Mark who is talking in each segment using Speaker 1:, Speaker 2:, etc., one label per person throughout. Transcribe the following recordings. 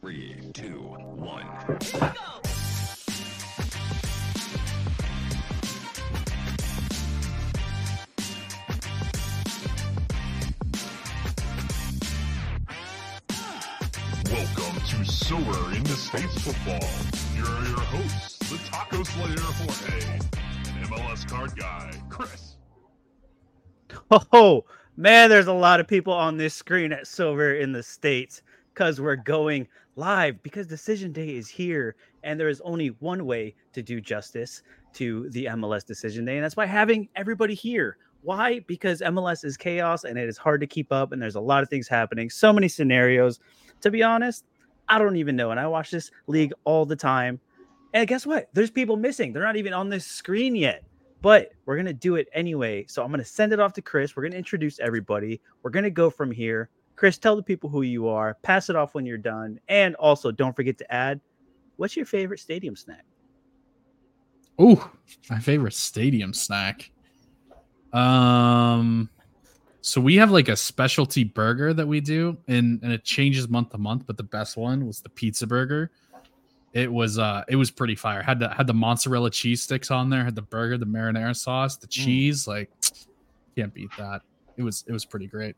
Speaker 1: Three, two, one. Welcome to Sewer in the States Football. Here are your hosts, the Taco Slayer Jorge and MLS card guy Chris.
Speaker 2: Oh man, there's a lot of people on this screen at Silver in the States because we're going live because decision day is here and there is only one way to do justice to the MLS decision day, and that's by having everybody here. Why? Because MLS is chaos and it is hard to keep up, and there's a lot of things happening, so many scenarios. To be honest, I don't even know. And I watch this league all the time. And guess what? There's people missing. They're not even on this screen yet but we're gonna do it anyway. So I'm gonna send it off to Chris. We're gonna introduce everybody. We're gonna go from here. Chris, tell the people who you are. Pass it off when you're done, and also don't forget to add, what's your favorite stadium snack?
Speaker 3: Oh, my favorite stadium snack. Um, so we have like a specialty burger that we do, and and it changes month to month. But the best one was the pizza burger. It was uh, it was pretty fire. Had the had the mozzarella cheese sticks on there. Had the burger, the marinara sauce, the cheese. Like, can't beat that. It was it was pretty great.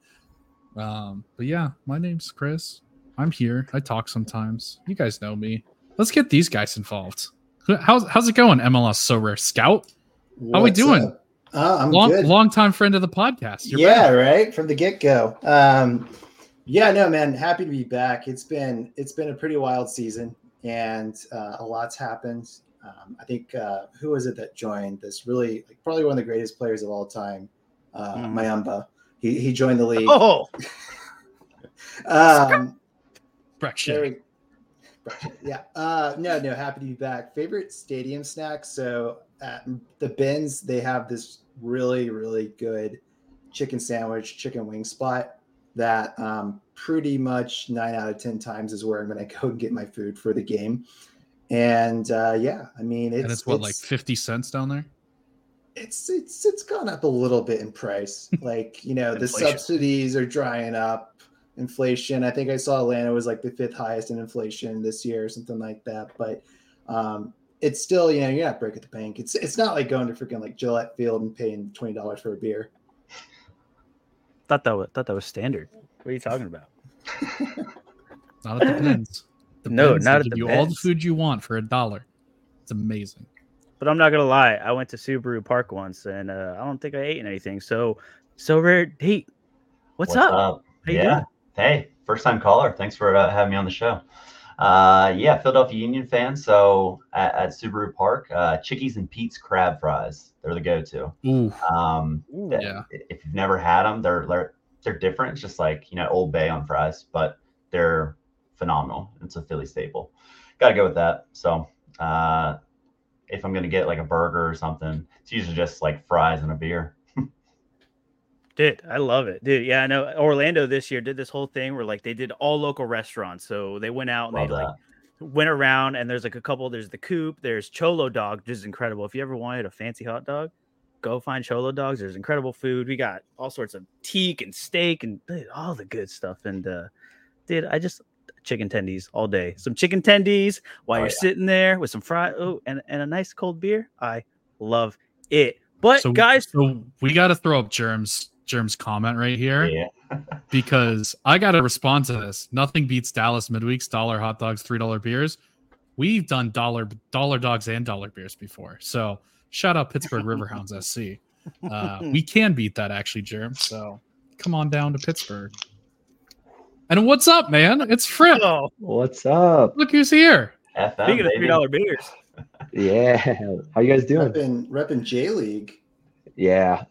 Speaker 3: Um, but yeah, my name's Chris. I'm here. I talk sometimes. You guys know me. Let's get these guys involved. How's how's it going, MLS So Rare Scout? How we
Speaker 4: What's
Speaker 3: doing?
Speaker 4: up? Uh, I'm
Speaker 3: long
Speaker 4: good.
Speaker 3: long time friend of the podcast. You're
Speaker 4: yeah,
Speaker 3: back.
Speaker 4: right from the get go. Um, yeah, no, man, happy to be back. It's been it's been a pretty wild season, and uh, a lot's happened. Um, I think uh, who was it that joined this? Really, like, probably one of the greatest players of all time, uh,
Speaker 3: Hmm.
Speaker 2: Mhm.
Speaker 4: Mayamba. He he joined the league.
Speaker 2: Oh,
Speaker 4: Um,
Speaker 3: Breck
Speaker 4: There
Speaker 3: shit.
Speaker 4: we- Gotcha. Yeah. Uh, no, no. Happy to be back. Favorite stadium snack. So at the bins, they have this really, really good chicken sandwich, chicken wing spot that um, pretty much nine out of 10 times is where I'm going to go and get my food for the game. And uh, yeah, I mean, it's,
Speaker 3: and it's what
Speaker 4: it's,
Speaker 3: like fifty cents down there.
Speaker 4: it's, it's, it's gone up a little bit in price. Like, you know, the
Speaker 3: Inflation.
Speaker 4: subsidies are drying up. Inflation. I think I saw Atlanta was like the fifth highest in inflation this year or something like that. But um, it's still, you know, you're not breaking the bank. It's it's not like going to freaking like Gillette Field and paying twenty dollars for a beer.
Speaker 2: thought that was thought that was standard. What are you talking about?
Speaker 3: Not at the bins. The
Speaker 2: No,
Speaker 3: Benz,
Speaker 2: not
Speaker 3: they
Speaker 2: at
Speaker 3: give
Speaker 2: the
Speaker 3: you all the
Speaker 2: Benz.
Speaker 3: food you want for a dollar. It's amazing.
Speaker 2: But I'm not gonna lie. I went to Subaru Park once, and uh, I don't think I ate anything. So, so rare. Hey, what's, up? How you
Speaker 5: yeah.
Speaker 2: doing?
Speaker 5: Hey, first time caller. Thanks for uh, having me on the show. Uh, yeah, Philadelphia Union fan. So at, at Subaru Park, uh, Chickies and Pete's crab fries. They're the go-to.
Speaker 3: Ooh,
Speaker 5: Um, that-
Speaker 3: yeah.
Speaker 5: If you've never had them, they're they're they're different. It's just like you know Old Bay on fries, but they're phenomenal. It's a Philly staple. Got to go with that. So uh, if I'm gonna get like a burger or something, it's usually just like fries and a beer.
Speaker 2: Dude, I love it. Dude, yeah, I know Orlando this year did this whole thing where like they did all local restaurants. So they went out and
Speaker 5: Love
Speaker 2: they like
Speaker 5: that.
Speaker 2: went around and there's like a couple, there's the coop, there's Cholo Dog, which is incredible. If you ever wanted a fancy hot dog, go find Cholo Dogs. There's incredible food. We got all sorts of teak and steak and dude, all the good stuff. And uh dude, I just chicken tendies all day. Some chicken tendies while
Speaker 5: Oh,
Speaker 2: you're
Speaker 5: yeah.
Speaker 2: sitting there with some fry oh and, and a nice cold beer. I love it. But
Speaker 3: So-
Speaker 2: guys,
Speaker 3: So we got to throw up Germ's Germ's comment right here
Speaker 5: Yeah.
Speaker 3: because I got to respond to this. Nothing beats Dallas midweeks dollar hot dogs, three dollar beers. We've done dollar dollar dogs and dollar beers before. So shout out Pittsburgh Riverhounds SC. Uh, we can beat that actually, Germ. So come on down to Pittsburgh. And what's up, man? It's Fripp.
Speaker 2: oh,
Speaker 6: What's up?
Speaker 3: Look who's here.
Speaker 5: FM.
Speaker 2: speaking of
Speaker 5: baby.
Speaker 2: three dollar beers.
Speaker 6: Yeah. How you guys doing?
Speaker 4: Repping repping J League.
Speaker 6: Yeah.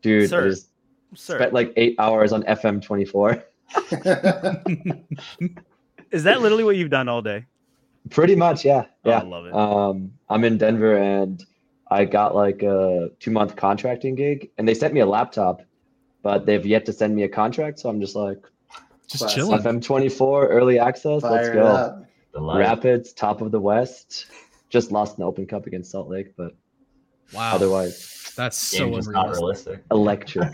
Speaker 6: Dude,
Speaker 2: Sir.
Speaker 6: I just
Speaker 2: Sir.
Speaker 6: spent like eight hours on FM 24.
Speaker 2: Is that literally what you've done all day? Oh,
Speaker 6: Pretty much, yeah.
Speaker 2: I
Speaker 6: Yeah.
Speaker 2: love it.
Speaker 6: Um, I'm in Denver and I got like a two month contracting gig and they sent me a laptop, but they've yet to send me a contract. So I'm just like,
Speaker 3: Just
Speaker 4: Classic.
Speaker 3: chilling.
Speaker 6: FM 24, early access, let's
Speaker 4: Fired
Speaker 6: go.
Speaker 4: up.
Speaker 5: Delight.
Speaker 6: Rapids, top of the West. Just lost an Open Cup against Salt Lake, but
Speaker 3: Wow.
Speaker 6: otherwise,
Speaker 3: That's
Speaker 5: Game
Speaker 3: so
Speaker 5: just not
Speaker 3: unrealistic.
Speaker 5: realistic.
Speaker 6: electric.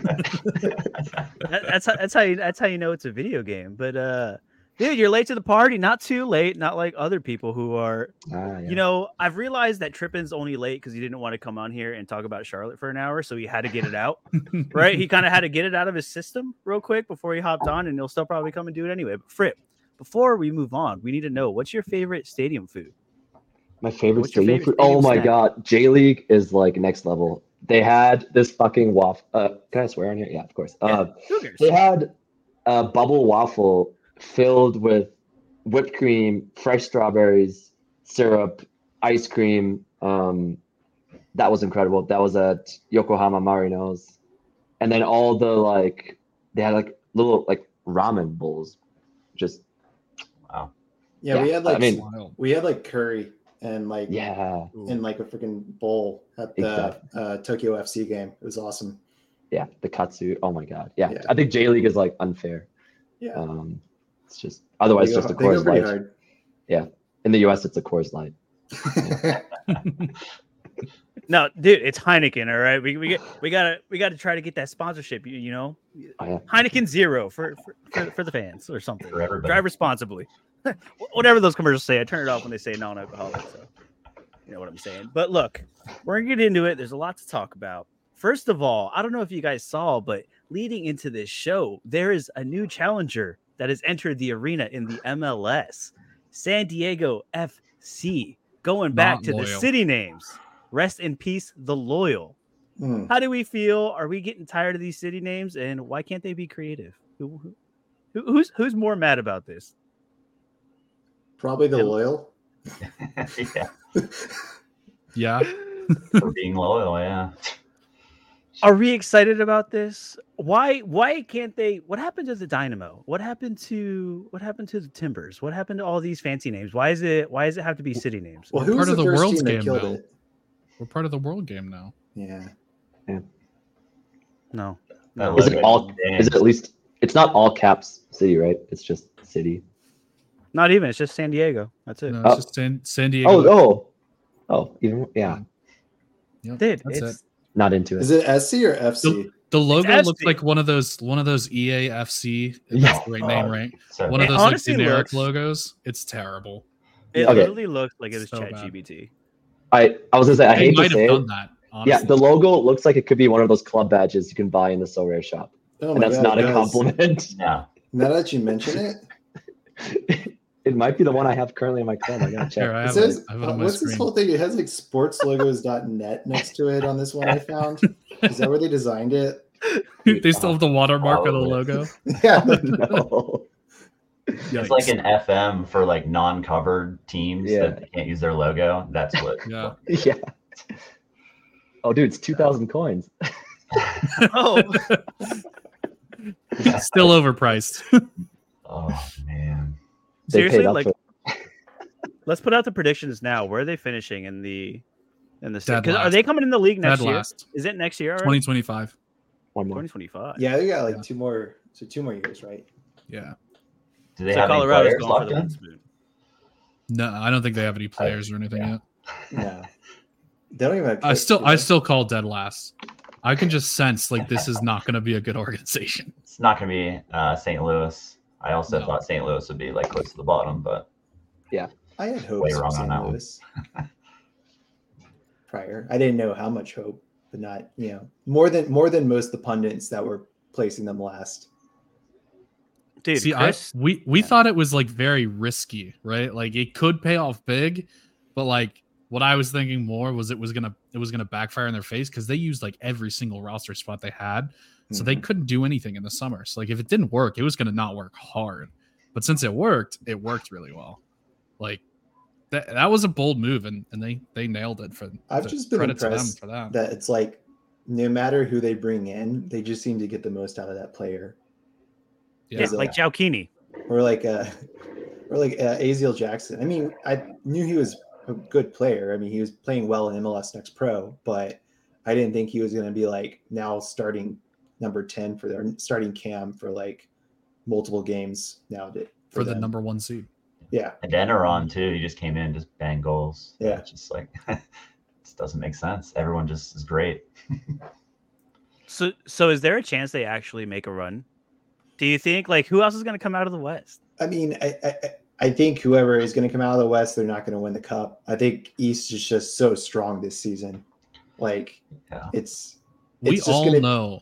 Speaker 2: That- that's how, that's how you that's how you know it's a video game. But uh, Dude, you're late to the party. Not too late. Not like other people who are.
Speaker 6: Ah, yeah.
Speaker 2: You know, I've realized that Trippin's only late because he didn't want to come on here and talk about Charlotte for an hour, so he had to get it out. right? He kind of had to get it out of his system real quick before he hopped on, and he'll still probably come and do it anyway. But Fripp, before we move on, we need to know what's your favorite stadium food?
Speaker 6: My favorite
Speaker 2: What's your
Speaker 6: stadium
Speaker 2: favorite
Speaker 6: food. Oh
Speaker 2: stadium
Speaker 6: my
Speaker 2: snack?
Speaker 6: god, J League is like next level. They had this fucking waffle. Uh, can I swear on here? Yeah, of course. Uh,
Speaker 2: Cougars.
Speaker 6: they had a bubble waffle filled with whipped cream, fresh strawberries, syrup, ice cream. Um, that was incredible. That was at Yokohama Marinos, and then all the like they had like little like ramen bowls, just
Speaker 4: Yeah, we
Speaker 6: Yeah,
Speaker 4: had like
Speaker 6: I mean-
Speaker 3: Wild.
Speaker 4: we had like curry and like
Speaker 6: yeah.
Speaker 4: in like a freaking bowl at the
Speaker 6: Exactly.
Speaker 4: uh, Tokyo FC game. It was awesome.
Speaker 6: yeah the katsu oh my god yeah,
Speaker 4: Yeah.
Speaker 6: i think j league is like unfair
Speaker 4: Yeah.
Speaker 6: um it's just otherwise
Speaker 4: They go-
Speaker 6: just a
Speaker 4: they go
Speaker 6: course
Speaker 4: pretty
Speaker 6: light in the us it's a course light
Speaker 4: hard.
Speaker 2: No, dude, it's Heineken. All right, we we get, we gotta we gotta try to get that sponsorship. You, you know,
Speaker 6: Oh, yeah.
Speaker 2: Heineken Zero for for, for for the fans or something.
Speaker 5: For everybody.
Speaker 2: Drive responsibly. Wh- Whatever those commercials say, I turn it off when they say non-alcoholic. So, you know what I'm saying. But look, we're gonna get into it. There's a lot to talk about. First of all, I don't know if you guys saw, but leading into this show, there is a new challenger that has entered the arena in the MLS, San Diego FC. Going back
Speaker 3: Not
Speaker 2: to the
Speaker 3: loyal.
Speaker 2: city names. Rest in peace, the loyal.
Speaker 4: Hmm.
Speaker 2: How do we feel? Are we getting tired of these city names? And why can't they be creative? Who, who, who's who's more mad about this?
Speaker 4: Probably the
Speaker 2: Yeah.
Speaker 4: loyal.
Speaker 5: yeah,
Speaker 3: Yeah.
Speaker 5: for being loyal. Yeah.
Speaker 2: Are we excited about this? Why why can't they? What happened to the Dynamo? What happened to what happened to the Timbers? What happened to all these fancy names? Why is it why does it have to be city names?
Speaker 4: Well, who
Speaker 3: Part
Speaker 4: was
Speaker 3: of
Speaker 4: the
Speaker 3: the
Speaker 4: first
Speaker 3: world's
Speaker 4: team that
Speaker 3: game
Speaker 4: killed
Speaker 3: now.
Speaker 4: it?
Speaker 3: We're part of the world game now.
Speaker 4: Yeah.
Speaker 2: No.
Speaker 5: That
Speaker 6: Is it
Speaker 5: logo.
Speaker 6: all-
Speaker 5: Dang.
Speaker 6: is it at least it's not all caps city right it's just city
Speaker 2: Not even. It's just San Diego. That's it.
Speaker 3: No,
Speaker 6: Oh.
Speaker 3: it's just San, San Diego.
Speaker 6: oh oh oh even yeah
Speaker 3: Yep,
Speaker 2: Dude,
Speaker 3: that's
Speaker 2: it's
Speaker 3: it.
Speaker 6: not into it
Speaker 4: Is it SC or FC?
Speaker 3: The logo
Speaker 2: It's
Speaker 3: looks
Speaker 2: FC.
Speaker 3: like one of those one of those E EA FC. That's
Speaker 6: Yeah. Oh,
Speaker 3: the right name, right?
Speaker 5: So
Speaker 3: One of
Speaker 2: It
Speaker 3: those like
Speaker 2: honestly
Speaker 3: generic
Speaker 2: looks-
Speaker 3: logos. It's terrible.
Speaker 2: it
Speaker 6: Okay.
Speaker 2: literally looks like it was
Speaker 3: So
Speaker 2: Chat
Speaker 3: bad.
Speaker 2: GBT.
Speaker 6: i i was gonna say i
Speaker 3: they
Speaker 6: hate to
Speaker 3: might
Speaker 6: say
Speaker 3: have
Speaker 6: it
Speaker 3: done that.
Speaker 6: yeah
Speaker 3: Honestly.
Speaker 6: the logo looks like it could be one of those club badges you can buy in the so rare shop
Speaker 4: Oh
Speaker 6: and that's
Speaker 4: God,
Speaker 6: not
Speaker 4: it
Speaker 6: a
Speaker 4: does.
Speaker 6: compliment
Speaker 5: no,
Speaker 4: Now that you mention it,
Speaker 6: it might be the one i have currently in my club i gotta check
Speaker 3: Here, I
Speaker 4: it
Speaker 3: have
Speaker 4: says
Speaker 3: it. I have it
Speaker 4: uh,
Speaker 3: on my
Speaker 4: what's this
Speaker 3: screen.
Speaker 4: whole thing? It has like sportslogos.net next to it on this one I found. Is that where they designed it?
Speaker 3: they still have the watermark on the
Speaker 5: Oh.
Speaker 3: logo.
Speaker 4: Yeah.
Speaker 6: no.
Speaker 5: it's
Speaker 3: Yikes.
Speaker 5: like an FM for like non-covered teams
Speaker 6: Yeah.
Speaker 5: that they can't use their logo. That's what.
Speaker 3: Yeah.
Speaker 6: yeah. Oh, dude, it's two thousand coins.
Speaker 2: Oh,
Speaker 3: still overpriced.
Speaker 5: Oh man.
Speaker 6: They
Speaker 2: seriously,
Speaker 6: paid up
Speaker 2: like
Speaker 6: for it.
Speaker 2: let's put out the predictions now. Where are they finishing in the in the
Speaker 3: Dead
Speaker 2: because are
Speaker 3: last.
Speaker 2: they coming in the league next
Speaker 3: Dead
Speaker 2: year?
Speaker 3: last.
Speaker 2: Is it next year? Already?
Speaker 3: Twenty twenty five.
Speaker 6: one more.
Speaker 2: 2025.
Speaker 4: Yeah, they got like
Speaker 3: Yeah.
Speaker 4: two more so two more years, right?
Speaker 3: Yeah.
Speaker 5: Do they
Speaker 2: so
Speaker 5: have
Speaker 2: Colorado's
Speaker 5: Colorado's any
Speaker 2: going for
Speaker 5: players
Speaker 2: the
Speaker 5: locked in?
Speaker 2: win spoon.
Speaker 3: No, I don't think they have any players or anything
Speaker 5: yeah.
Speaker 3: yet.
Speaker 4: No. They don't even have
Speaker 3: I
Speaker 4: kids,
Speaker 3: still
Speaker 4: do
Speaker 3: I
Speaker 4: they?
Speaker 3: still call dead last. I can just sense like this is not gonna be a good organization.
Speaker 5: It's not going to be uh, St. Louis. I also
Speaker 3: No.
Speaker 5: thought St. Louis would be like close to the bottom, but
Speaker 4: I had
Speaker 5: Way
Speaker 4: hopes for
Speaker 5: wrong on that
Speaker 4: St.
Speaker 5: one.
Speaker 4: Louis prior. I didn't know how much hope, but not you know more than more than most of the pundits that were placing them last.
Speaker 2: Dude,
Speaker 3: See,
Speaker 2: Chris,
Speaker 3: I we we
Speaker 4: Yeah.
Speaker 3: thought it was like very risky, right? Like it could pay off big, but like what I was thinking more was it was gonna it was gonna backfire in their face because they used like every single roster spot they had, so
Speaker 2: Mm-hmm.
Speaker 3: they couldn't do anything in the summer. So like if it didn't work, it was gonna not work hard. But since it worked, it worked really well. Like that that was a bold move, and and they they nailed it for.
Speaker 4: I've
Speaker 3: the
Speaker 4: just been
Speaker 3: credit to them
Speaker 4: impressed
Speaker 3: for that.
Speaker 4: That it's like no matter who they bring in, they just seem to get the most out of that player.
Speaker 2: yeah,
Speaker 4: is a-
Speaker 2: like Jalkini.
Speaker 4: Or like uh or like uh, Aziel Jackson. I mean, I knew he was a good player. I mean, he was playing well in MLS Next Pro, but I didn't think he was going to be like now starting number ten for their starting cam for like multiple games now to,
Speaker 3: for the
Speaker 4: them.
Speaker 3: number one seed.
Speaker 4: Yeah,
Speaker 5: and Enron too. He just came in, just bang goals.
Speaker 4: Yeah.
Speaker 5: It's just like this doesn't make sense. Everyone just is great.
Speaker 2: So so is there a chance they actually make a run? Do you think like who else is going to come out of the West?
Speaker 4: I mean, I, I, I think whoever is going to come out of the West, they're not going to win the cup. I think East is just so strong this season. Like,
Speaker 5: Yeah.
Speaker 4: it's
Speaker 3: we
Speaker 4: It's just
Speaker 3: all
Speaker 4: gonna-
Speaker 3: know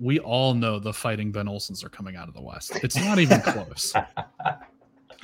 Speaker 3: we all know the fighting ben olsons are coming out of the west it's not even close
Speaker 2: It's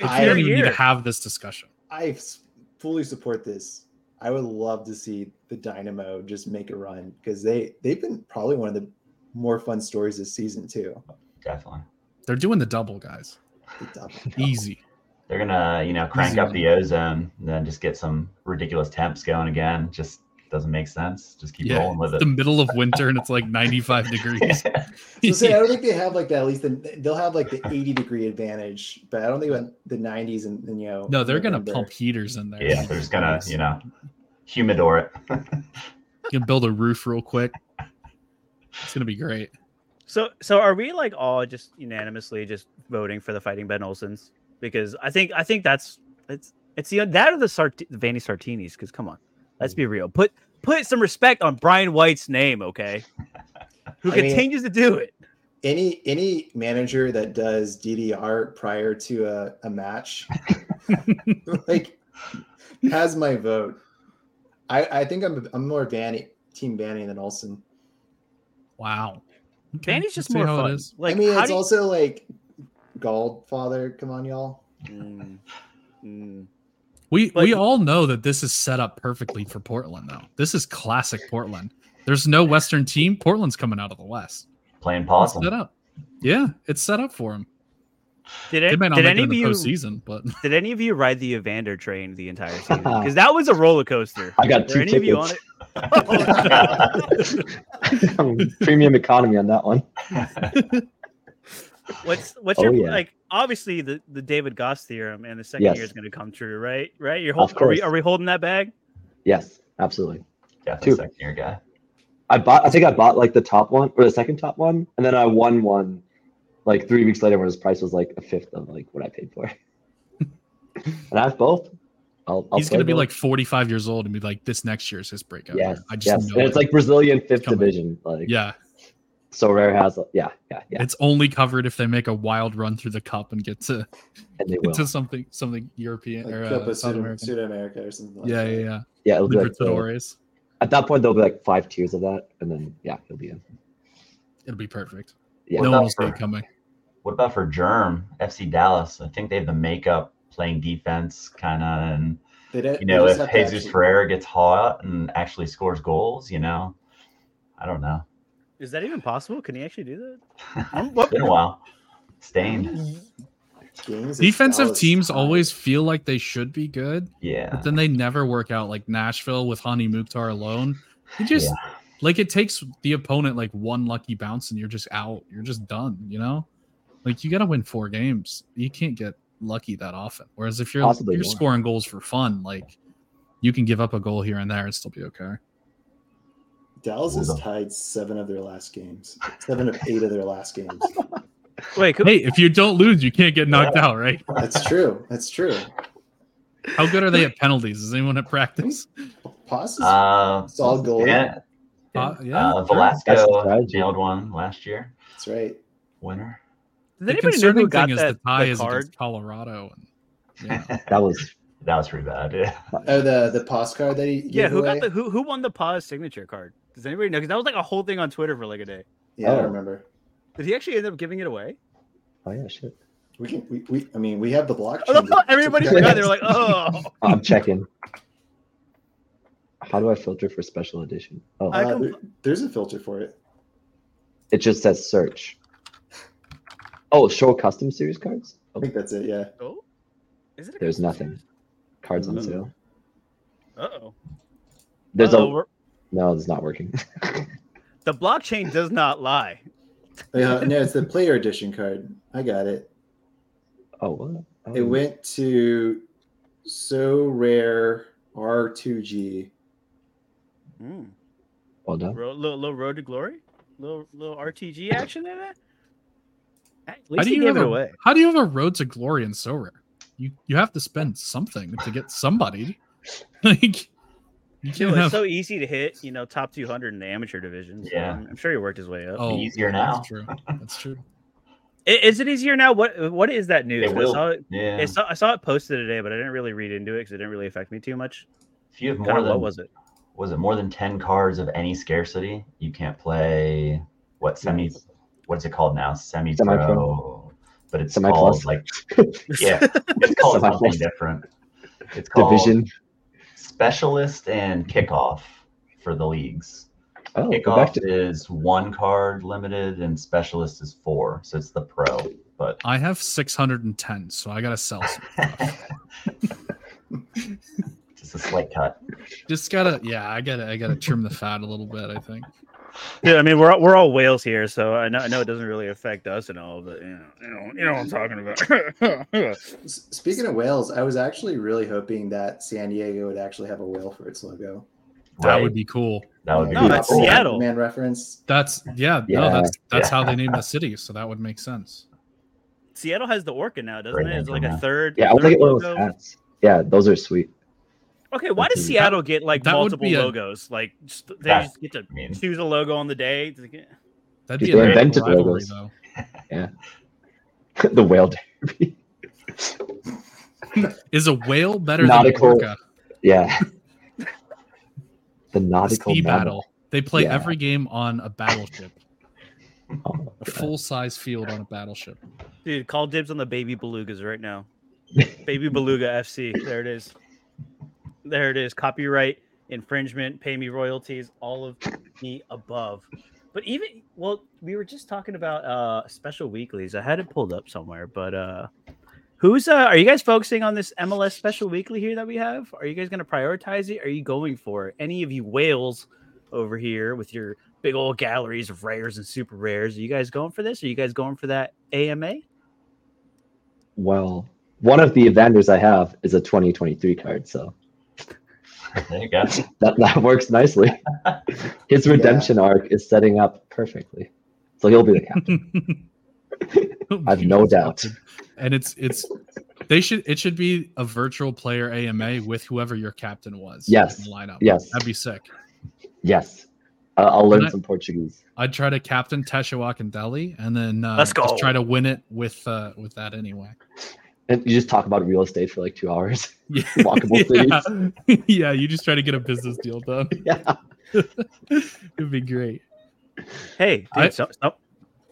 Speaker 4: I-
Speaker 2: your
Speaker 3: we don't even need
Speaker 2: year.
Speaker 3: to have this discussion
Speaker 4: I s- fully support this. I would love to see the Dynamo just make a run because they they've been probably one of the more fun stories this season too.
Speaker 5: Definitely.
Speaker 3: they're doing the double guys
Speaker 4: The double.
Speaker 3: easy
Speaker 5: They're gonna, you know, crank
Speaker 3: Easy
Speaker 5: up
Speaker 3: one.
Speaker 5: the ozone and then just get some ridiculous temps going again. Just doesn't make sense. Just keep
Speaker 3: Yeah,
Speaker 5: rolling with it.
Speaker 3: the middle of winter and it's like 95 degrees
Speaker 4: So say, I don't think they have like that. At least the, they'll have like the eighty degree advantage, but I don't think about the nineties and, and, you know.
Speaker 3: no they're gonna
Speaker 4: November.
Speaker 3: pump heaters in there
Speaker 5: yeah, they're just gonna, you know, humidor it.
Speaker 3: you can build a roof real quick it's gonna be great
Speaker 2: So so are we like all just unanimously just voting for the fighting Ben Olsons? Because I think I think that's it's it's the that or the Sart- Vanny Sartinis. Because come on, let's be real. Put put some respect on Brian White's name, okay? Who
Speaker 4: I mean-
Speaker 2: continues to do it?
Speaker 4: any any manager that does DDR prior to a, a match, like has my vote. I, I think I'm I'm more Vanny team Vanny than Olsen.
Speaker 3: wow Okay,
Speaker 2: Vanny's
Speaker 3: let's
Speaker 2: just
Speaker 3: see
Speaker 2: more
Speaker 3: how it
Speaker 2: fun.
Speaker 3: is.
Speaker 2: Like
Speaker 4: I mean,
Speaker 2: how
Speaker 4: it's
Speaker 2: do you-
Speaker 4: also like Godfather. Come on, y'all.
Speaker 2: Mm, mm.
Speaker 3: We
Speaker 2: But-
Speaker 3: we all know that this is set up perfectly for Portland, though. This is classic Portland. There's no Western team. Portland's coming out of the West.
Speaker 5: Playing
Speaker 3: It's set
Speaker 5: possum.
Speaker 3: up. Yeah, it's set up for them.
Speaker 2: Did,
Speaker 3: They
Speaker 2: it,
Speaker 3: may not
Speaker 2: did
Speaker 3: make
Speaker 2: any
Speaker 3: it in
Speaker 2: of
Speaker 3: the
Speaker 2: you
Speaker 3: postseason, but
Speaker 2: did any of you ride the Evander train the entire season? Because that was a roller coaster.
Speaker 6: I got
Speaker 2: Were
Speaker 6: two
Speaker 2: any of you on it?
Speaker 6: tickets. Um, Premium economy on that one.
Speaker 2: What's what's
Speaker 6: Oh,
Speaker 2: your
Speaker 6: yeah.
Speaker 2: like? Obviously, the, the David Goss theorem and the second year
Speaker 6: Yes.
Speaker 2: is going to come true, right? Right? You're holding.
Speaker 6: Of
Speaker 2: Are we,
Speaker 6: course.
Speaker 2: are we holding that bag?
Speaker 6: Yes, absolutely.
Speaker 5: Definitely
Speaker 6: Two.
Speaker 5: second year guy.
Speaker 6: I bought. I think I bought like the top one or the second top one, and then I won one like three weeks later when his price was like a fifth of like what I paid for. and I have both. I'll, I'll
Speaker 3: he's going to be
Speaker 6: play both.
Speaker 3: like 45 years old and be like, this next year's his breakout. year."
Speaker 6: yes,
Speaker 3: I just
Speaker 6: yes.
Speaker 3: know
Speaker 6: And it's
Speaker 3: it.
Speaker 6: like Brazilian fifth
Speaker 3: coming.
Speaker 6: division. Like
Speaker 3: yeah,
Speaker 6: so rare has. Yeah, yeah, yeah.
Speaker 3: it's only covered if they make a wild run through the cup and get to
Speaker 6: And they will.
Speaker 3: into something something European
Speaker 4: Like
Speaker 3: or
Speaker 4: Copa
Speaker 3: uh, South
Speaker 4: Sud-
Speaker 3: American.
Speaker 4: Sud America or something. Like
Speaker 3: Yeah,
Speaker 4: that.
Speaker 3: yeah, yeah.
Speaker 6: yeah, it'll be like the-
Speaker 3: Libertadores.
Speaker 6: at that point there'll be like five tiers of that, and then yeah, he'll be in.
Speaker 3: It'll be perfect.
Speaker 6: Yeah.
Speaker 3: No
Speaker 5: Well,
Speaker 3: one will see
Speaker 5: for-
Speaker 3: it coming.
Speaker 5: What about for Germ FC Dallas? I think they have the makeup playing defense kind of, and
Speaker 4: They don't,
Speaker 5: you know
Speaker 4: they
Speaker 5: if
Speaker 4: just have to
Speaker 5: Jesus
Speaker 4: actually-
Speaker 5: Ferreira gets hot and actually scores goals, you know, I don't know.
Speaker 2: Is that even possible? Can he actually do that?
Speaker 5: It's been a while. Stained.
Speaker 4: games, it's
Speaker 3: Defensive
Speaker 4: Dallas
Speaker 3: teams
Speaker 4: time.
Speaker 3: always feel like they should be good,
Speaker 5: Yeah.
Speaker 3: but then they never work out like Nashville with Hani Mukhtar alone. You just like it takes the opponent like one lucky bounce and you're just out. You're just done, you know? Like you gotta win four games. You can't get lucky that often. Whereas if you're
Speaker 6: Possibly
Speaker 3: you're
Speaker 6: more.
Speaker 3: scoring goals for fun, like you can give up a goal here and there and still be okay.
Speaker 4: Dallas has
Speaker 5: Hold on.
Speaker 4: tied seven of their last games, seven of eight of their last games.
Speaker 2: Wait, could,
Speaker 3: Hey, if you don't lose, you can't get knocked out, right?
Speaker 4: That's true. That's true.
Speaker 3: How good are they at penalties? Is anyone at practice?
Speaker 4: Pause is
Speaker 5: Uh,
Speaker 4: solid goal.
Speaker 5: yeah,
Speaker 3: Uh, yeah, sure.
Speaker 5: uh,
Speaker 6: That's the
Speaker 5: Velasco
Speaker 6: strategy.
Speaker 5: nailed one last year.
Speaker 4: That's right.
Speaker 5: Winner.
Speaker 2: does
Speaker 3: The
Speaker 2: anybody know who
Speaker 3: concerning
Speaker 2: got
Speaker 3: thing is
Speaker 2: that
Speaker 3: the tie
Speaker 2: the
Speaker 3: is
Speaker 2: card?
Speaker 3: against Colorado. And, yeah.
Speaker 6: That was
Speaker 5: That was pretty bad. Yeah.
Speaker 4: Oh, the the pause card that he gave
Speaker 2: Yeah, who
Speaker 4: away?
Speaker 2: got the who who won the pause signature card? Does anybody know? Because that was like a whole thing on Twitter for like a day.
Speaker 4: Yeah, I
Speaker 6: Oh.
Speaker 4: don't remember.
Speaker 2: Did he actually end up giving it away?
Speaker 6: oh yeah shit.
Speaker 4: We can. We, we I mean, we have the blockchain.
Speaker 2: Oh, everybody forgot. They were like, oh,
Speaker 6: I'm checking. How do I filter for special edition? Oh,
Speaker 2: I-
Speaker 4: Uh, there- there's a filter for it.
Speaker 6: it just says search. Oh, show custom series cards.
Speaker 4: I
Speaker 6: Oh,
Speaker 4: think that's it. Yeah.
Speaker 2: oh. Is it a
Speaker 6: There's nothing. cards on
Speaker 4: Mm.
Speaker 6: sale.
Speaker 2: Uh oh.
Speaker 6: There's a
Speaker 2: over.
Speaker 6: no. It's not working.
Speaker 2: Oh, The blockchain does not lie.
Speaker 4: Uh, no, it's the player edition card. I got it.
Speaker 6: Oh, what? Oh,
Speaker 5: Mm.
Speaker 4: It went to so rare R2G.
Speaker 2: Mm.
Speaker 6: Well done.
Speaker 2: Ro- little, little road to glory, little little RTG action in that. At
Speaker 3: How
Speaker 2: least
Speaker 3: do
Speaker 2: he
Speaker 3: you
Speaker 2: gave
Speaker 3: have
Speaker 2: it
Speaker 3: a-
Speaker 2: away.
Speaker 3: How do you have a road to glory in so rare? You you have to spend something to get somebody. like you
Speaker 2: Dude,
Speaker 3: can't
Speaker 2: it's
Speaker 3: have
Speaker 2: so easy to hit, you know, top 200 in the amateur divisions.
Speaker 5: Yeah.
Speaker 2: I'm, I'm sure he worked his way up.
Speaker 3: oh,
Speaker 5: easier now.
Speaker 3: That's true. That's true.
Speaker 2: I- Is it easier now? What What is that news? I
Speaker 5: will.
Speaker 2: saw it,
Speaker 5: Yeah.
Speaker 2: I saw I saw it posted today, but I didn't really read into it because it didn't really affect me too much.
Speaker 5: if you have more
Speaker 2: Kind of
Speaker 5: than
Speaker 2: what was it?
Speaker 5: was it more than 10 cards of any scarcity you can't play what semi what's it called now semi pro
Speaker 6: Semi-pro.
Speaker 5: but it's
Speaker 6: Semi-plus.
Speaker 5: called like yeah it's called something
Speaker 6: Semi-plus.
Speaker 5: different it's called
Speaker 6: Division.
Speaker 5: specialist and kickoff for the leagues
Speaker 6: Oh, we're back
Speaker 5: kickoff
Speaker 6: to
Speaker 5: is one card limited and specialist is four so it's the pro but
Speaker 3: I have 610, so I gotta sell. Some.
Speaker 5: just a slight cut
Speaker 3: Just gotta, yeah, I gotta, I gotta trim the fat a little bit. I think.
Speaker 2: Yeah, I mean we're all- we're all whales here, so I know I know it doesn't really affect us and all, but you know you know, you know what I'm talking about.
Speaker 4: S- Speaking of whales, I was actually really hoping that San Diego would actually have a whale for its logo.
Speaker 3: That
Speaker 5: Right.
Speaker 3: would be cool.
Speaker 5: that would be
Speaker 2: No,
Speaker 5: really
Speaker 2: that's
Speaker 5: cool.
Speaker 2: Seattle.
Speaker 4: Man reference.
Speaker 3: That's yeah, no,
Speaker 6: Yeah.
Speaker 3: that's that's how
Speaker 5: Yeah.
Speaker 3: they name the city, so that would make sense.
Speaker 2: Seattle has the orca now, doesn't
Speaker 5: Great
Speaker 2: it? It's
Speaker 5: name,
Speaker 2: like a
Speaker 5: yeah.
Speaker 2: third.
Speaker 6: yeah, I was
Speaker 2: third
Speaker 6: like, oh,
Speaker 2: logo.
Speaker 6: hats. Yeah, those are sweet.
Speaker 2: Okay, why does
Speaker 6: Mhm.
Speaker 2: Seattle get like
Speaker 3: that would
Speaker 2: multiple
Speaker 3: be a-
Speaker 2: logos? Like just, they
Speaker 5: That-
Speaker 2: just get to
Speaker 5: I mean,
Speaker 2: choose a logo on the day. eh. to get-
Speaker 3: That'd
Speaker 6: Just
Speaker 3: be a
Speaker 6: they
Speaker 3: nice
Speaker 6: invented
Speaker 3: rivalry,
Speaker 6: logos.
Speaker 3: though.
Speaker 6: the whale derby.
Speaker 3: Is a whale better
Speaker 6: Nautical
Speaker 3: than an orca?
Speaker 6: Yeah. the
Speaker 3: The
Speaker 6: nautical
Speaker 3: sea
Speaker 6: mammal.
Speaker 3: battle. They play
Speaker 6: Yeah.
Speaker 3: every game on a battleship,
Speaker 6: Oh my
Speaker 3: a
Speaker 6: God.
Speaker 3: full size field on a battleship.
Speaker 2: Dude, call dibs on the baby belugas right now. Baby beluga FC. There it is. There it is. Copyright infringement. Pay me royalties. All of the above. But even well, we were just talking about uh special weeklies. I had it pulled up somewhere, but uh who's uh are you guys focusing on this MLS special weekly here that we have? Are you guys gonna prioritize it? Are you going for it? Any of you whales over here with your big old galleries of rares and super rares? Are you guys going for this? Are you guys going for that AMA?
Speaker 6: Well, one of the Evanders I have is a 2023 card, so
Speaker 5: there you go
Speaker 6: that, that works nicely. His redemption arc is setting up perfectly. So he'll be the captain.
Speaker 3: Oh,
Speaker 6: I've no doubt.
Speaker 3: And it's it's they should it should be a virtual player AMA with whoever your captain was.
Speaker 6: Yes.
Speaker 3: in the lineup.
Speaker 6: Yes.
Speaker 3: that'd be sick.
Speaker 6: Yes. Uh, I'll
Speaker 3: Can
Speaker 6: learn
Speaker 3: I-
Speaker 6: some Portuguese.
Speaker 3: I'd try to captain Teshawak and Delhi, and then uh,
Speaker 2: Let's
Speaker 3: just
Speaker 2: go.
Speaker 3: try to win it with uh, with that anyway.
Speaker 6: And you just talk about real estate for like two hours.
Speaker 3: Yeah.
Speaker 6: Walkable cities.
Speaker 3: yeah. yeah, you just try to get a business deal done.
Speaker 6: Yeah.
Speaker 3: It'd be great.
Speaker 2: Hey, dude,
Speaker 3: I-
Speaker 2: so, oh,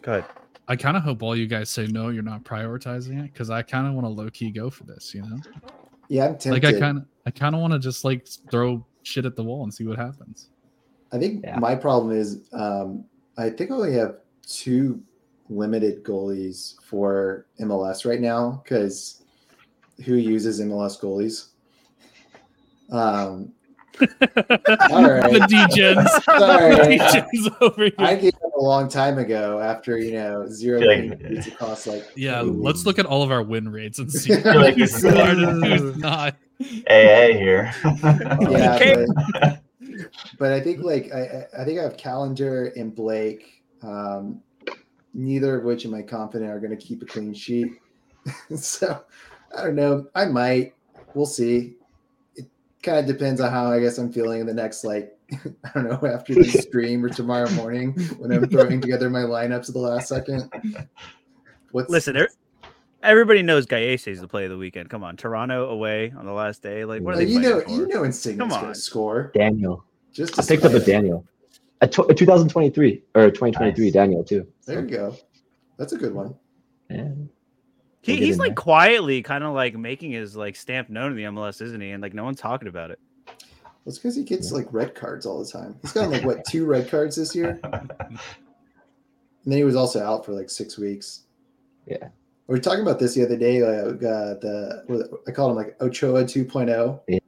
Speaker 2: go ahead.
Speaker 3: I kind of hope all you guys say no, you're not prioritizing it because I kind of want to low key go for this, you know?
Speaker 4: Yeah, I'm tempted.
Speaker 3: Like I kind of, I kind of want to just like throw shit at the wall and see what happens.
Speaker 4: I think
Speaker 6: Yeah.
Speaker 4: my problem is um, I think I only have two limited goalies for MLS right now because who uses MLS goalies? Um, all
Speaker 3: The
Speaker 4: right.
Speaker 3: DJs,
Speaker 4: Sorry.
Speaker 3: DJs over here.
Speaker 4: I gave up a long time ago after, you know, zero
Speaker 5: Feel like-
Speaker 4: winning beats it costs like.
Speaker 3: Yeah,
Speaker 4: Ooh.
Speaker 3: let's look at all of our win rates and see
Speaker 4: feel like
Speaker 3: who's
Speaker 5: this is-
Speaker 3: started, who's not.
Speaker 5: AA here Oh,
Speaker 4: yeah,
Speaker 2: Okay.
Speaker 4: but, but I think like I, I I think I have Calendar and Blake. Um, neither of which am I confident are going to keep a clean sheet. so I don't know. I might. We'll see. It kind of depends on how I guess I'm feeling in the next like I don't know after the stream or tomorrow morning when I'm throwing together my lineups at the last second. What's
Speaker 2: Listen, er- everybody knows Gaese is the play of the weekend. Come on, Toronto away on the last day. Like, what are
Speaker 4: Like,
Speaker 2: they
Speaker 4: you know,
Speaker 2: playing
Speaker 4: you
Speaker 2: for?
Speaker 4: know, Insignia's
Speaker 2: Come
Speaker 4: going
Speaker 2: on.
Speaker 4: to score.
Speaker 6: Daniel.
Speaker 4: Just
Speaker 6: I
Speaker 4: to
Speaker 6: picked up a
Speaker 4: spite him.
Speaker 6: Daniel. A, tw- a 2023 or a 2023
Speaker 5: Nice.
Speaker 6: Daniel too.
Speaker 4: There you go. That's a good one.
Speaker 6: Yeah.
Speaker 2: He,
Speaker 6: We'll get
Speaker 2: he's
Speaker 6: in
Speaker 2: like
Speaker 6: there.
Speaker 2: quietly kind of like making his like stamp known in the MLS, isn't he? And like no one's talking about it.
Speaker 4: That's because he gets
Speaker 6: Yeah.
Speaker 4: like red cards all the time. He's gotten like what two red cards this year, and then he was also out for like six weeks.
Speaker 6: Yeah.
Speaker 4: we were talking about this the other day. Uh, uh, the what- I called him like Ochoa oh. 2.0.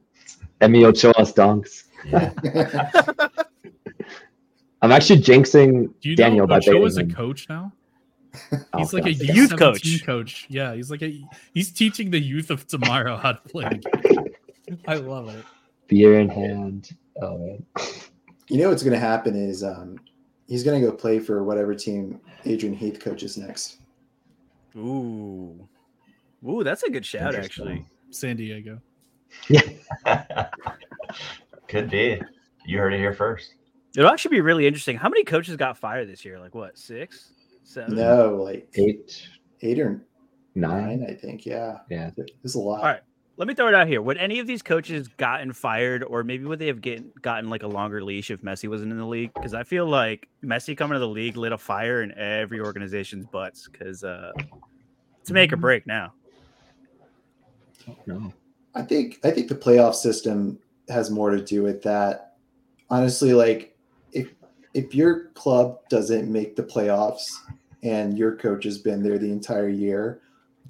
Speaker 6: Emmy Ochoa's donks.
Speaker 5: yeah.
Speaker 6: I'm actually jinxing
Speaker 3: Do you
Speaker 6: Daniel
Speaker 3: know
Speaker 6: by
Speaker 3: Ocho is a
Speaker 6: baiting him.
Speaker 3: coach now?
Speaker 6: Oh,
Speaker 3: He's like a
Speaker 6: God.
Speaker 3: youth
Speaker 2: Youth
Speaker 3: coach.
Speaker 2: coach.
Speaker 3: coach. Yeah, he's like a he's teaching the youth of tomorrow how to play. The game. I love it.
Speaker 6: beer in hand. Oh man.
Speaker 4: you know what's going to happen is um, he's going to go play for whatever team Adrian Heath coaches next.
Speaker 2: Ooh, ooh, that's a good shout actually.
Speaker 3: San Diego.
Speaker 5: Could be. You heard it here first.
Speaker 2: It'll actually be really interesting. How many coaches got fired this year? Like what, six? Seven.
Speaker 4: No, like
Speaker 6: Eight,
Speaker 4: eight or
Speaker 6: nine.
Speaker 4: nine, I think. Yeah,
Speaker 6: Yeah.
Speaker 4: there's a lot.
Speaker 2: All right. Let me throw it out here. Would any of these coaches gotten fired, or maybe would they have get, gotten like a longer leash if Messi wasn't in the league? Because I feel like Messi coming to the league lit a fire in every organization's butts. Because uh, it's make
Speaker 6: Mm-hmm.
Speaker 2: or break now.
Speaker 6: No.
Speaker 4: I think I think the playoff system has more to do with that. Honestly, like if if your club doesn't make the playoffs and your coach has been there the entire year,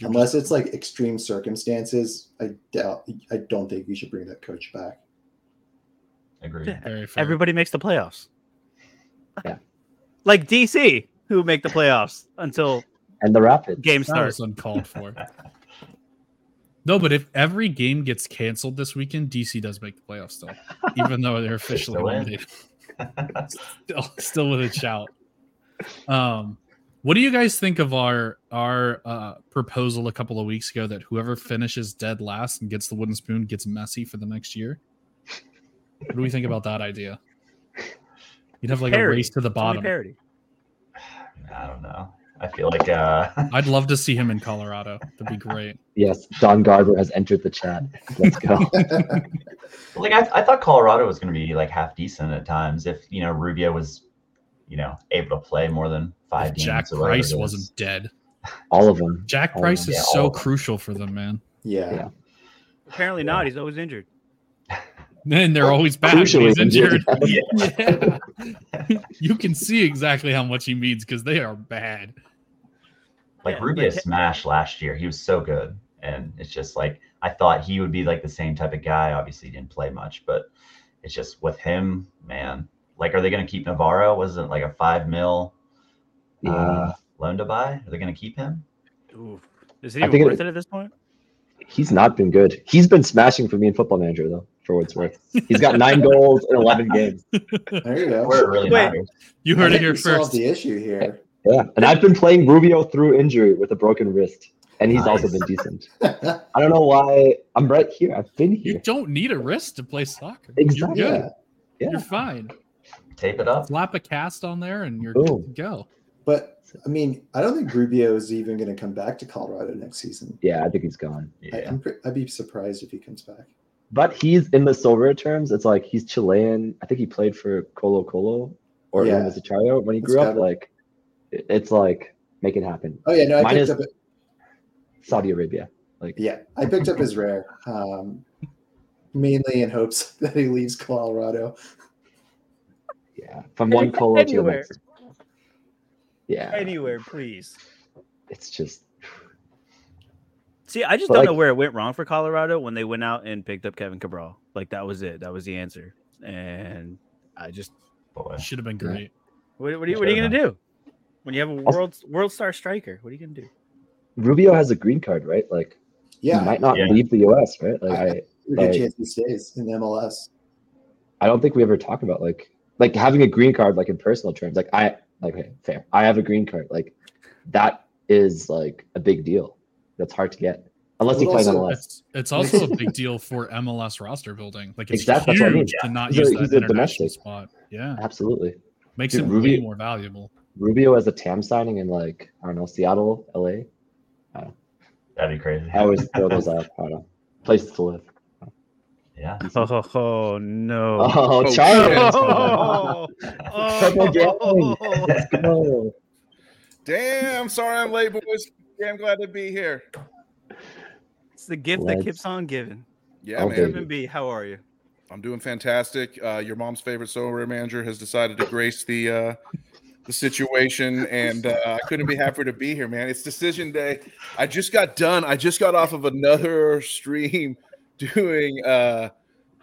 Speaker 4: unless it's like extreme circumstances, I doubt I don't think you should bring that coach back.
Speaker 5: Agreed.
Speaker 2: Yeah.
Speaker 3: Very fair.
Speaker 2: Everybody makes the playoffs.
Speaker 6: Yeah.
Speaker 2: Like DC, who make the playoffs until
Speaker 6: And the Rapids.
Speaker 2: game
Speaker 3: That was
Speaker 2: starts.
Speaker 3: uncalled for. no, but if every game gets canceled this weekend, DC does make the playoffs still, even though they're officially
Speaker 5: Still in.
Speaker 3: eliminated. still, still with a shout. Um, what do you guys think of our our uh, proposal a couple of weeks ago that whoever finishes dead last and gets the wooden spoon gets messy for the next year? What do we think about that idea? You'd have like a
Speaker 2: Parody.
Speaker 3: race to the
Speaker 2: It's only
Speaker 3: bottom.
Speaker 2: parody.
Speaker 5: I don't know. I feel like uh,
Speaker 3: I'd love to see him in Colorado. That'd be great.
Speaker 6: Yes, Don Garber has entered the chat. Let's go.
Speaker 5: like I, I thought Colorado was going to be like half decent at times if you know Rubio was you know able to play more than five
Speaker 3: If
Speaker 5: games.
Speaker 3: Jack
Speaker 5: or whatever it
Speaker 3: Price
Speaker 5: is.
Speaker 3: wasn't dead.
Speaker 6: All of them.
Speaker 3: Jack
Speaker 6: Oh,
Speaker 3: Price is
Speaker 5: yeah, all
Speaker 3: so
Speaker 5: of them.
Speaker 3: crucial for them, man.
Speaker 4: Yeah.
Speaker 6: Yeah.
Speaker 2: Apparently not. He's always injured.
Speaker 3: And they're always back. when
Speaker 6: Crucially
Speaker 3: He's injured.
Speaker 5: Yeah.
Speaker 3: Yeah. you can see exactly how much he means because they are bad.
Speaker 5: Like
Speaker 2: Yeah,
Speaker 5: Rubio
Speaker 2: like-
Speaker 5: smashed last year. He was so good, and it's just like I thought he would be like the same type of guy. Obviously, he didn't play much, but it's just with him, man. Like, are they going to keep Navarro? Wasn't it like a five mil
Speaker 6: Yeah.
Speaker 5: uh, loan to buy? Are they going to keep him?
Speaker 2: Oof. Is it
Speaker 6: I
Speaker 2: even
Speaker 6: think it-
Speaker 2: worth it at this point?
Speaker 6: He's not been good. He's been smashing for me in Football Manager, though, for what it's worth. He's got nine goals in 11 games.
Speaker 4: There you go.
Speaker 5: Where it really
Speaker 2: Wait.
Speaker 5: matters.
Speaker 3: You
Speaker 4: I
Speaker 3: heard it
Speaker 4: think
Speaker 3: here
Speaker 4: we solved
Speaker 3: first.
Speaker 4: the issue here.
Speaker 6: Yeah. And I've been playing Rubio through injury with a broken wrist. And he's also
Speaker 5: Nice.
Speaker 6: been decent. I don't know why I'm right here. I've been
Speaker 3: You
Speaker 6: here.
Speaker 3: don't need a wrist to play soccer.
Speaker 6: Exactly.
Speaker 3: You're
Speaker 4: yeah.
Speaker 3: good.
Speaker 6: Yeah.
Speaker 3: You're fine.
Speaker 5: Tape it up.
Speaker 3: Slap a cast on there and you're
Speaker 6: Boom.
Speaker 3: good to go.
Speaker 4: But I mean, I don't think Rubio is even going to come back to Colorado next season.
Speaker 6: Yeah, I think he's gone.
Speaker 4: I,
Speaker 5: Yeah.
Speaker 4: I'm, pre- I'd be surprised if he comes back.
Speaker 6: But he's in the silver terms. It's like he's Chilean. I think he played for Colo Colo or
Speaker 4: Yeah.
Speaker 6: yeah. Mazachario when he
Speaker 4: That's
Speaker 6: grew up.
Speaker 4: gotta-
Speaker 6: Like, it- it's like, make it happen.
Speaker 4: Oh yeah, no, I
Speaker 6: Mine
Speaker 4: picked
Speaker 6: is-
Speaker 4: up. A,
Speaker 6: Saudi Arabia. Like,
Speaker 4: yeah, I picked up his rare, um, mainly in hopes that he leaves Colorado.
Speaker 6: yeah, from
Speaker 2: Hey,
Speaker 6: one Colo to the
Speaker 2: anywhere.
Speaker 6: next. Yeah.
Speaker 2: Anywhere, please.
Speaker 6: It's just,
Speaker 2: See, I just
Speaker 6: But,
Speaker 2: don't
Speaker 6: like-
Speaker 2: know where it went wrong for Colorado when they went out and picked up Kevin Cabral. Like that was it. That was the answer. And I just
Speaker 5: Boy.
Speaker 3: Should have been great.
Speaker 2: what, what are you what are you gonna do when you have a
Speaker 6: Also-
Speaker 2: world world star striker? What are you gonna do?
Speaker 6: Rubio has a green card, right? Like,
Speaker 4: Yeah,
Speaker 6: he might not
Speaker 5: Yeah.
Speaker 6: leave the US, right? Like, I,
Speaker 4: there's a good
Speaker 6: like-
Speaker 4: chance he stays in MLS.
Speaker 6: I don't think we ever talk about like like having a green card like in personal terms. Like I like okay, fair. I have a green card. Like that is like a big deal. That's hard to get unless you
Speaker 4: Well,
Speaker 6: play in
Speaker 4: also-
Speaker 6: MLS.
Speaker 3: It's, it's also a big deal for MLS roster building. Like it's
Speaker 6: Exactly, that's
Speaker 3: huge
Speaker 6: what I mean.
Speaker 3: to not
Speaker 6: He's a-
Speaker 3: use
Speaker 6: he's
Speaker 3: that
Speaker 6: a
Speaker 3: international
Speaker 6: domestic.
Speaker 3: spot. Yeah,
Speaker 6: Absolutely.
Speaker 3: makes
Speaker 6: Dude,
Speaker 3: him way
Speaker 6: Rubio-
Speaker 3: more valuable.
Speaker 6: Rubio as a TAM signing in like I don't know Seattle, LA.
Speaker 5: That'd be crazy.
Speaker 6: I always throw those out. I don't know. Places to live.
Speaker 5: Yeah.
Speaker 2: Oh, ho, ho, no. Oh,
Speaker 6: Oh,
Speaker 7: Oh,
Speaker 6: Charlie. Triple gambling. Let's go.
Speaker 7: Damn, sorry I'm late, boys. Damn glad to be here.
Speaker 2: It's the gift that
Speaker 6: Let's-
Speaker 2: keeps on giving.
Speaker 7: Yeah,
Speaker 6: Oh,
Speaker 7: man.
Speaker 6: baby.
Speaker 2: Kevin B, how are you?
Speaker 7: I'm doing fantastic. Uh, your mom's favorite solar manager has decided to grace the uh, the situation, and uh, I couldn't be happier to be here, man. It's decision day. I just got done. I just got off of another stream doing uh,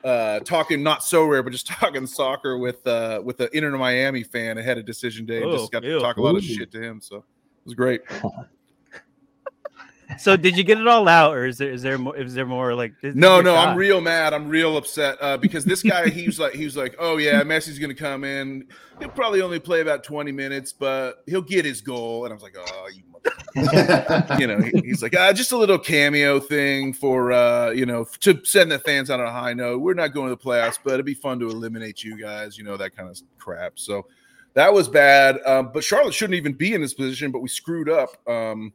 Speaker 7: uh, talking not so rare, but just talking soccer with uh, with an Inter Miami fan. I had a decision day. and
Speaker 2: Oh,
Speaker 7: just got
Speaker 2: ew.
Speaker 7: to talk a lot
Speaker 6: Ooh.
Speaker 7: of shit to him, so it was great.
Speaker 2: So did you get it all out, or is there is there more is there more like this is
Speaker 7: No,
Speaker 2: your
Speaker 7: no, I'm
Speaker 2: shot?
Speaker 7: real mad. I'm real upset uh, because this guy, he was like, he was like, oh yeah, Messi's gonna come in. He'll probably only play about 20 minutes, but he'll get his goal. And I was like, oh, you, mother-" you know, he- he's like, ah, just a little cameo thing for uh, you know, to send the fans out on a high note. We're not going to the playoffs, but it'd be fun to eliminate you guys, you know, that kind of crap. So that was bad. Um, but Charlotte shouldn't even be in this position, but we screwed up um,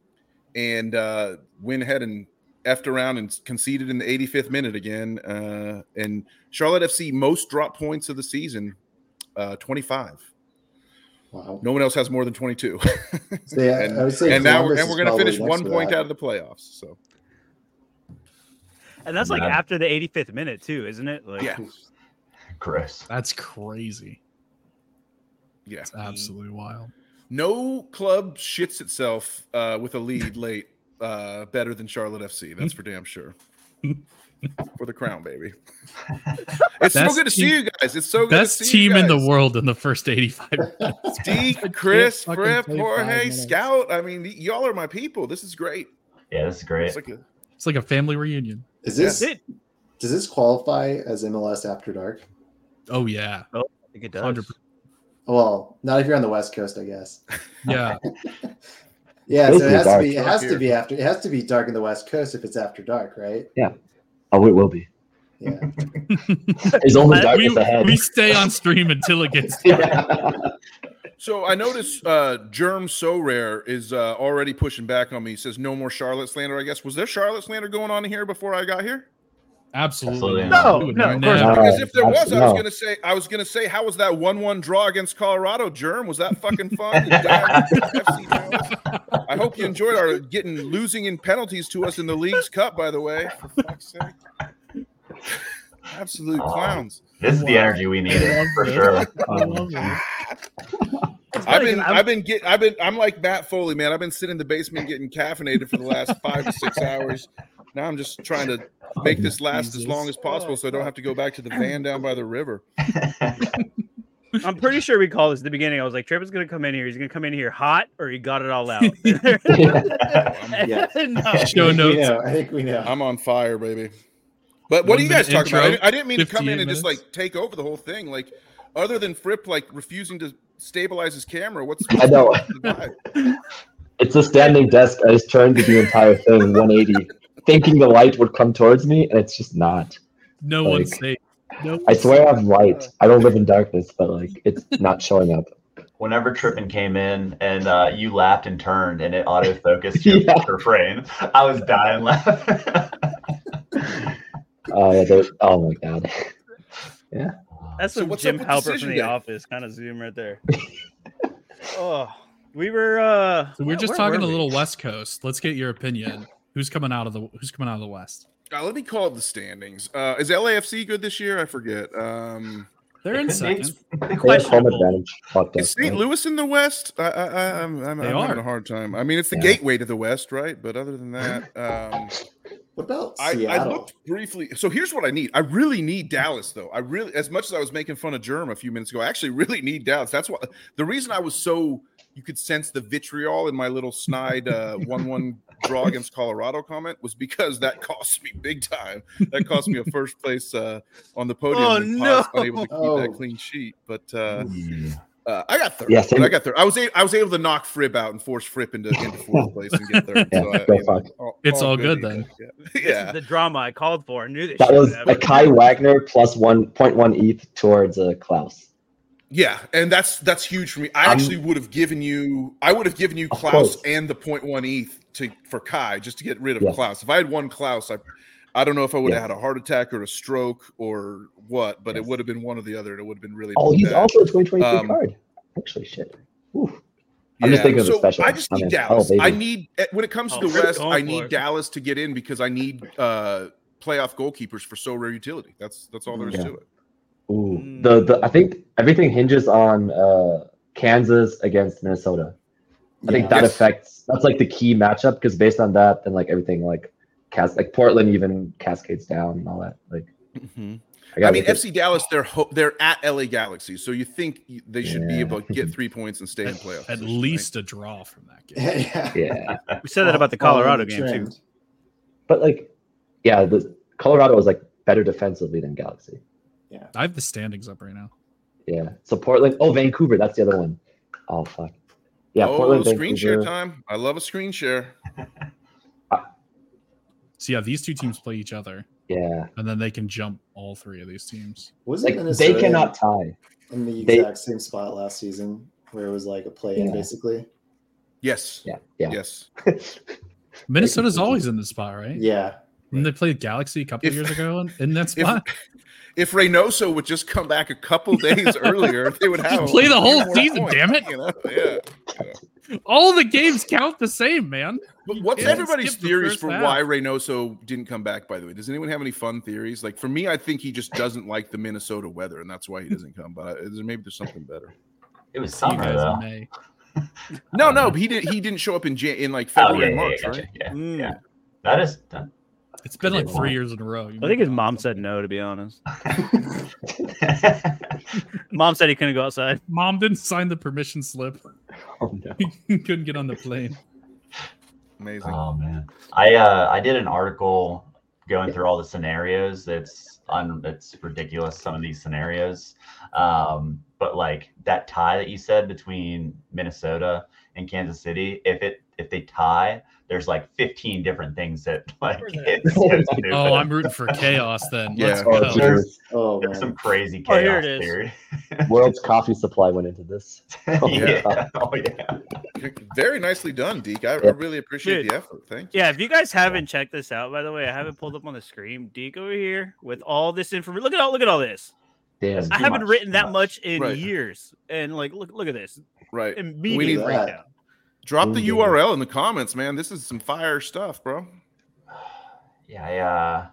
Speaker 7: and uh, went ahead and effed around and conceded in the 85th minute again. Uh, and Charlotte FC most drop points of the season, uh, 25.
Speaker 4: Wow.
Speaker 7: No one else has more than 22.
Speaker 4: So yeah,
Speaker 7: and,
Speaker 4: I would say
Speaker 7: and now we're, and
Speaker 4: Columbus is
Speaker 7: we're going to
Speaker 4: probably
Speaker 7: finish
Speaker 4: next
Speaker 7: one
Speaker 4: to
Speaker 7: point
Speaker 4: that.
Speaker 7: out of the playoffs. So
Speaker 2: And that's like
Speaker 5: Yeah.
Speaker 2: after the 85th minute too, isn't it? Like,
Speaker 7: Yeah.
Speaker 5: Gross.
Speaker 3: That's crazy.
Speaker 7: yeah,
Speaker 3: It's absolutely wild.
Speaker 7: no club shits itself uh, with a lead late uh, better than Charlotte FC. That's for damn sure. for the crown, baby. It's so
Speaker 3: Best
Speaker 7: good to see
Speaker 3: team-
Speaker 7: you guys. It's so good
Speaker 3: Best
Speaker 7: to see you
Speaker 3: team in the
Speaker 7: guys.
Speaker 3: world in the first 85
Speaker 7: Deke, Chris,
Speaker 3: fucking
Speaker 7: Griff,
Speaker 3: play five
Speaker 7: Jorge,
Speaker 3: minutes.
Speaker 7: Scout. I mean, y- y'all are my people. This is great.
Speaker 5: Yeah, this is great.
Speaker 7: It's like a-
Speaker 3: It's like a family reunion.
Speaker 4: Is
Speaker 2: That's
Speaker 4: this
Speaker 2: it.
Speaker 4: does this qualify as MLS after dark?
Speaker 3: Oh yeah,
Speaker 2: I think it does.
Speaker 3: 100%.
Speaker 4: Well, not if you're on the West Coast, I guess.
Speaker 3: yeah.
Speaker 4: Yeah,
Speaker 6: It'll
Speaker 4: so it
Speaker 6: be
Speaker 4: has to
Speaker 6: dark.
Speaker 4: be it has to
Speaker 7: Here.
Speaker 4: be after it has to be dark in the West Coast if it's after dark, right?
Speaker 6: Oh, it will be.
Speaker 4: Yeah.
Speaker 6: It's only
Speaker 2: We-
Speaker 6: darkness
Speaker 3: we,
Speaker 6: ahead.
Speaker 3: we stay on stream until it gets.
Speaker 6: Yeah.
Speaker 7: so I noticed uh, Germ So Rare is uh, already pushing back on me. He says, No more Charlotte slander, I guess. Was there Charlotte slander going on here before I got here?
Speaker 3: Absolutely.
Speaker 5: Absolutely
Speaker 3: not.
Speaker 2: not.
Speaker 3: We would
Speaker 2: No, no, of
Speaker 3: never-
Speaker 6: course not.
Speaker 7: Because if there was, I was
Speaker 6: No.
Speaker 7: gonna say, I was gonna say, how was that one-one draw against Colorado? Germ, was that fucking fun? You died with the FC Dallas? I hope you enjoyed our getting losing in penalties to us in the league's cup. By the way, for fuck's sake, absolute
Speaker 5: Oh.
Speaker 7: clowns.
Speaker 5: This is the
Speaker 3: Wow.
Speaker 5: energy we needed for
Speaker 3: Love
Speaker 5: sure.
Speaker 3: I love it.
Speaker 7: I've been,
Speaker 2: I'm-
Speaker 7: I've been get, I've been, I'm like Matt Foley, man. I've been sitting in the basement getting caffeinated for the last five to six hours. Now I'm just trying to make this last as
Speaker 3: Oh, Jesus.
Speaker 7: long as possible, so I don't have to go back to the van down by the river.
Speaker 2: I'm pretty sure we called this at the beginning. I was like, Tripp is gonna come in here. He's gonna come in here hot, or he got it all out.
Speaker 4: Yeah.
Speaker 2: no.
Speaker 3: Show
Speaker 4: I think we
Speaker 3: notes.
Speaker 4: know. I think we know.
Speaker 7: I'm on fire, baby. But what
Speaker 3: One
Speaker 7: do you guys
Speaker 3: minute
Speaker 7: talk about? I
Speaker 3: intro,
Speaker 7: didn't, I didn't mean to come in
Speaker 3: 58
Speaker 7: and just
Speaker 3: minutes.
Speaker 7: like take over the whole thing. Like, other than Fripp, like refusing to stabilize his camera, what's
Speaker 6: I know.
Speaker 7: the
Speaker 6: It's a standing desk. I just turned the entire thing 180, thinking the light would come towards me, and it's just not.
Speaker 3: No one
Speaker 6: Like-
Speaker 3: safe. No
Speaker 6: I
Speaker 3: one's
Speaker 6: swear I
Speaker 3: safe.
Speaker 6: have light. I don't live in darkness, but like it's not showing up.
Speaker 5: Whenever Trippin came in and uh, you laughed and turned and it auto focused your
Speaker 6: Yeah.
Speaker 5: refrain, I was dying laughing.
Speaker 6: Oh, yeah, there- oh my god.
Speaker 2: That's
Speaker 7: So
Speaker 2: some
Speaker 7: what's up
Speaker 2: Jim
Speaker 7: with the
Speaker 2: Halpert
Speaker 7: decision
Speaker 2: from the
Speaker 7: day?
Speaker 2: office kind of zoom right there. oh, we were. uh
Speaker 3: So we're
Speaker 2: where-
Speaker 3: just
Speaker 2: where
Speaker 3: talking
Speaker 2: were
Speaker 3: a
Speaker 2: we?
Speaker 3: little West Coast. Let's get your opinion. Who's coming out of the Who's coming out of the West?
Speaker 7: uh, Let me call up the standings. Uh, is LAFC good this year? I forget. Um,
Speaker 3: They're in
Speaker 5: It
Speaker 3: second.
Speaker 5: makes-
Speaker 6: They have home
Speaker 2: Questionable.
Speaker 6: advantage. Fucked up,
Speaker 7: is St.
Speaker 6: right?
Speaker 7: Louis in the West? I, I, I, I'm, I'm, I'm
Speaker 3: They
Speaker 7: having
Speaker 3: are.
Speaker 7: a hard time. I mean, it's the
Speaker 6: Yeah.
Speaker 7: gateway to the West, right? But other than that, um,
Speaker 4: what about
Speaker 7: I, I
Speaker 4: Seattle?
Speaker 7: looked briefly. So here's what I need. I really need Dallas, though. I really, as much as I was making fun of Germ a few minutes ago, I actually really need Dallas. That's why the reason I was so you could sense the vitriol in my little snide uh, one-one draw against Colorado comment was because that cost me big time. That cost me a first place uh, on the podium.
Speaker 2: Oh,
Speaker 7: and Paz
Speaker 2: no.
Speaker 7: Unable to keep
Speaker 4: Oh.
Speaker 7: that clean sheet, but. Uh,
Speaker 5: Mm.
Speaker 7: uh, I got third.
Speaker 6: Yeah,
Speaker 7: but
Speaker 6: same-
Speaker 7: I got third. I was a- I was able to knock Fripp out and force Fripp into, into fourth place and get third.
Speaker 6: Yeah,
Speaker 7: so I,
Speaker 6: go
Speaker 7: you know,
Speaker 6: fuck.
Speaker 3: It's all good
Speaker 7: either.
Speaker 3: then.
Speaker 7: Yeah.
Speaker 2: This is
Speaker 7: yeah.
Speaker 2: the drama I called for. I knew this.
Speaker 6: That
Speaker 2: shit
Speaker 6: was
Speaker 2: would
Speaker 6: a
Speaker 2: happen.
Speaker 6: Kai Wagner plus one point one ETH towards uh, Klaus.
Speaker 7: Yeah, and that's that's huge for me. I
Speaker 6: I'm-
Speaker 7: actually would have given you, I would have given you
Speaker 6: Of
Speaker 7: Klaus
Speaker 6: course.
Speaker 7: and the 0.1 ETH to for Kai just to get rid of
Speaker 6: Yes.
Speaker 7: Klaus. If I had one Klaus, I, I don't know if I would have
Speaker 6: Yes.
Speaker 7: had a heart attack or a stroke or what, but it
Speaker 6: Yes.
Speaker 7: would have been one or the other, and it would have been really.
Speaker 6: Oh, he's
Speaker 7: bad.
Speaker 6: also a 2023
Speaker 7: Um,
Speaker 6: card. Actually, shit. Ooh. I'm just thinking of the special.
Speaker 7: I just
Speaker 6: I'm
Speaker 7: need
Speaker 6: in. Oh,
Speaker 7: Dallas.
Speaker 6: baby.
Speaker 7: I need eh, when it comes
Speaker 2: Oh,
Speaker 7: to the
Speaker 2: Chris
Speaker 7: West,
Speaker 2: going
Speaker 7: I
Speaker 2: for
Speaker 7: need
Speaker 2: it.
Speaker 7: Dallas to get in because I need uh playoff goalkeepers for so rare utility. That's that's all there is
Speaker 6: Yeah.
Speaker 7: to it.
Speaker 6: Ooh. The the I think
Speaker 7: Mm.
Speaker 6: everything hinges on uh, Kansas against Minnesota. I think
Speaker 4: Yeah.
Speaker 6: that
Speaker 7: Yes.
Speaker 6: affects that's like the key matchup because based on that, then like everything like cast like Portland even cascades down and all that. Like
Speaker 3: Mm-hmm.
Speaker 6: I,
Speaker 7: I
Speaker 6: gotta
Speaker 7: mean,
Speaker 6: look at-
Speaker 7: FC Dallas, they're ho- they're at LA Galaxy, so you think y- they should be
Speaker 6: Yeah.
Speaker 7: able to get three points and stay in playoff.
Speaker 3: At
Speaker 7: position, right?
Speaker 3: least a draw from that game.
Speaker 4: yeah.
Speaker 6: yeah,
Speaker 2: We said that about the Colorado game too.
Speaker 4: Trend.
Speaker 6: but like yeah, the Colorado was like better defensively than Galaxy.
Speaker 3: I have the standings up right now.
Speaker 6: Yeah, so Portland. Oh, Vancouver. That's the other one. Oh fuck. Yeah,
Speaker 7: oh,
Speaker 6: Portland.
Speaker 7: screen share
Speaker 6: Vancouver.
Speaker 7: time. I love a screen share.
Speaker 3: So yeah, these two teams play each other.
Speaker 6: Yeah,
Speaker 3: and then they can jump all three of these teams.
Speaker 4: Was
Speaker 6: like
Speaker 4: it
Speaker 6: they
Speaker 4: Minnesota
Speaker 6: cannot tie.
Speaker 4: in the
Speaker 6: they-
Speaker 4: exact same spot last season where it was like a play in
Speaker 6: Yeah.
Speaker 4: basically?
Speaker 7: Yes.
Speaker 6: Yeah, yeah.
Speaker 7: Yes.
Speaker 3: Minnesota's always in this spot, right?
Speaker 4: Yeah.
Speaker 3: And they played Galaxy a couple
Speaker 7: If-
Speaker 3: years ago in, in that
Speaker 7: If,
Speaker 3: spot.
Speaker 7: if Reynoso would just come back a couple days earlier, they would have
Speaker 3: Play the whole
Speaker 7: more
Speaker 3: season,
Speaker 7: points,
Speaker 3: damn it.
Speaker 7: you know? Yeah.
Speaker 3: All the games count the same, man.
Speaker 7: But what's
Speaker 3: can't
Speaker 7: everybody's
Speaker 3: skip the
Speaker 7: theories
Speaker 3: first
Speaker 7: for
Speaker 3: half.
Speaker 7: why Reynoso didn't come back? By the way, does anyone have any fun theories? Like for me, I think he just doesn't like the Minnesota weather, and that's why he doesn't come. But I- is there- maybe there's something better.
Speaker 5: It was
Speaker 3: See you
Speaker 5: summer
Speaker 3: guys in
Speaker 5: though.
Speaker 3: May.
Speaker 7: No, no, but he did. He didn't show up in Jan- in like
Speaker 5: Oh
Speaker 7: February,
Speaker 5: yeah, yeah, yeah,
Speaker 7: March,
Speaker 5: gotcha.
Speaker 7: right?
Speaker 5: yeah.
Speaker 2: Mm.
Speaker 5: Yeah. That is that,
Speaker 3: It's been like
Speaker 5: Yeah.
Speaker 3: three years in a row. You
Speaker 2: I think his
Speaker 3: might-
Speaker 2: mom said no. To be honest, mom said he couldn't go outside.
Speaker 3: Mom didn't sign the permission slip.
Speaker 6: Oh no.
Speaker 3: He couldn't get on the plane.
Speaker 7: Amazing.
Speaker 5: Oh man, I uh, I did an article going through all the scenarios. It's un, it's ridiculous some of these scenarios. Um, but like that tie that you said between Minnesota and Kansas City, if it if they tie, there's like 15 different things that like. It's so stupid.
Speaker 3: Oh, I'm rooting for chaos then. Let's
Speaker 7: Yeah.
Speaker 6: Oh,
Speaker 3: go.
Speaker 6: geez.
Speaker 4: Oh
Speaker 5: There's some
Speaker 4: man.
Speaker 5: crazy
Speaker 2: Oh, here
Speaker 5: chaos
Speaker 2: it is.
Speaker 5: theory.
Speaker 6: World's coffee supply went into this. Oh,
Speaker 5: yeah.
Speaker 6: yeah.
Speaker 5: Oh yeah.
Speaker 7: Very nicely done, Deke. I, I
Speaker 6: Yeah.
Speaker 7: really appreciate
Speaker 2: Dude.
Speaker 7: the effort. Thank you.
Speaker 2: Yeah, if you guys haven't checked this out, by the way, I have it pulled up on the screen. Deke over here with all this information. Look at all look at all this.
Speaker 6: Damn.
Speaker 2: I
Speaker 5: Too
Speaker 2: haven't
Speaker 5: much,
Speaker 2: written
Speaker 5: too
Speaker 2: that much,
Speaker 5: much.
Speaker 2: in
Speaker 7: Right.
Speaker 2: years, and like look look at this
Speaker 7: Right.
Speaker 2: immediate
Speaker 4: that.
Speaker 2: breakdown.
Speaker 7: Drop the
Speaker 6: Ooh.
Speaker 7: URL in the comments, man. This is some fire stuff, bro.
Speaker 5: Yeah, I, uh,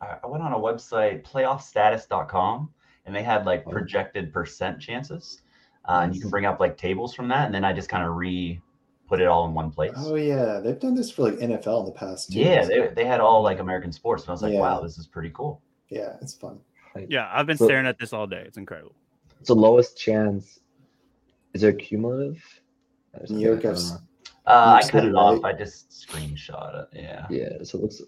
Speaker 5: I- I went on a website, playoffstatus.com, and they had like
Speaker 6: Oh.
Speaker 5: projected percent chances. Uh, and you can bring up like tables from that, and then I just kind of re put it all in one place.
Speaker 4: Oh yeah. They've done this for like NFL in the past too.
Speaker 5: yeah, they, they had all like American sports, and I was like,
Speaker 4: Yeah.
Speaker 5: wow, this is pretty cool.
Speaker 4: yeah, it's fun.
Speaker 2: Yeah, I've been
Speaker 6: So-
Speaker 2: staring at this all day. It's incredible.
Speaker 6: It's the lowest chance. Is there cumulative? There's
Speaker 4: New
Speaker 6: no-
Speaker 4: York
Speaker 6: I don't
Speaker 4: has-
Speaker 6: know.
Speaker 5: Uh, I
Speaker 4: Looks
Speaker 5: cut
Speaker 4: like
Speaker 5: it off.
Speaker 4: right.
Speaker 5: I just screenshot it. Yeah.
Speaker 6: Yeah, so it looks.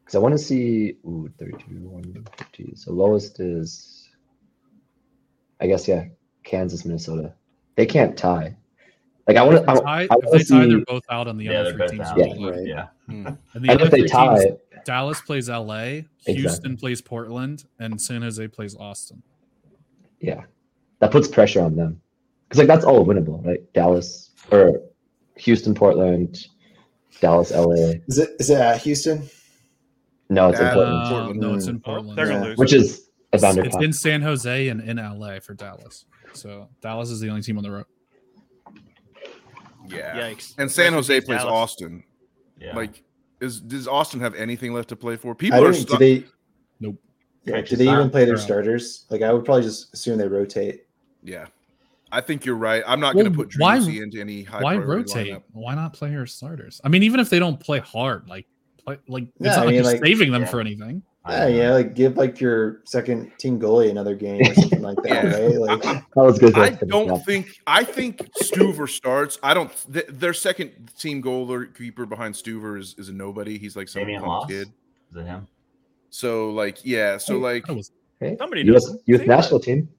Speaker 6: Because I want to see. Ooh, 32, 150. So lowest is. I guess, yeah, Kansas, Minnesota. They can't tie. Like, I want
Speaker 3: If
Speaker 6: to.
Speaker 3: they
Speaker 6: I,
Speaker 3: tie,
Speaker 6: I
Speaker 3: if
Speaker 6: wanna
Speaker 3: they tie they're
Speaker 6: see-
Speaker 3: both out on the
Speaker 5: Yeah,
Speaker 3: other
Speaker 5: they're
Speaker 3: three
Speaker 5: both
Speaker 3: teams.
Speaker 5: out.
Speaker 3: will
Speaker 6: Yeah.
Speaker 3: be
Speaker 5: Yeah.
Speaker 3: left.
Speaker 4: Right.
Speaker 3: And the
Speaker 6: and
Speaker 3: other
Speaker 6: if they
Speaker 3: three
Speaker 6: tie,
Speaker 3: teams, Dallas plays LA,
Speaker 6: Exactly.
Speaker 3: Houston plays Portland, and San Jose plays Austin.
Speaker 6: yeah, that puts pressure on them. Because, like, that's all winnable, right? Dallas or Houston, Portland, Dallas, LA.
Speaker 4: Is it is it at Houston?
Speaker 6: No, it's
Speaker 7: Yeah.
Speaker 6: important.
Speaker 3: Uh,
Speaker 7: Portland.
Speaker 3: no, it's in
Speaker 4: Mm.
Speaker 3: Portland.
Speaker 2: They're
Speaker 4: Yeah.
Speaker 2: gonna lose.
Speaker 6: which is a
Speaker 3: It's,
Speaker 6: bounder
Speaker 3: it's in San Jose and in LA for Dallas. So Dallas is the only team on the road.
Speaker 7: Yeah.
Speaker 2: Yikes.
Speaker 7: And San
Speaker 2: Rest in
Speaker 7: Jose
Speaker 2: peace,
Speaker 7: plays
Speaker 2: Dallas.
Speaker 7: Austin.
Speaker 5: Yeah.
Speaker 7: Like, is does Austin have anything left to play for?
Speaker 4: I
Speaker 7: People are
Speaker 4: don't do
Speaker 7: stuck.
Speaker 4: they
Speaker 3: Nope.
Speaker 4: yeah,
Speaker 5: Coach
Speaker 4: do
Speaker 5: is
Speaker 4: they
Speaker 5: not-
Speaker 4: even play their
Speaker 3: Yeah.
Speaker 4: starters? Like I would probably just assume they rotate.
Speaker 7: yeah. I think you're right. I'm not going
Speaker 3: Well,
Speaker 7: to put
Speaker 3: why-
Speaker 7: Drewsy into any high
Speaker 3: Why
Speaker 7: priority
Speaker 3: rotate?
Speaker 7: lineup.
Speaker 3: Why not play your starters? I mean, even if they don't play hard, like play, like it's
Speaker 4: Yeah,
Speaker 3: not
Speaker 4: I
Speaker 3: like
Speaker 4: mean,
Speaker 3: you're
Speaker 4: like-
Speaker 3: saving them
Speaker 5: Yeah.
Speaker 3: for anything.
Speaker 5: I
Speaker 4: Yeah,
Speaker 5: don't know.
Speaker 4: yeah, like give like your second team goalie another game or something like that,
Speaker 7: Yeah.
Speaker 4: right? Like
Speaker 6: That was good.
Speaker 7: I don't think I think Stuver starts. I don't. Th- their second team goalkeeper behind Stuver is, is a nobody. He's like some
Speaker 5: Damian
Speaker 7: punk
Speaker 5: Loss.
Speaker 7: kid.
Speaker 5: Is it him?
Speaker 7: So like yeah. So like
Speaker 3: Oh, That was
Speaker 2: Somebody
Speaker 6: US,
Speaker 2: knows.
Speaker 6: youth
Speaker 2: Say
Speaker 6: national team.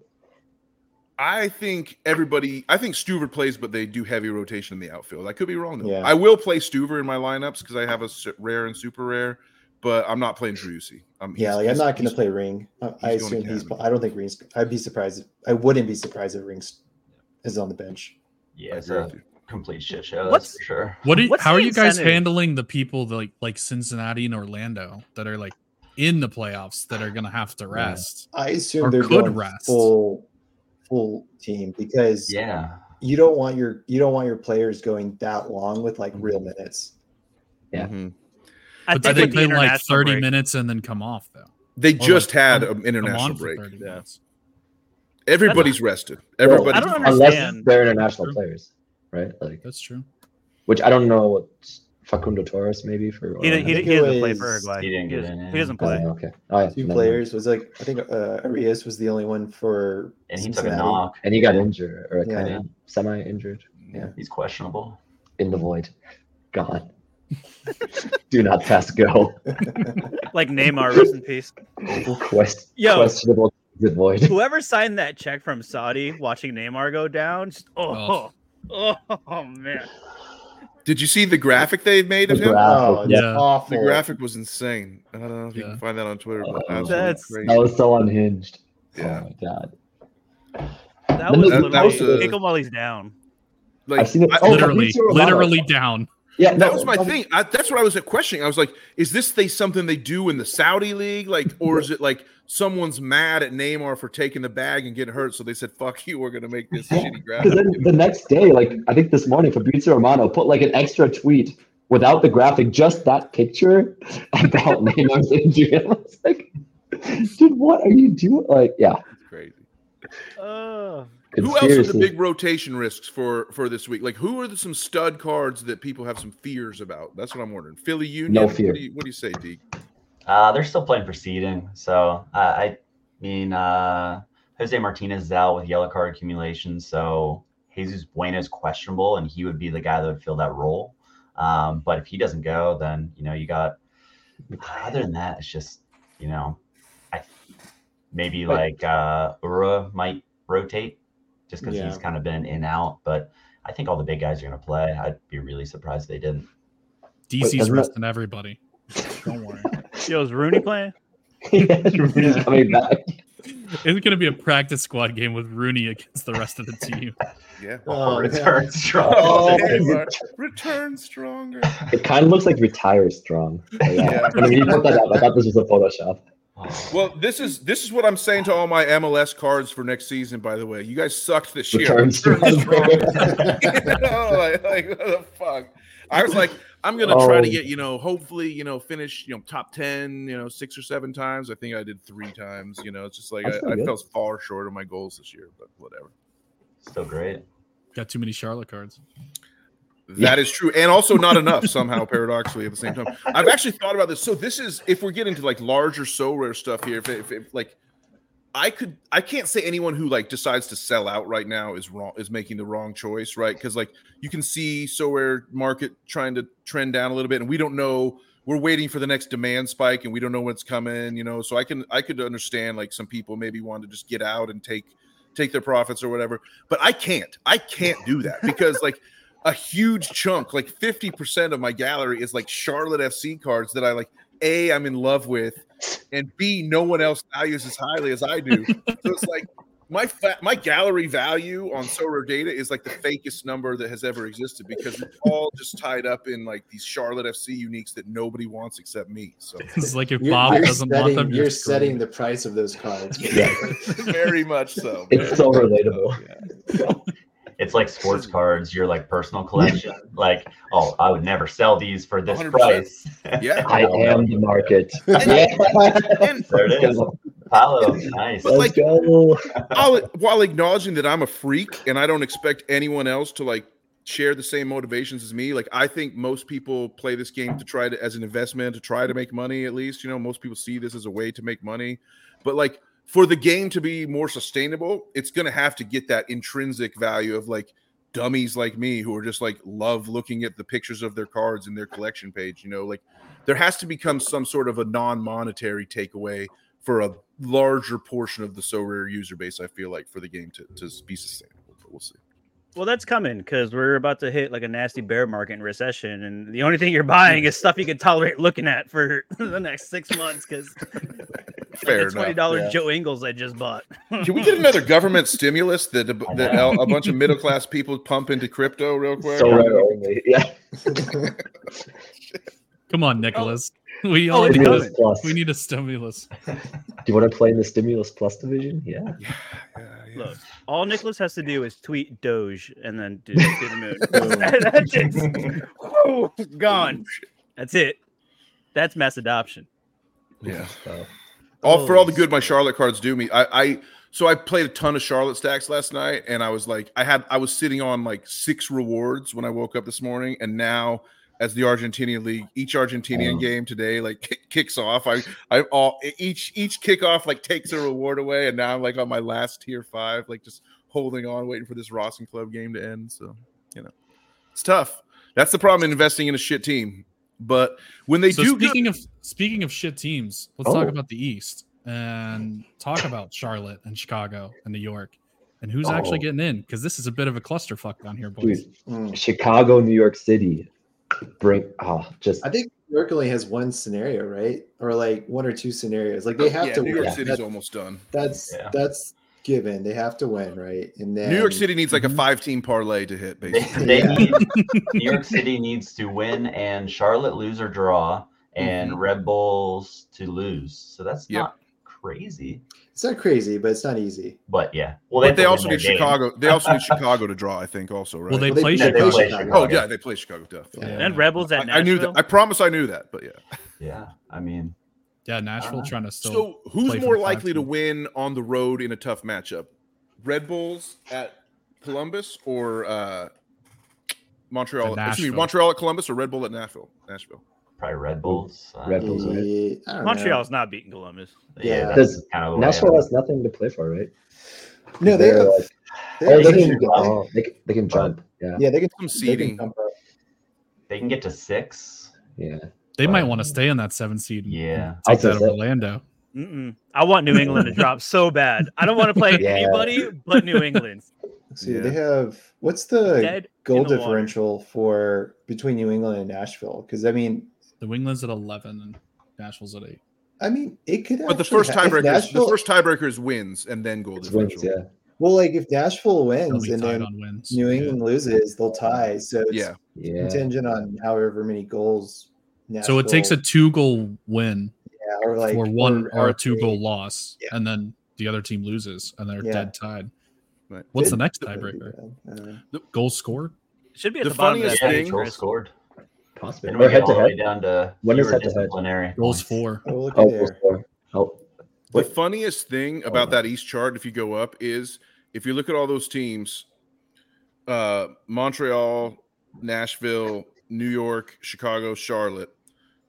Speaker 7: I think everybody. I think Stuver plays, but they do heavy rotation in the outfield. I could be wrong. Though.
Speaker 4: Yeah.
Speaker 7: I will play Stuver in my lineups because I have a s- rare and super rare. But I'm not playing Drewsy. I'm,
Speaker 4: Yeah,
Speaker 7: he's-
Speaker 4: like I'm
Speaker 7: he's-
Speaker 4: not going to
Speaker 7: he's-
Speaker 4: play Ring. I, I
Speaker 7: he's going
Speaker 4: assume he's.
Speaker 7: academy.
Speaker 4: I don't think Ring's. I'd be surprised. If, I wouldn't be surprised if Rings is on the bench.
Speaker 5: Yeah,
Speaker 7: I
Speaker 5: it's
Speaker 7: agree
Speaker 5: a
Speaker 7: with you.
Speaker 5: complete shit show. That's
Speaker 2: What's-
Speaker 5: for sure.
Speaker 3: what? do you-
Speaker 2: What's
Speaker 3: how
Speaker 2: the
Speaker 3: are you guys
Speaker 2: incentive?
Speaker 3: handling the people that like like Cincinnati and Orlando that are like in the playoffs that are gonna have to rest?
Speaker 4: I
Speaker 3: Or
Speaker 4: assume they're
Speaker 3: could
Speaker 4: going
Speaker 3: rest.
Speaker 4: full, full team because
Speaker 5: Yeah.
Speaker 4: you don't want your you don't want your players going that long with like real
Speaker 5: Mm-hmm.
Speaker 4: minutes.
Speaker 6: Yeah.
Speaker 7: Mhm.
Speaker 2: I
Speaker 3: But do they
Speaker 2: with the
Speaker 3: play like
Speaker 2: international
Speaker 3: thirty
Speaker 2: break-
Speaker 3: minutes and then come off though.
Speaker 7: They
Speaker 2: Oh,
Speaker 3: like,
Speaker 7: just had
Speaker 3: come-
Speaker 7: an
Speaker 3: Come
Speaker 7: international
Speaker 3: on for
Speaker 7: break.
Speaker 3: 30 minutes.
Speaker 7: Everybody's rested.
Speaker 6: Well,
Speaker 7: Everybody's
Speaker 2: I don't
Speaker 7: fine.
Speaker 2: understand.
Speaker 6: Unless they're international players, right? Like,
Speaker 3: That's true.
Speaker 6: which I don't know what Facundo Torres maybe for.
Speaker 2: He, didn't- he,
Speaker 4: I
Speaker 2: didn't-
Speaker 4: think
Speaker 2: he
Speaker 4: it
Speaker 2: doesn't play
Speaker 4: was-
Speaker 2: for Uruguay.
Speaker 5: He didn't get
Speaker 2: doesn't-
Speaker 5: in, yeah.
Speaker 2: he doesn't
Speaker 6: Oh,
Speaker 2: play.
Speaker 6: okay. All right.
Speaker 4: Two
Speaker 6: never mind.
Speaker 4: players was like I think uh, Arias was the only one for.
Speaker 5: And he took a
Speaker 4: Cincinnati.
Speaker 5: knock.
Speaker 6: And he got injured or
Speaker 4: Yeah.
Speaker 6: kind of semi injured
Speaker 5: He's questionable.
Speaker 6: in the void. God. Do not pass go.
Speaker 2: Like Neymar, rest in peace.
Speaker 6: Quest,
Speaker 2: Yo.
Speaker 6: Questionable the void.
Speaker 2: Whoever signed that check from Saudi watching Neymar go down, just, oh, oh, oh, man.
Speaker 7: Did you see the graphic they made
Speaker 6: The
Speaker 7: of him?
Speaker 4: Oh,
Speaker 6: graphic.
Speaker 4: it's
Speaker 3: Yeah.
Speaker 4: awful.
Speaker 7: The graphic was insane. I don't know if you
Speaker 3: Yeah.
Speaker 7: can find that on Twitter,
Speaker 6: Oh,
Speaker 7: but absolutely
Speaker 2: that's-
Speaker 7: crazy.
Speaker 6: That was so unhinged.
Speaker 7: Yeah.
Speaker 6: Oh my god.
Speaker 2: That
Speaker 6: That-
Speaker 2: was
Speaker 6: that
Speaker 2: literally
Speaker 7: was a-
Speaker 2: pickle while he's down.
Speaker 7: Like,
Speaker 6: I've seen it-
Speaker 7: I-
Speaker 6: Oh,
Speaker 3: literally,
Speaker 6: Fabrizio Romano.
Speaker 3: literally down.
Speaker 6: Yeah,
Speaker 7: that
Speaker 6: no,
Speaker 7: was my
Speaker 6: fucking-
Speaker 7: thing. I, that's what I was questioning. I was like, is this they something they do in the Saudi league, like, or is it like someone's mad at Neymar for taking the bag and getting hurt, so they said, "Fuck you, we're gonna make this
Speaker 6: Yeah,
Speaker 7: shitty graphic."
Speaker 6: Because then the next day, like I think this morning, Fabrizio Romano put like an extra tweet without the graphic, just that picture about Neymar's injury. And I was like, dude, what are you doing? Like, yeah,
Speaker 7: It's crazy.
Speaker 2: Oh,
Speaker 7: Who else are the
Speaker 6: conspiracy.
Speaker 7: big rotation risks for for this week? Like, who are the, some stud cards that people have some fears about? That's what I'm wondering. Philly Union.
Speaker 6: No fear.
Speaker 7: What do you, what do you say, Deke?
Speaker 5: Uh, they're still playing for seeding, so I, I mean, uh, Jose Martinez is out with yellow card accumulation, so Jesus Bueno is questionable, and he would be the guy that would fill that role. Um, but if he doesn't go, then you know you got. Other than that, it's just you know, I maybe like uh, Ura might rotate just because he's
Speaker 4: Yeah.
Speaker 5: kind of been in out, but I think all the big guys are going to play. I'd be really surprised if they didn't.
Speaker 3: DC's
Speaker 6: doesn't that-
Speaker 3: resting everybody. Don't worry.
Speaker 2: yo, is Rooney playing?
Speaker 6: yeah, Rooney's coming back.
Speaker 3: It's gonna be a practice squad game with Rooney against the rest of the team.
Speaker 7: Yeah.
Speaker 4: Oh, yeah.
Speaker 5: return strong.
Speaker 7: Oh,
Speaker 6: yeah.
Speaker 7: Neymar, return stronger.
Speaker 6: It kind of looks like retire strong. But yeah,
Speaker 7: Yeah.
Speaker 6: when you put that up, I thought this was a Photoshop.
Speaker 7: Well, this is this is what I'm saying to all my MLS cards for next season. By the way, you guys sucked this year.
Speaker 6: Return stronger.
Speaker 7: you know, like, like, what the fuck? I was like, I'm gonna try to
Speaker 6: Oh.
Speaker 7: get you know, hopefully you know, finish you know, top ten, you know, six or seven times. I think I did three times. You know, it's just like
Speaker 6: That's
Speaker 7: I,
Speaker 6: pretty
Speaker 7: I
Speaker 6: good.
Speaker 7: fell far short of my goals this year, but whatever.
Speaker 5: Still great.
Speaker 3: Got too many Charlotte cards.
Speaker 7: That is true, and also not enough somehow, paradoxically at the same time. I've actually thought about this. So this is if we're getting to like larger so rare stuff here. If, if, if like I could, I can't say anyone who like decides to sell out right now is wrong is making the wrong choice, right? Because like you can see so rare market trying to trend down a little bit, and we don't know. We're waiting for the next demand spike, and we don't know when it's coming. You know, so I can I could understand like some people maybe want to just get out and take take their profits or whatever, but I can't. I can't do that because like a huge chunk, like 50% of my gallery is like Charlotte FC cards that I like A, I'm in love with, and B, no one else values as highly as I do. so it's like my fa- my gallery value on so rare data is like the fakest number that has ever existed because it's all just tied up in like these Charlotte FC uniques that nobody wants except me. So
Speaker 3: It's like if
Speaker 4: You're,
Speaker 3: Bob
Speaker 4: you're
Speaker 3: doesn't
Speaker 4: setting,
Speaker 3: want them,
Speaker 4: you're
Speaker 3: screwed.
Speaker 4: setting the price of those cards.
Speaker 6: Yeah.
Speaker 7: very much so.
Speaker 6: It's so relatable.
Speaker 7: Yeah.
Speaker 5: It's like sports cards, your like personal collection. Like, oh, I would never sell these for this
Speaker 7: 100%.
Speaker 5: price.
Speaker 7: Yeah.
Speaker 6: I am the market.
Speaker 7: And- And
Speaker 5: There it is. Paolo, nice.
Speaker 7: But,
Speaker 6: Let's
Speaker 7: like-
Speaker 6: go.
Speaker 7: I'll, while acknowledging that I'm a freak and I don't expect anyone else to like share the same motivations as me, like I think most people play this game to try to as an investment to try to make money. At least you know most people see this as a way to make money, but like for the game to be more sustainable, it's gonna have to get that intrinsic value of like dummies like me who are just like love looking at the pictures of their cards in their collection page. You know, like there has to become some sort of a non-monetary takeaway for a larger portion of the so rare user base. I feel like for the game to, to be sustainable, but we'll see.
Speaker 2: Well, that's coming because we're about to hit like a nasty bear market and recession, and the only thing you're buying is stuff you can tolerate looking at for the next six months. Because
Speaker 7: Fair
Speaker 2: twenty
Speaker 7: enough.
Speaker 2: dollars
Speaker 4: yeah.
Speaker 2: Joe Ingles I just bought.
Speaker 7: Can we get another government stimulus that that a, a bunch of middle class people pump into crypto real quick?
Speaker 6: So rare only. Yeah.
Speaker 3: Come on, Nicholas. We all
Speaker 2: Oh,
Speaker 3: need
Speaker 2: it's
Speaker 3: a,
Speaker 6: Stimulus plus.
Speaker 3: we need a stimulus.
Speaker 6: Do you want to play in the stimulus plus division? Yeah.
Speaker 7: Yeah, yeah, yeah.
Speaker 2: Look, all Nicholas has to do is tweet Doge and then do, do the moon. that shit's whew, gone. That's it. That's mass adoption.
Speaker 7: Yeah.
Speaker 6: So,
Speaker 7: all for all the good my Charlotte cards do me. I, I so I played a ton of Charlotte stacks last night, and I was like, I had I was sitting on like six rewards when I woke up this morning, and now as the Argentinian league, each Argentinian
Speaker 3: Mm.
Speaker 6: Oh.
Speaker 7: game today like kick- kicks off. I I all e, each each kickoff like takes a reward away, and now I'm like on my last tier five, like just holding on, waiting for this Ross and Club game to end. So you know, it's tough. That's the problem in investing in a shit team. But when they
Speaker 3: so
Speaker 7: do good,
Speaker 3: speaking of speaking of shit teams, let's talk
Speaker 6: Oh.
Speaker 3: about the East and talk about Charlotte and Chicago and New York and who's actually
Speaker 6: Oh.
Speaker 3: getting in because this is a bit of a clusterfuck down here, boys.
Speaker 6: Dude,
Speaker 4: Mm.
Speaker 6: Chicago, New York City, bring oh, just
Speaker 4: I think New York only has one scenario, right? Or like one or two scenarios. Like they have
Speaker 7: Oh, yeah,
Speaker 4: to
Speaker 7: New
Speaker 4: win.
Speaker 7: York
Speaker 6: yeah.
Speaker 7: City's
Speaker 4: That-
Speaker 7: almost done.
Speaker 4: that's
Speaker 5: Yeah.
Speaker 4: that's given. They have to win, right? And then
Speaker 7: New York City needs like a
Speaker 3: Mhm.
Speaker 7: five-team parlay to hit,
Speaker 5: They,
Speaker 7: basically.
Speaker 5: they
Speaker 4: Yeah.
Speaker 5: need, New York City needs to win and Charlotte lose or draw and Red Bulls to lose. So that's
Speaker 7: Yep.
Speaker 5: not crazy,
Speaker 4: It's not crazy, but it's not easy.
Speaker 5: but yeah. Well,
Speaker 7: but they
Speaker 5: have to
Speaker 7: also
Speaker 5: win
Speaker 7: need
Speaker 5: their game.
Speaker 7: Chicago. They also need Chicago to draw, I think, also, right?
Speaker 3: Well, they
Speaker 4: Well, they-
Speaker 3: play
Speaker 4: yeah,
Speaker 5: Yeah, they
Speaker 3: Chicago.
Speaker 5: play
Speaker 4: Chicago.
Speaker 5: Chicago.
Speaker 7: oh yeah, they play Chicago definitely.
Speaker 4: Yeah.
Speaker 2: and Rebels at
Speaker 7: I, I
Speaker 2: Nashville.
Speaker 7: knew that. I promise I knew that, but yeah.
Speaker 5: Yeah, I mean,
Speaker 3: Yeah, Nashville
Speaker 5: Uh,
Speaker 4: Uh-huh.
Speaker 3: trying to still.
Speaker 7: So,
Speaker 3: play
Speaker 7: who's
Speaker 3: for
Speaker 7: more
Speaker 3: the
Speaker 7: likely to
Speaker 3: Falcons.
Speaker 7: win on the road in a tough matchup? Red Bulls at Columbus or uh, Montreal?
Speaker 3: At
Speaker 7: Excuse me,
Speaker 3: Nashville.
Speaker 7: Montreal at Columbus or Red Bull at Nashville? Nashville.
Speaker 5: probably Red Bulls. uh,
Speaker 6: Red Bulls, right?
Speaker 4: Yeah, I don't know.
Speaker 2: Montreal's not beating Columbus.
Speaker 4: Yeah.
Speaker 5: Yeah, that's
Speaker 6: Does-
Speaker 5: kind of the way.
Speaker 6: Nashville
Speaker 5: I-
Speaker 6: has nothing to play for, right?
Speaker 4: No, they
Speaker 6: They're
Speaker 4: have.
Speaker 6: like,
Speaker 4: They
Speaker 6: oh,
Speaker 4: have
Speaker 6: they
Speaker 4: an
Speaker 6: can,
Speaker 4: issue, don't they?
Speaker 6: oh, they can, they can jump. Yeah,
Speaker 4: Yeah, they can
Speaker 7: Some
Speaker 4: they can
Speaker 7: seeding.
Speaker 4: jump up.
Speaker 5: they can get to six.
Speaker 6: yeah.
Speaker 3: they might
Speaker 4: Uh-huh.
Speaker 3: want to stay on that seven seed. and
Speaker 5: Yeah.
Speaker 3: take
Speaker 6: I'd
Speaker 3: that
Speaker 6: say
Speaker 3: of
Speaker 6: so.
Speaker 3: Orlando.
Speaker 2: Mm-mm. I want New England to drop so bad. I don't want to play
Speaker 6: Yeah.
Speaker 2: anybody but New England.
Speaker 4: Let's see,
Speaker 7: Yeah.
Speaker 4: they have. What's the
Speaker 2: Dead the
Speaker 4: goal
Speaker 2: water.
Speaker 4: differential for between New England and Nashville? Because I mean,
Speaker 3: The England's at eleven and Nashville's at eight.
Speaker 4: I mean, it could.
Speaker 7: But the
Speaker 4: actually
Speaker 7: first
Speaker 4: ha- if
Speaker 7: tiebreaker, is- the
Speaker 4: Nashville-
Speaker 7: first tiebreaker is wins and then goal
Speaker 6: It's wins,
Speaker 7: differential.
Speaker 6: yeah.
Speaker 4: Well, like if Nashville
Speaker 3: They'll
Speaker 4: wins
Speaker 3: be
Speaker 4: and
Speaker 3: tied
Speaker 4: then
Speaker 3: on wins.
Speaker 4: New
Speaker 3: Yeah.
Speaker 4: England loses, they'll tie. So it's
Speaker 7: Yeah.
Speaker 6: Yeah.
Speaker 4: contingent on however many goals.
Speaker 3: So it takes a
Speaker 4: Nashville-
Speaker 3: two-goal win
Speaker 4: yeah, or like
Speaker 3: for one
Speaker 4: or-
Speaker 3: or
Speaker 4: or
Speaker 3: a two-goal loss,
Speaker 4: Yeah.
Speaker 3: and then the other team loses, and they're
Speaker 4: Yeah.
Speaker 3: dead tied.
Speaker 7: Right.
Speaker 3: What's the next
Speaker 4: three.
Speaker 3: tiebreaker?
Speaker 4: I don't know.
Speaker 3: Goal scored.
Speaker 2: It should be at
Speaker 7: The
Speaker 2: the, bottom of
Speaker 7: funniest
Speaker 2: that
Speaker 5: Yeah,
Speaker 7: thing-
Speaker 2: page,
Speaker 5: goal
Speaker 2: Chris.
Speaker 5: scored.
Speaker 6: Possibly.
Speaker 5: Then
Speaker 6: Or
Speaker 5: we get
Speaker 6: head to
Speaker 5: all the way
Speaker 6: head.
Speaker 5: down to
Speaker 6: When is
Speaker 5: fewer
Speaker 6: head-to-head?
Speaker 5: disciplinary.
Speaker 3: Goals
Speaker 5: points.
Speaker 3: four.
Speaker 4: Oh, look at
Speaker 6: Oh,
Speaker 4: there.
Speaker 6: score. oh,
Speaker 7: The
Speaker 6: Wait.
Speaker 7: funniest thing about
Speaker 6: on.
Speaker 7: that East chart, if you go up, is if you look at all those teams, uh, Montreal, Nashville, New York, Chicago, Charlotte.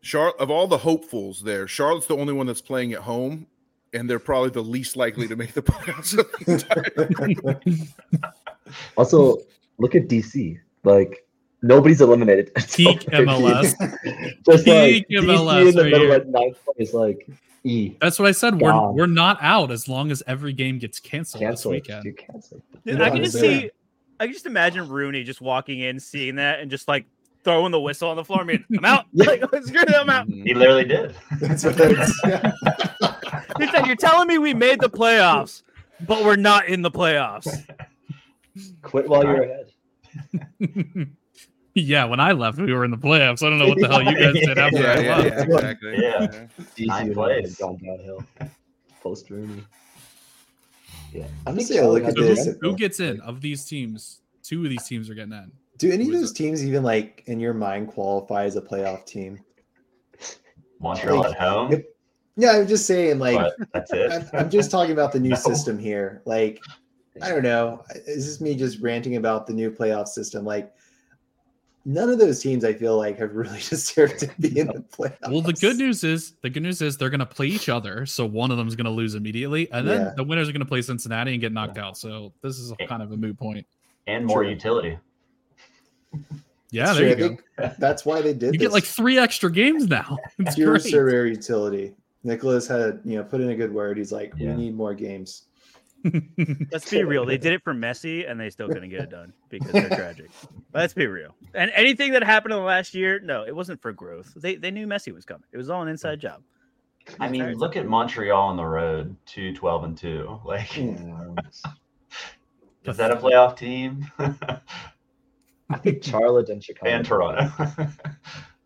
Speaker 7: Char- of all the hopefuls there, Charlotte's the only one that's playing at home, and they're probably the least likely to make the playoffs. of the entire-
Speaker 6: Also, look at DC. Like nobody's eliminated.
Speaker 3: Peak MLS.
Speaker 6: Just like
Speaker 3: Peak
Speaker 6: DC
Speaker 3: MLS
Speaker 6: in the
Speaker 3: right
Speaker 6: middle
Speaker 3: here.
Speaker 6: at ninth place, like E
Speaker 3: That's what I said. We're
Speaker 6: Wow.
Speaker 3: we're not out as long as every game gets canceled
Speaker 6: cancel.
Speaker 3: this weekend.
Speaker 6: Dude, cancel.
Speaker 2: Dude,
Speaker 4: Yeah,
Speaker 2: I can just
Speaker 4: yeah.
Speaker 2: see, I can just imagine Rooney just walking in, seeing that, and just like throwing the whistle on the floor. I mean, I'm out. Like, screw it, I'm out.
Speaker 5: He literally did.
Speaker 4: That's what that's.
Speaker 2: He said, "You're telling me we made the playoffs, but we're not in the playoffs."
Speaker 6: Quit while you're
Speaker 5: Alright.
Speaker 6: ahead.
Speaker 3: yeah, when I left, we were in the playoffs. I don't know what the hell you guys did after
Speaker 7: yeah,
Speaker 3: I
Speaker 7: yeah,
Speaker 3: left.
Speaker 7: yeah, exactly.
Speaker 5: Yeah.
Speaker 6: DC
Speaker 5: Ninth
Speaker 6: United
Speaker 5: place.
Speaker 6: has gone downhill. Post Rooney. Yeah,
Speaker 4: I'm
Speaker 6: think
Speaker 4: just gonna look
Speaker 6: Charlotte
Speaker 4: at
Speaker 3: So
Speaker 6: has
Speaker 4: this.
Speaker 6: a
Speaker 3: who,
Speaker 6: good
Speaker 3: who
Speaker 6: run.
Speaker 3: gets in of these teams? Two of these teams are getting in.
Speaker 4: Do any of
Speaker 3: Who is
Speaker 4: those
Speaker 3: it?
Speaker 4: teams even like in your mind qualify as a playoff team?
Speaker 5: Montreal at home,
Speaker 4: If- Yeah, I'm just saying. Like,
Speaker 5: but that's
Speaker 4: I'm,
Speaker 5: it.
Speaker 4: I'm just talking about the new
Speaker 5: No.
Speaker 4: system here. Like, I don't know. Is this me just ranting about the new playoff system? Like, none of those teams I feel like have really deserved to be in the playoffs.
Speaker 3: Well, the good news is the good news is they're gonna play each other, so one of them's gonna lose immediately, and then
Speaker 4: Yeah.
Speaker 3: the winners are gonna play Cincinnati and get knocked out. So this is a, kind of a moot point.
Speaker 5: And more
Speaker 4: True.
Speaker 5: utility.
Speaker 3: Yeah, there you go.
Speaker 4: go. That's why they did.
Speaker 3: You
Speaker 4: this.
Speaker 3: get like three extra games now. It's
Speaker 4: pure
Speaker 3: great.
Speaker 4: surveyor utility. Nicholas had you know put in a good word. He's like,
Speaker 5: Yeah.
Speaker 4: we need more games.
Speaker 2: Let's be real. They did it for Messi, and they still couldn't get it done because they're tragic. Let's be real. And anything that happened in the last year, no, it wasn't for growth. They they knew Messi was coming. It was all an inside job.
Speaker 5: I mean,
Speaker 2: Sorry.
Speaker 5: look at Montreal on the road, two twelve and two. Like,
Speaker 6: Mm.
Speaker 5: is that a playoff team?
Speaker 6: I think Charlotte and Chicago.
Speaker 5: and Toronto.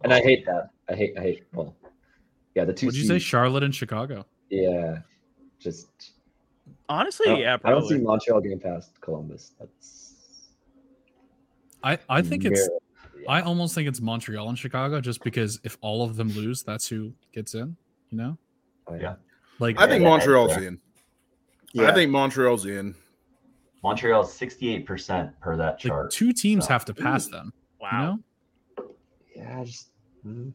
Speaker 6: And I hate that. I hate. I hate. Well, yeah, the two.
Speaker 3: Would you say
Speaker 6: seeds.
Speaker 3: Charlotte and Chicago?
Speaker 6: Yeah, just.
Speaker 2: Honestly,
Speaker 6: Oh, I don't-
Speaker 2: yeah,
Speaker 6: I don't see
Speaker 2: probably.
Speaker 6: Montreal getting past Columbus. That's.
Speaker 3: I I think it's
Speaker 6: Merrill.
Speaker 3: I almost think it's Montreal and Chicago just because if all of them lose, that's who gets in. You know,
Speaker 6: Oh,
Speaker 5: Yeah.
Speaker 3: like
Speaker 7: I think
Speaker 5: Yeah.
Speaker 7: Montreal's in.
Speaker 4: Yeah,
Speaker 7: I think Montreal's in.
Speaker 5: Montreal's sixty-eight percent per that
Speaker 3: like,
Speaker 5: chart.
Speaker 3: two teams have to pass them. You
Speaker 2: Wow.
Speaker 3: know,
Speaker 6: Yeah, just. mm.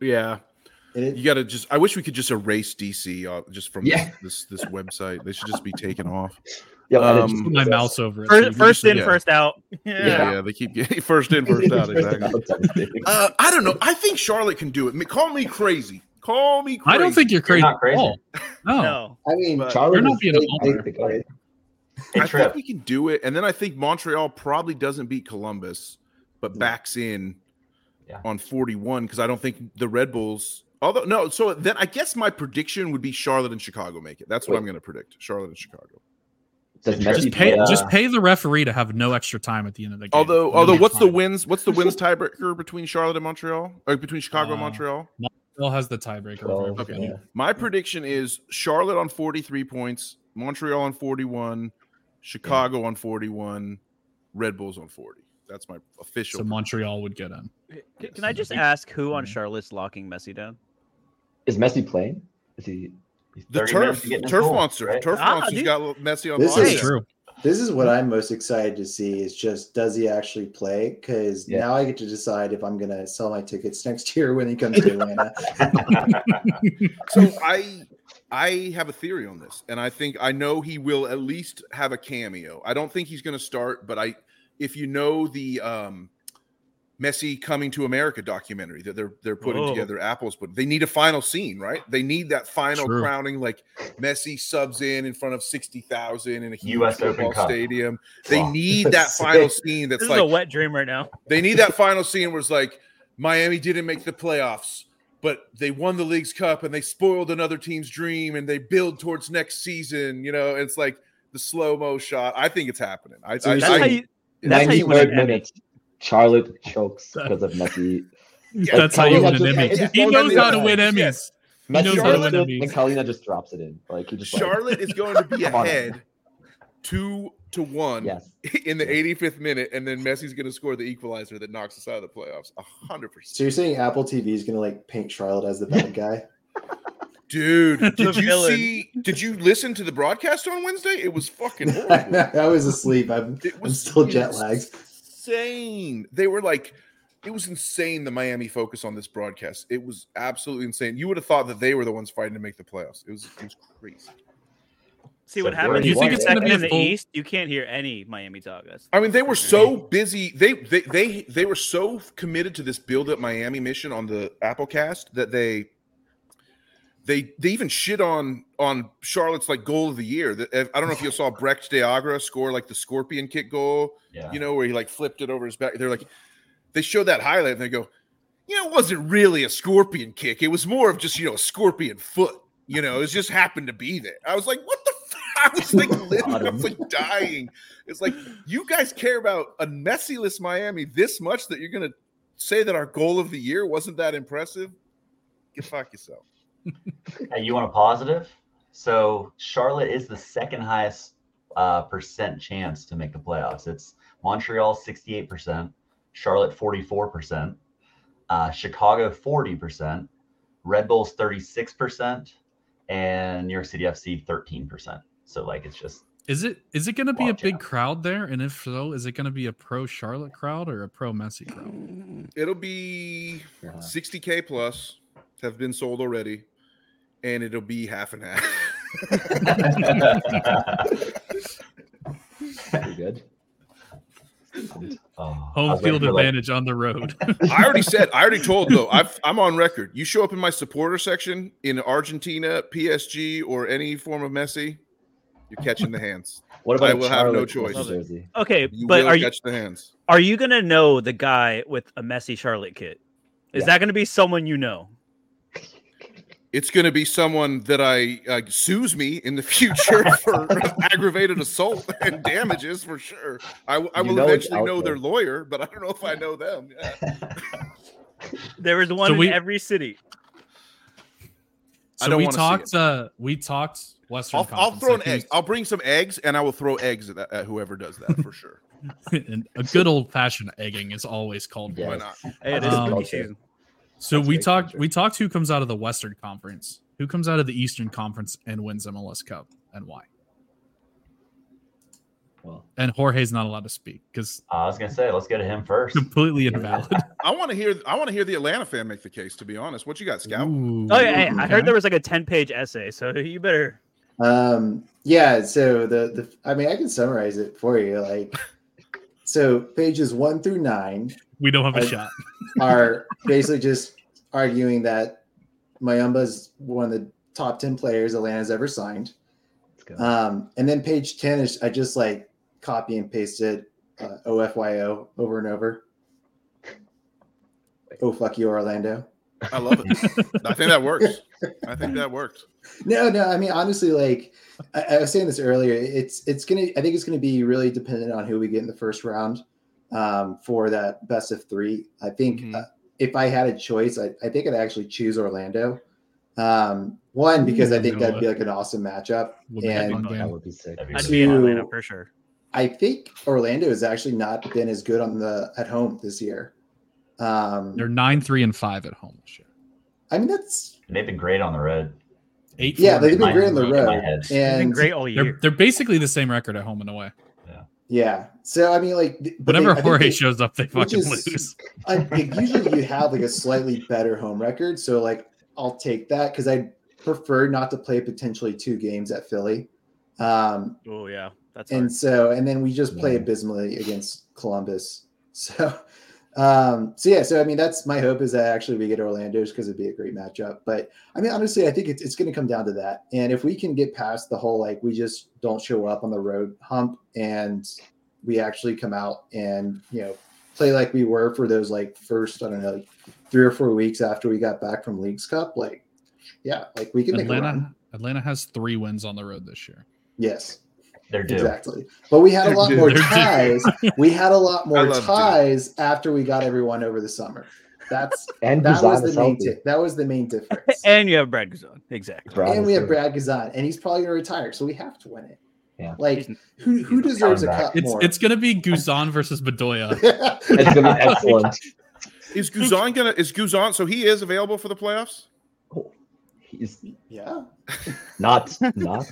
Speaker 7: Yeah,
Speaker 4: And it-
Speaker 7: you got to just. I wish we could just erase DC uh, just from
Speaker 6: Yeah.
Speaker 7: this, this this website. They should just be taken off.
Speaker 6: Yeah, and it
Speaker 7: Um,
Speaker 6: just
Speaker 3: put my
Speaker 6: gives us-
Speaker 3: mouse over it. so you
Speaker 2: First,
Speaker 3: can
Speaker 2: first
Speaker 3: just-
Speaker 2: in,
Speaker 7: yeah.
Speaker 2: first out.
Speaker 7: Yeah, yeah they keep getting first in, first out.
Speaker 6: First
Speaker 7: Exactly. Uh,
Speaker 6: out.
Speaker 7: I don't know. I think Charlotte can do it. Ma- Call me crazy. Call me crazy.
Speaker 3: I don't think you're crazy.
Speaker 5: not crazy.
Speaker 3: At all. No,
Speaker 2: No.
Speaker 4: I mean,
Speaker 7: But-
Speaker 6: Charlotte
Speaker 3: You're not
Speaker 6: is
Speaker 3: being a
Speaker 6: big,
Speaker 3: homer.
Speaker 6: big, big, right?
Speaker 5: Hey,
Speaker 7: I
Speaker 5: Trip.
Speaker 7: think we can do it. And then I think Montreal probably doesn't beat Columbus, but backs in
Speaker 5: Yeah.
Speaker 7: on 41 because I don't think the Red Bulls. Although no, so then I guess my prediction would be Charlotte and Chicago make it. That's what
Speaker 6: Wait.
Speaker 7: I'm going to predict. Charlotte and Chicago.
Speaker 6: Doesn't
Speaker 5: Just
Speaker 6: Messi
Speaker 3: Just pay,
Speaker 6: play, uh,
Speaker 3: just pay the referee to have no extra time at the end of the game.
Speaker 7: Although,
Speaker 3: You'll
Speaker 7: although,
Speaker 3: be
Speaker 7: what's the
Speaker 3: fine.
Speaker 7: wins? What's the wins tiebreaker between Charlotte and Montreal, or between Chicago and
Speaker 3: Uh,
Speaker 7: Montreal?
Speaker 3: Still has the tiebreaker. over
Speaker 6: Twelve,
Speaker 3: everybody.
Speaker 6: yeah.
Speaker 7: My prediction is Charlotte on 43 points, Montreal on 41, Chicago on 41, Red Bulls on 40. That's my official.
Speaker 3: So Montreal would get in.
Speaker 2: Can, can I just ask who on Charlotte's locking Messi down?
Speaker 6: Is Messi playing? Is he?
Speaker 7: the
Speaker 5: 30 minutes
Speaker 7: turf,
Speaker 5: to get in the
Speaker 7: turf
Speaker 5: goal,
Speaker 7: monster,
Speaker 5: right?
Speaker 7: turf
Speaker 2: Ah,
Speaker 7: monster's
Speaker 2: dude.
Speaker 7: got Messi on
Speaker 4: This
Speaker 7: lockdown.
Speaker 3: It's
Speaker 4: is-
Speaker 3: true.
Speaker 4: This is what I'm most excited to see is just does he actually play? Because
Speaker 6: Yeah.
Speaker 4: now I get to decide if I'm gonna sell my tickets next year when he comes to Atlanta.
Speaker 7: So I I have a theory on this, and I think I know he will at least have a cameo. I don't think he's going to start, but I if you know the um Messi coming to America documentary that they're they're putting
Speaker 2: Oh.
Speaker 7: together, Apple's put they need a final scene, right? They need that final
Speaker 3: True.
Speaker 7: crowning, like Messi subs in in front of sixty thousand in a huge
Speaker 5: US Open
Speaker 7: football
Speaker 5: Cup.
Speaker 7: stadium. They
Speaker 5: Wow.
Speaker 7: need that final scene. That's
Speaker 2: This
Speaker 7: like
Speaker 2: is a wet dream right now.
Speaker 7: they need that final scene where it's like Miami didn't make the playoffs, but they won the league's cup and they spoiled another team's dream and they build towards next season. You know, it's like the slow mo shot. I think it's happening. I,
Speaker 4: So
Speaker 7: I,
Speaker 4: you're
Speaker 2: That's
Speaker 7: I-
Speaker 2: how you. That's how you win an
Speaker 6: 93rd
Speaker 2: Emmy.
Speaker 6: minute. Charlotte chokes because of Messi.
Speaker 7: Yeah,
Speaker 3: That's how you win an
Speaker 6: Charlotte-
Speaker 3: Emmy.
Speaker 6: yeah,
Speaker 3: He
Speaker 6: it's
Speaker 3: knows
Speaker 6: all
Speaker 3: how to
Speaker 6: Emmy.
Speaker 3: win Emmys.
Speaker 7: Yes.
Speaker 3: He knows
Speaker 6: Messi
Speaker 3: how to win
Speaker 6: Charlotte, and
Speaker 3: Emmys.
Speaker 6: Kalina just drops it in. Like he just like,
Speaker 7: Charlotte is going to be
Speaker 6: Come on.
Speaker 7: ahead two to one
Speaker 6: yes.
Speaker 7: in the 85th minute, and then Messi's going to score the equalizer that knocks us out of the playoffs. A hundred percent,
Speaker 4: So you're saying Apple TV is gonna like paint Charlotte as the bad guy?
Speaker 7: dude. Did you
Speaker 2: villain.
Speaker 7: see? Did you listen to the broadcast on Wednesday? It was fucking horrible.
Speaker 4: I was asleep. I'm
Speaker 7: It
Speaker 4: I'm still jet lagged.
Speaker 7: Insane. They were like, it was insane. The Miami focus on this broadcast. It was absolutely insane. You would have thought that they were the ones fighting to make the playoffs. It was, it was crazy.
Speaker 2: See what
Speaker 5: So
Speaker 2: happened. You
Speaker 5: you think
Speaker 2: think
Speaker 5: it's
Speaker 2: second
Speaker 3: gonna be a
Speaker 2: in the
Speaker 3: full-
Speaker 2: East? You can't hear any Miami talk. That's
Speaker 7: I mean, they were so busy. They they they they were so committed to this build up Miami mission on the Applecast that they they they even shit on on Charlotte's like goal of the year. The- I don't know if you saw Brecht de Agra score like the scorpion kick goal.
Speaker 5: Yeah.
Speaker 7: you know, where he like flipped it over his back. They're like, they show that highlight and they go, you know, it wasn't really a scorpion kick. It was more of just, you know, a scorpion foot. You know, it just happened to be there. I was like, what the fuck? I was like, living, I was like dying. It's like, you guys care about a messiless Miami this much that you're going to say that our goal of the year wasn't that impressive? Get fuck yourself.
Speaker 5: Hey, you want a positive? So Charlotte is the second highest uh, percent chance to make the playoffs. It's Montreal 68%, Charlotte 44%, uh, Chicago 40%, Red Bulls 36%, and New York City FC 13%. So like it's just
Speaker 3: Is it is it going to be a
Speaker 5: Watch
Speaker 3: big
Speaker 5: out.
Speaker 3: crowd there? And if so, is it going to be a pro Charlotte crowd or a pro Messi crowd?
Speaker 7: It'll be
Speaker 6: Yeah.
Speaker 7: 60K plus have been sold already, and it'll be half and half.
Speaker 6: Pretty good.
Speaker 5: Oh, I
Speaker 3: Home
Speaker 5: was waiting
Speaker 3: field
Speaker 5: for, like-
Speaker 3: advantage on the road.
Speaker 7: I already said, I already told though. I've, I'm on record. You show up in my supporter section in Argentina, PSG, or any form of Messi, you're catching the hands.
Speaker 6: What about
Speaker 7: I
Speaker 6: a
Speaker 7: will have no
Speaker 6: Charlotte
Speaker 7: choice.
Speaker 6: Messi jersey?
Speaker 2: okay.
Speaker 7: You
Speaker 2: but
Speaker 7: will
Speaker 2: are you
Speaker 7: catch the hands.
Speaker 2: are you gonna know the guy with a messy Charlotte kit? Is
Speaker 6: Yeah.
Speaker 2: that gonna be someone you know?
Speaker 7: It's going to be someone that I uh, sues me in the future for aggravated assault and damages for sure. I, w- I
Speaker 6: You
Speaker 7: will
Speaker 6: know it's
Speaker 7: eventually
Speaker 6: out
Speaker 7: know their
Speaker 6: there.
Speaker 7: lawyer, but I don't know if I know them. Yeah.
Speaker 2: There is one
Speaker 3: we-
Speaker 2: in every city.
Speaker 7: I
Speaker 3: So
Speaker 7: don't
Speaker 3: we
Speaker 7: wanna see
Speaker 3: talked. Uh, we talked Western.
Speaker 7: I'll, I'll
Speaker 3: Conference.
Speaker 7: throw
Speaker 3: I
Speaker 7: an
Speaker 3: think-
Speaker 7: egg. I'll bring some eggs, and I will throw eggs at, at whoever does that for sure.
Speaker 3: and a good old fashioned egging is always called.
Speaker 6: Yeah.
Speaker 7: Why
Speaker 6: Yes.
Speaker 7: not?
Speaker 2: Hey, it is
Speaker 3: Um,
Speaker 2: rookie season.
Speaker 3: So
Speaker 6: That's
Speaker 3: we
Speaker 6: great
Speaker 3: talked.
Speaker 6: culture.
Speaker 3: We talked who comes out of the Western Conference, who comes out of the Eastern Conference, and wins MLS Cup, and why.
Speaker 6: Well,
Speaker 3: And Jorge's not allowed to speak because
Speaker 5: I was gonna say, let's go to him first.
Speaker 3: completely invalid.
Speaker 7: I want to hear. I want to hear the Atlanta fan make the case. To be honest, what you got, Scout?
Speaker 3: Ooh,
Speaker 2: Oh yeah, hey, I
Speaker 3: okay.
Speaker 2: heard there was like a ten-page essay, so you better.
Speaker 4: Um, yeah, so the, the I mean I can summarize it for you. Like so pages one through nine
Speaker 3: We don't have a
Speaker 4: I-
Speaker 3: shot.
Speaker 4: are basically just arguing that Mayumba's one of the top ten players Atlanta's ever signed.
Speaker 2: go.
Speaker 4: Um, and then page 10 is I just like copy and pasted uh, OFYO over and over. Oh, fuck you, Orlando.
Speaker 7: I love it. I think that works. I think that works.
Speaker 4: No, no. I mean, honestly, like I, I was saying this earlier, it's it's gonna. I think it's gonna be really dependent on who we get in the first round um, for that best of three. I think
Speaker 2: Mm-hmm.
Speaker 7: Mhm.
Speaker 4: uh, if I had a choice, I, I think I'd actually choose Orlando. Um, one because
Speaker 2: Mm-hmm.
Speaker 4: I think that'd be like an awesome matchup,
Speaker 3: Would be a
Speaker 4: and
Speaker 3: fun
Speaker 6: That
Speaker 3: game.
Speaker 6: would be sick.
Speaker 5: That'd be
Speaker 2: I'd
Speaker 5: really
Speaker 2: be in
Speaker 5: fun.
Speaker 2: Atlanta
Speaker 4: to-
Speaker 2: for sure.
Speaker 4: I think Orlando has actually not been as good on the at home this year. Um,
Speaker 3: They're nine, three, and five at home this year.
Speaker 4: I mean, that's
Speaker 5: They've been great on the road.
Speaker 3: Eight,
Speaker 4: Yeah,
Speaker 3: four,
Speaker 4: they've been
Speaker 3: nine,
Speaker 4: great on the
Speaker 5: in
Speaker 3: nine.
Speaker 5: my
Speaker 4: road.
Speaker 5: head.
Speaker 2: They've been
Speaker 4: and
Speaker 2: great all year.
Speaker 3: They're, they're basically the same record at home and away.
Speaker 4: yeah. So I mean, like th- but they-
Speaker 3: Whenever
Speaker 4: I think
Speaker 3: Jorge
Speaker 4: they-
Speaker 3: shows up, they fucking
Speaker 4: is-
Speaker 3: lose.
Speaker 4: I, like, usually you have like a slightly better home record, so like I'll take that because I prefer not to play potentially two games at Philly. Um,
Speaker 2: Oh yeah, that's hard.
Speaker 4: and so and then we just play abysmally against Columbus. So, um, so yeah, so I mean that's my hope is that actually we get Orlando's because it'd be a great matchup. But I mean honestly, I think it's it's going to come down to that. And if we can get past the whole like we just don't show up on the road hump and we actually come out and you know play like we were for those like first I don't know like three or four weeks after we got back from League's Cup, like yeah, like we can make a run.
Speaker 3: Atlanta, Atlanta has three wins on the road this year.
Speaker 4: Yes.
Speaker 5: They're due.
Speaker 4: Exactly. But we had a lot
Speaker 7: They're
Speaker 4: more
Speaker 3: due.
Speaker 4: ties. We had a lot more
Speaker 7: love due.
Speaker 4: ties after we got everyone over the summer. That's
Speaker 6: And
Speaker 4: that was
Speaker 6: Kazan
Speaker 4: the
Speaker 6: is
Speaker 4: main
Speaker 6: healthy.
Speaker 4: ti- that was the main difference.
Speaker 2: and you have Brad Guzan. Exactly.
Speaker 6: Kazan
Speaker 4: and
Speaker 6: is
Speaker 4: we have
Speaker 6: good.
Speaker 4: Brad Kazan, and he's probably gonna retire, so we have to win it.
Speaker 6: Yeah.
Speaker 4: Like
Speaker 2: He's-
Speaker 4: who who
Speaker 5: he's
Speaker 4: deserves a
Speaker 5: coming back.
Speaker 4: cup
Speaker 3: It's
Speaker 4: more?
Speaker 3: it's gonna be Guzan versus Bedoya.
Speaker 6: It's
Speaker 4: Oh
Speaker 6: gonna be excellent.
Speaker 7: Is Guzan gonna? Is Guzan? So he is available for the playoffs.
Speaker 6: He's
Speaker 4: yeah.
Speaker 6: not not.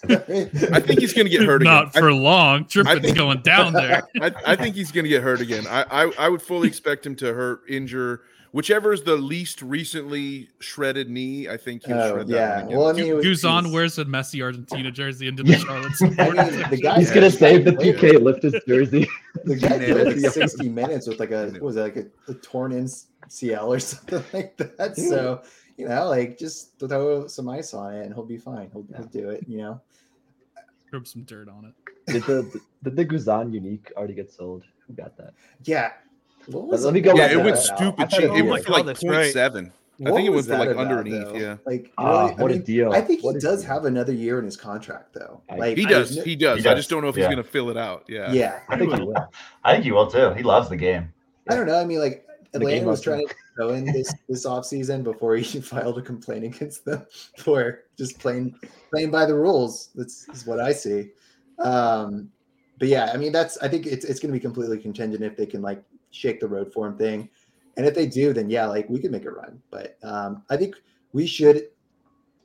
Speaker 7: I think he's gonna get hurt again.
Speaker 3: Not
Speaker 7: I-
Speaker 3: for long.
Speaker 7: I
Speaker 3: Trippin's
Speaker 7: think-
Speaker 3: going down there.
Speaker 7: I, I think he's going to get hurt again. I, I I would fully expect him to hurt, injure whichever is the least recently shredded knee. I think he'll
Speaker 4: Oh,
Speaker 7: shred that
Speaker 4: yeah.
Speaker 7: one again.
Speaker 4: Well, I mean, it was-
Speaker 3: Guzan
Speaker 4: he's-
Speaker 3: wears a messy Argentina jersey into the Charlotte
Speaker 4: I
Speaker 3: support.
Speaker 4: mean, the guy
Speaker 6: He's
Speaker 4: yeah,
Speaker 6: gonna save the
Speaker 4: player.
Speaker 6: PK lifters jersey.
Speaker 4: The guy
Speaker 7: Yeah.
Speaker 4: played like 60 minutes with like a what was it, like a, a torn NCL or something like that. So you know, like just throw some ice on it and he'll be fine. He'll, he'll do it. You know.
Speaker 3: Rub some dirt on it.
Speaker 6: Did the did the Guzan unique already get sold? Who got that?
Speaker 4: Yeah. What
Speaker 6: Let- let me go
Speaker 7: yeah,
Speaker 6: back
Speaker 7: it
Speaker 6: to
Speaker 7: went
Speaker 6: that now. I
Speaker 7: stupid
Speaker 6: thought
Speaker 7: cheap.
Speaker 6: was
Speaker 7: It went
Speaker 6: good.
Speaker 7: for
Speaker 2: Oh my
Speaker 7: like
Speaker 2: God, that's
Speaker 7: 0.7.
Speaker 2: right.
Speaker 7: I think it
Speaker 4: was
Speaker 7: went for like
Speaker 4: that about,
Speaker 7: underneath.
Speaker 4: though?
Speaker 7: Yeah,
Speaker 4: Like
Speaker 6: Ah,
Speaker 4: really, I
Speaker 6: what a
Speaker 4: mean,
Speaker 6: deal!
Speaker 4: I think he
Speaker 6: What a
Speaker 4: does
Speaker 6: deal.
Speaker 4: have another year in his contract though.
Speaker 6: I-
Speaker 4: Like
Speaker 7: he
Speaker 4: I
Speaker 7: does.
Speaker 4: kn-
Speaker 7: He does.
Speaker 5: He
Speaker 7: I
Speaker 5: does.
Speaker 7: just don't know if he's
Speaker 5: Yeah.
Speaker 7: going to fill it out. Yeah.
Speaker 4: yeah.
Speaker 6: I think he will.
Speaker 5: I think he will too. He loves the game.
Speaker 4: I don't know. I mean, like
Speaker 6: The
Speaker 4: Atlanta
Speaker 6: game
Speaker 4: was
Speaker 6: up.
Speaker 4: trying to go in this this offseason before he filed a complaint against them for just playing playing by the rules. That's is what I see. Um, but yeah, I mean, that's I think it's it's going to be completely contingent if they can like shake the road form thing, and if they do, then yeah, like we could make a run. But um, I think we should.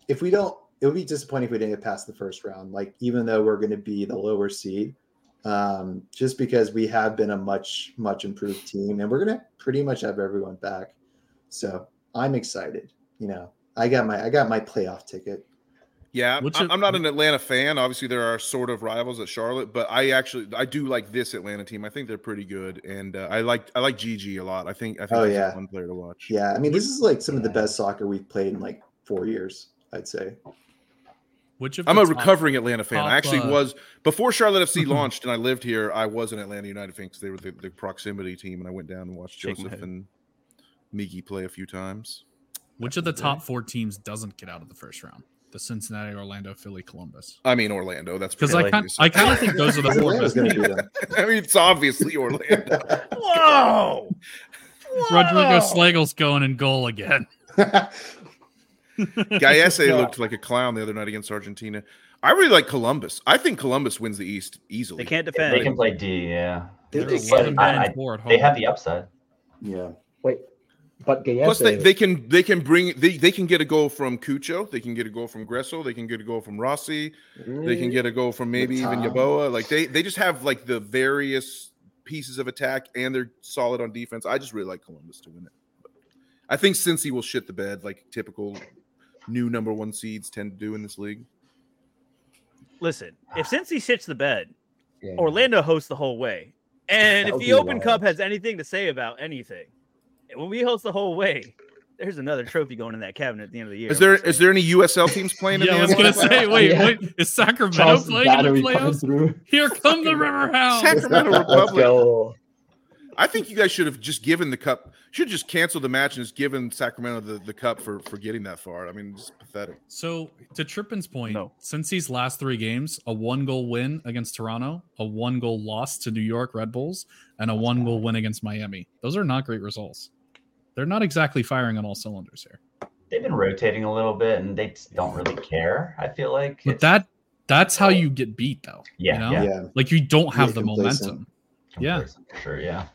Speaker 4: If we don't, it would be disappointing if we didn't get past the first round. Like even though we're going to be the lower seed, um, just because we have been a much much improved team, and we're gonna pretty much have everyone back. So I'm excited. You know, I got my I got my playoff ticket.
Speaker 7: Yeah,
Speaker 3: What's
Speaker 7: I-
Speaker 3: your-
Speaker 7: I'm not an Atlanta fan. Obviously, there are sort of rivals at Charlotte, but I actually I do like this Atlanta team. I think they're pretty good, and uh, I like I like GG a lot. I think I think
Speaker 4: Oh,
Speaker 7: he's a
Speaker 4: yeah.
Speaker 7: fun player to watch.
Speaker 4: Yeah, I mean, this is like some of the best soccer we've played in like four years. I'd say.
Speaker 3: Which of
Speaker 7: I'm
Speaker 3: the
Speaker 7: a
Speaker 3: top-
Speaker 7: recovering Atlanta fan. I
Speaker 3: top,
Speaker 7: actually
Speaker 3: uh,
Speaker 7: was before Charlotte FC launched and I lived here. I was an Atlanta United fan because they were the, the proximity team, and I went down and watched
Speaker 2: Shake my
Speaker 7: Joseph
Speaker 2: head.
Speaker 7: and Miki play a few times.
Speaker 3: Which of the top four teams doesn't get out of the first round? The Cincinnati, Orlando, Philly, Columbus.
Speaker 7: I mean Orlando. That's
Speaker 3: Because
Speaker 7: pretty
Speaker 3: I kind,
Speaker 7: obvious.
Speaker 3: I kind of think those are the four
Speaker 4: Atlanta's
Speaker 3: best.
Speaker 4: gonna beat them.
Speaker 7: I mean it's obviously Orlando.
Speaker 2: Whoa!
Speaker 3: Rodrigo Slagle's going in goal again.
Speaker 7: Gallese looked like a clown the other night against Argentina. I really like Columbus. I think Columbus wins the East easily.
Speaker 2: They can't
Speaker 5: They
Speaker 2: defend.
Speaker 5: can play D. Yeah,
Speaker 3: They're
Speaker 4: They-
Speaker 3: 11
Speaker 5: I-
Speaker 3: men
Speaker 5: I-
Speaker 3: four at home.
Speaker 5: they have the upside.
Speaker 4: yeah,
Speaker 6: Wait, but Gallese.
Speaker 7: Plus, they, they can they can bring they, they can get a goal from Cucho, they can get a goal from Gressel, they can get a goal from Rossi, they
Speaker 6: Mm.
Speaker 7: can get a goal from maybe even
Speaker 4: Matar.
Speaker 7: Yaboa. Like they they just have like the various pieces of attack and they're solid on defense. I just really like Columbus to win it. I think Cincy will shit the bed like typical new number one seeds tend to do in this league.
Speaker 2: Listen, if since he shits the bed,
Speaker 6: Yeah.
Speaker 2: Orlando hosts the whole way. And
Speaker 6: That
Speaker 2: if
Speaker 6: would
Speaker 2: the
Speaker 6: be
Speaker 2: Open
Speaker 6: wild.
Speaker 2: Cup has anything to say about anything, when we host the whole way, There's another trophy going in that cabinet at the end of the year.
Speaker 7: Is
Speaker 2: I'm
Speaker 7: there
Speaker 2: just
Speaker 7: is
Speaker 2: saying.
Speaker 7: there any USL teams playing?
Speaker 3: yeah, I
Speaker 7: in
Speaker 3: was
Speaker 7: the
Speaker 3: gonna
Speaker 7: NLL?
Speaker 3: say, wait,
Speaker 6: Yeah.
Speaker 3: wait, is Sacramento
Speaker 6: Charles
Speaker 3: playing in the
Speaker 6: battery coming
Speaker 3: playoffs?
Speaker 6: through.
Speaker 3: Here come the River Hounds.
Speaker 7: Sacramento
Speaker 6: Let's
Speaker 7: Republic.
Speaker 6: go.
Speaker 7: I think you guys should have just given the cup. Should just cancel the match and just given Sacramento the, the cup for for getting that far. I mean, it's pathetic.
Speaker 3: So to Trippin's point,
Speaker 8: No.
Speaker 3: since these last three games, a one goal win against Toronto, a one goal loss to New York Red Bulls, and a one goal win against Miami. Those are not great results. They're not exactly firing on all cylinders here.
Speaker 5: They've been rotating a little bit, and they just don't really care. I feel like
Speaker 3: But that that's how you get beat though.
Speaker 5: Yeah,
Speaker 3: you know?
Speaker 5: yeah.
Speaker 4: Yeah.
Speaker 3: Like you don't have the
Speaker 4: Really complacent.
Speaker 3: momentum. yeah.
Speaker 5: complacent for sure. Yeah,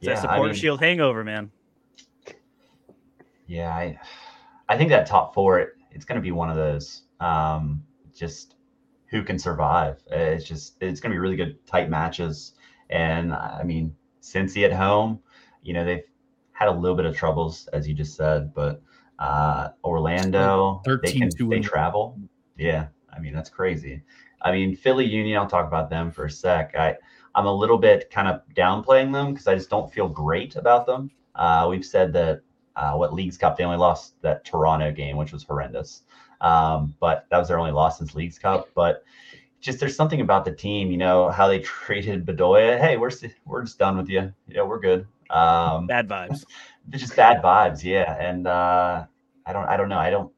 Speaker 2: It's that
Speaker 5: I
Speaker 2: supporter
Speaker 5: mean-
Speaker 2: shield hangover, man.
Speaker 5: Yeah, I, I think that top four, it, it's going to be one of those. Um, just who can survive? Uh, It's just it's going to be really good tight matches. And I mean, Cincy at home, you know they've had a little bit of troubles as you just said, but uh, Orlando, they
Speaker 3: 13
Speaker 5: can
Speaker 3: to
Speaker 5: they
Speaker 3: win.
Speaker 5: travel. Yeah, I mean that's crazy. I mean Philly Union, I'll talk about them for a sec. I I'm a little bit kind of downplaying them because I just don't feel great about them. Uh, we've said that uh, what leagues cup they only lost that toronto game which was horrendous um, but that was their only loss since leagues cup but just there's something about the team you know how they treated bedoya hey we're s- we're just done with you yeah we're good um,
Speaker 2: Bad vibes.
Speaker 5: it's just bad vibes yeah and uh, i don't i don't know i don't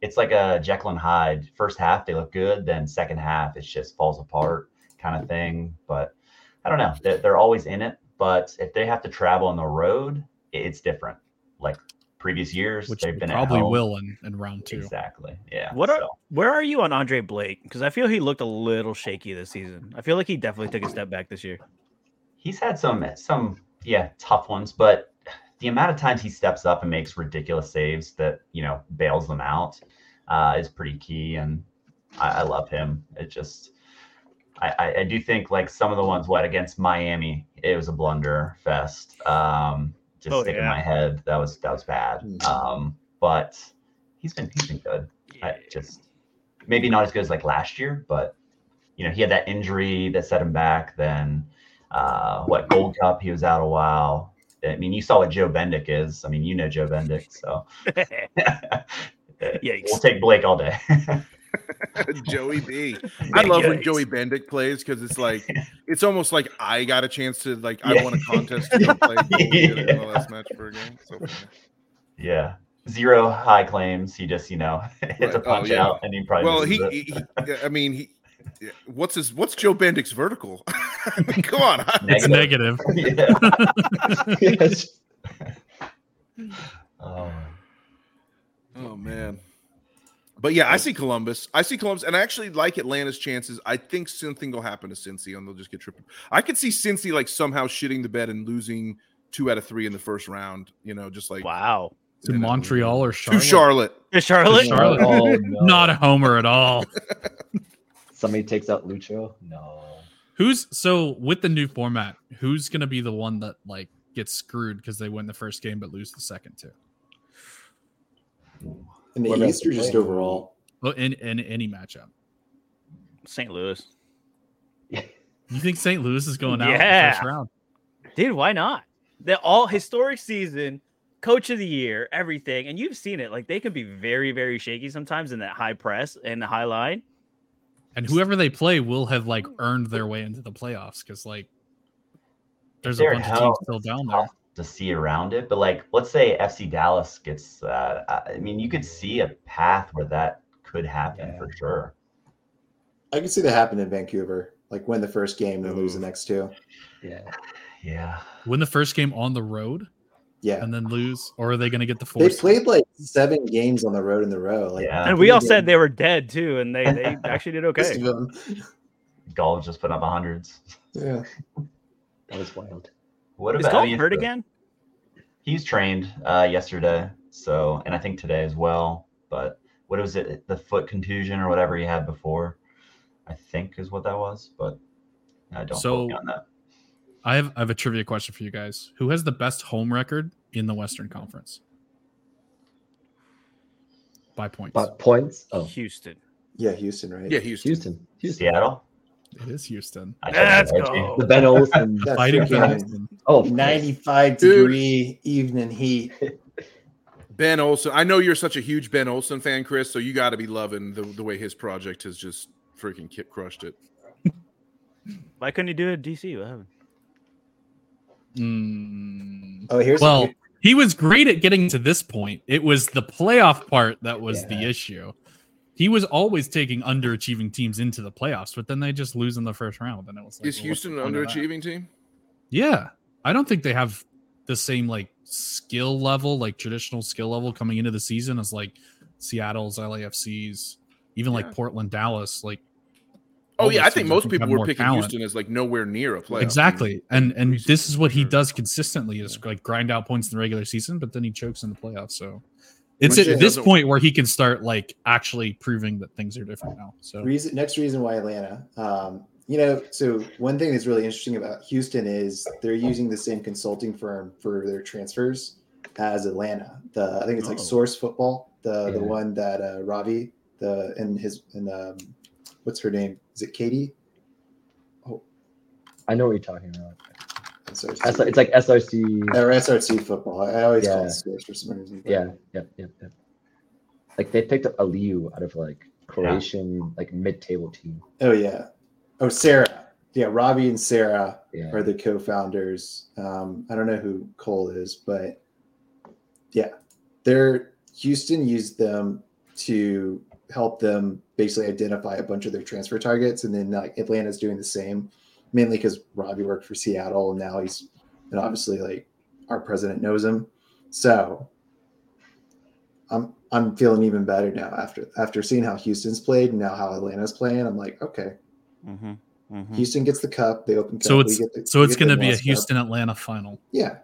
Speaker 5: it's like a jekyll and hyde first half they look good then second half it just falls apart kind of thing but i don't know they're, they're always in it but if they have to travel on the road it- it's different like previous years
Speaker 3: Which they
Speaker 5: they've been at
Speaker 3: probably
Speaker 5: home.
Speaker 3: will in, in round two.
Speaker 5: exactly yeah
Speaker 2: What are
Speaker 5: so.
Speaker 2: where are you on Andre Blake? Because I feel he looked a little shaky this season. I feel like he definitely took a step back this year.
Speaker 5: he's had some some yeah tough ones, but the amount of times he steps up and makes ridiculous saves that you know bails them out uh, is pretty key, and I, I love him. It just I, I, I do think like some of the ones what against Miami, it was a blunder fest. Um, just
Speaker 2: Oh,
Speaker 5: sticking
Speaker 2: yeah.
Speaker 5: my head that was that was bad.
Speaker 4: Mm.
Speaker 5: Um, but he's been he's been good. I just maybe not as good as like last year, but you know, he had that injury that set him back. Then, uh, what Gold Cup, he was out a while. I mean, you saw what Joe Bendick is. I mean, you know Joe Bendick, so we'll
Speaker 2: Yikes.
Speaker 5: take Blake all day.
Speaker 7: Joey B. I love when
Speaker 2: Yikes.
Speaker 7: Joey Bendick plays because it's like it's almost like I got a chance to like I
Speaker 5: Yeah.
Speaker 7: won a contest to go play goalie in
Speaker 5: Yeah.
Speaker 7: the last match for a game. So funny.
Speaker 5: yeah, zero high claims. He just, you know, it's
Speaker 7: Right.
Speaker 5: a
Speaker 7: Oh,
Speaker 5: punch
Speaker 7: yeah.
Speaker 5: out, and he probably.
Speaker 7: well, he,
Speaker 5: misses it.
Speaker 7: he, he- I mean, he. yeah, What's his? What's Joe Bendick's vertical? I mean, come on, I-
Speaker 3: It's negative.
Speaker 5: yeah.
Speaker 6: Yes.
Speaker 5: Oh.
Speaker 7: Oh man. But yeah, I see Columbus. I see Columbus, and I actually like Atlanta's chances. I think something will happen to Cincy, and they'll just get tripped. I could see Cincy like somehow shitting the bed and losing two out of three in the first round. You know, just like
Speaker 2: Wow.
Speaker 3: To
Speaker 7: you know,
Speaker 3: Montreal or
Speaker 7: to
Speaker 3: Charlotte.
Speaker 7: Charlotte.
Speaker 2: Charlotte.
Speaker 3: Charlotte.
Speaker 6: Oh, no.
Speaker 3: Not a homer at all.
Speaker 6: Somebody takes out Lucho. No.
Speaker 3: Who's so with the new format? Who's gonna be the one that like gets screwed because they win the first game but lose the second two?
Speaker 4: In the
Speaker 6: What about
Speaker 4: East or just
Speaker 6: Blake?
Speaker 4: overall?
Speaker 3: Oh, in in any matchup,
Speaker 2: St. Louis.
Speaker 3: you think St. Louis is going out in
Speaker 2: Yeah.
Speaker 3: the first round?
Speaker 2: Dude, why not? They're all historic season, coach of the year, everything. And you've seen it. Like they can be very, very shaky sometimes in that high press and the high line.
Speaker 3: And whoever they play will have like earned their way into the playoffs because like there's a
Speaker 5: They're
Speaker 3: bunch of
Speaker 5: hell.
Speaker 3: teams still down there.
Speaker 5: to see around it. But like, let's say FC Dallas gets that. I I mean, you could see a path where that could happen
Speaker 6: Yeah.
Speaker 5: for sure.
Speaker 4: I can see that happen in Vancouver. Like win the first game and lose the next two.
Speaker 6: Yeah.
Speaker 5: Yeah.
Speaker 3: Win the first game on the road
Speaker 4: Yeah.
Speaker 3: and then lose, or are they going to get the four?
Speaker 4: They
Speaker 3: seed?
Speaker 4: played like seven games on the road in a row. Like
Speaker 5: yeah.
Speaker 2: And we all
Speaker 4: Dude.
Speaker 2: said they were dead too, and they, they actually did
Speaker 4: most
Speaker 2: okay.
Speaker 4: of them.
Speaker 5: Golf just putting up hundreds.
Speaker 4: Yeah.
Speaker 6: That was wild.
Speaker 5: What
Speaker 2: Is
Speaker 5: about
Speaker 2: Golf
Speaker 5: I mean,
Speaker 2: hurt again?
Speaker 5: He's trained uh, yesterday, so and I think today as well. But what was it? The foot contusion or whatever he had before, I think is what that was. But I don't
Speaker 3: So-
Speaker 5: quote me on that.
Speaker 3: I have I have a trivia question for you guys. Who has the best home record in the Western Conference? By points.
Speaker 6: But points. Oh,
Speaker 2: Houston.
Speaker 4: Yeah, Houston, right?
Speaker 7: Yeah, Houston.
Speaker 6: Houston. Houston.
Speaker 5: Seattle.
Speaker 3: it is Houston.
Speaker 5: I
Speaker 2: Let's
Speaker 5: told you.
Speaker 2: go.
Speaker 6: The Ben Olsen.
Speaker 4: That
Speaker 3: Fighting for
Speaker 4: freaking
Speaker 3: Houston.
Speaker 6: Oh, of course.
Speaker 4: 95
Speaker 7: Dude.
Speaker 4: degree evening heat.
Speaker 7: Ben Olson. I know you're such a huge Ben Olson fan, Chris. So you got to be loving the, the way his project has just freaking ki- crushed it.
Speaker 2: Why couldn't he do it in DC? What happened?
Speaker 3: Mm.
Speaker 4: Oh, here's
Speaker 3: Well, he was great at getting to this point. It was the playoff part that was the
Speaker 4: Yeah.
Speaker 3: issue. He was always taking underachieving teams into the playoffs, but then they just lose in the first round. And it was like,
Speaker 7: Is
Speaker 3: well, what's the
Speaker 7: Houston an
Speaker 3: point of that?
Speaker 7: underachieving team?
Speaker 3: Yeah. I don't think they have the same like skill level, like traditional skill level coming into the season as like Seattle's, LAFC's, even
Speaker 7: Yeah.
Speaker 3: like Portland, Dallas. Like,
Speaker 7: Oh
Speaker 3: all
Speaker 7: yeah,
Speaker 3: those
Speaker 7: I think
Speaker 3: teams
Speaker 7: most
Speaker 3: have
Speaker 7: people were
Speaker 3: more
Speaker 7: picking
Speaker 3: talent.
Speaker 7: Houston as like nowhere near a playoff. team.
Speaker 3: Exactly. And and this is what he
Speaker 7: Sure.
Speaker 3: does consistently is like grind out points in the regular season, but then he chokes in the playoffs. So it's
Speaker 7: Which
Speaker 3: at
Speaker 4: is-
Speaker 3: this point where he can start like actually proving that things are different now. So
Speaker 4: reason next reason why Atlanta. Um, you know, so one thing that's really interesting about Houston is they're using the same consulting firm for their transfers as Atlanta. The I think it's like
Speaker 2: Oh.
Speaker 4: Source Football, the the
Speaker 6: Yeah.
Speaker 4: one that uh, Ravi the and his and um, what's her name? Is it Katie?
Speaker 6: I know what you're talking about.
Speaker 4: SRC.
Speaker 6: It's like, it's like SRC.
Speaker 4: or SRC football. I always call
Speaker 6: Yeah.
Speaker 4: it Source for some reason. but-
Speaker 6: Yeah, yep, yep, yep. Like they picked up Aliu out of like Croatian like mid-table team.
Speaker 4: Oh yeah. Oh Sarah. Yeah, Robbie and Sarah.
Speaker 6: Yeah.
Speaker 4: are the co-founders. Um, I don't know who Cole is, but yeah, they're Houston used them to help them basically identify a bunch of their transfer targets, and then like Atlanta's doing the same, mainly because Robbie worked for Seattle, and now he's and obviously like our president knows him, so. I'm, I'm feeling even better now after after seeing how Houston's played and now how Atlanta's playing. I'm like, okay,
Speaker 2: Mm-hmm. Mm-hmm.
Speaker 4: Houston gets the cup, they open cup.
Speaker 3: Hmm. so
Speaker 4: we
Speaker 3: it's
Speaker 4: get the-
Speaker 3: so
Speaker 4: we
Speaker 3: it's
Speaker 4: get the
Speaker 3: going to be a
Speaker 4: lost cup.
Speaker 3: Houston Atlanta final.
Speaker 4: Yeah,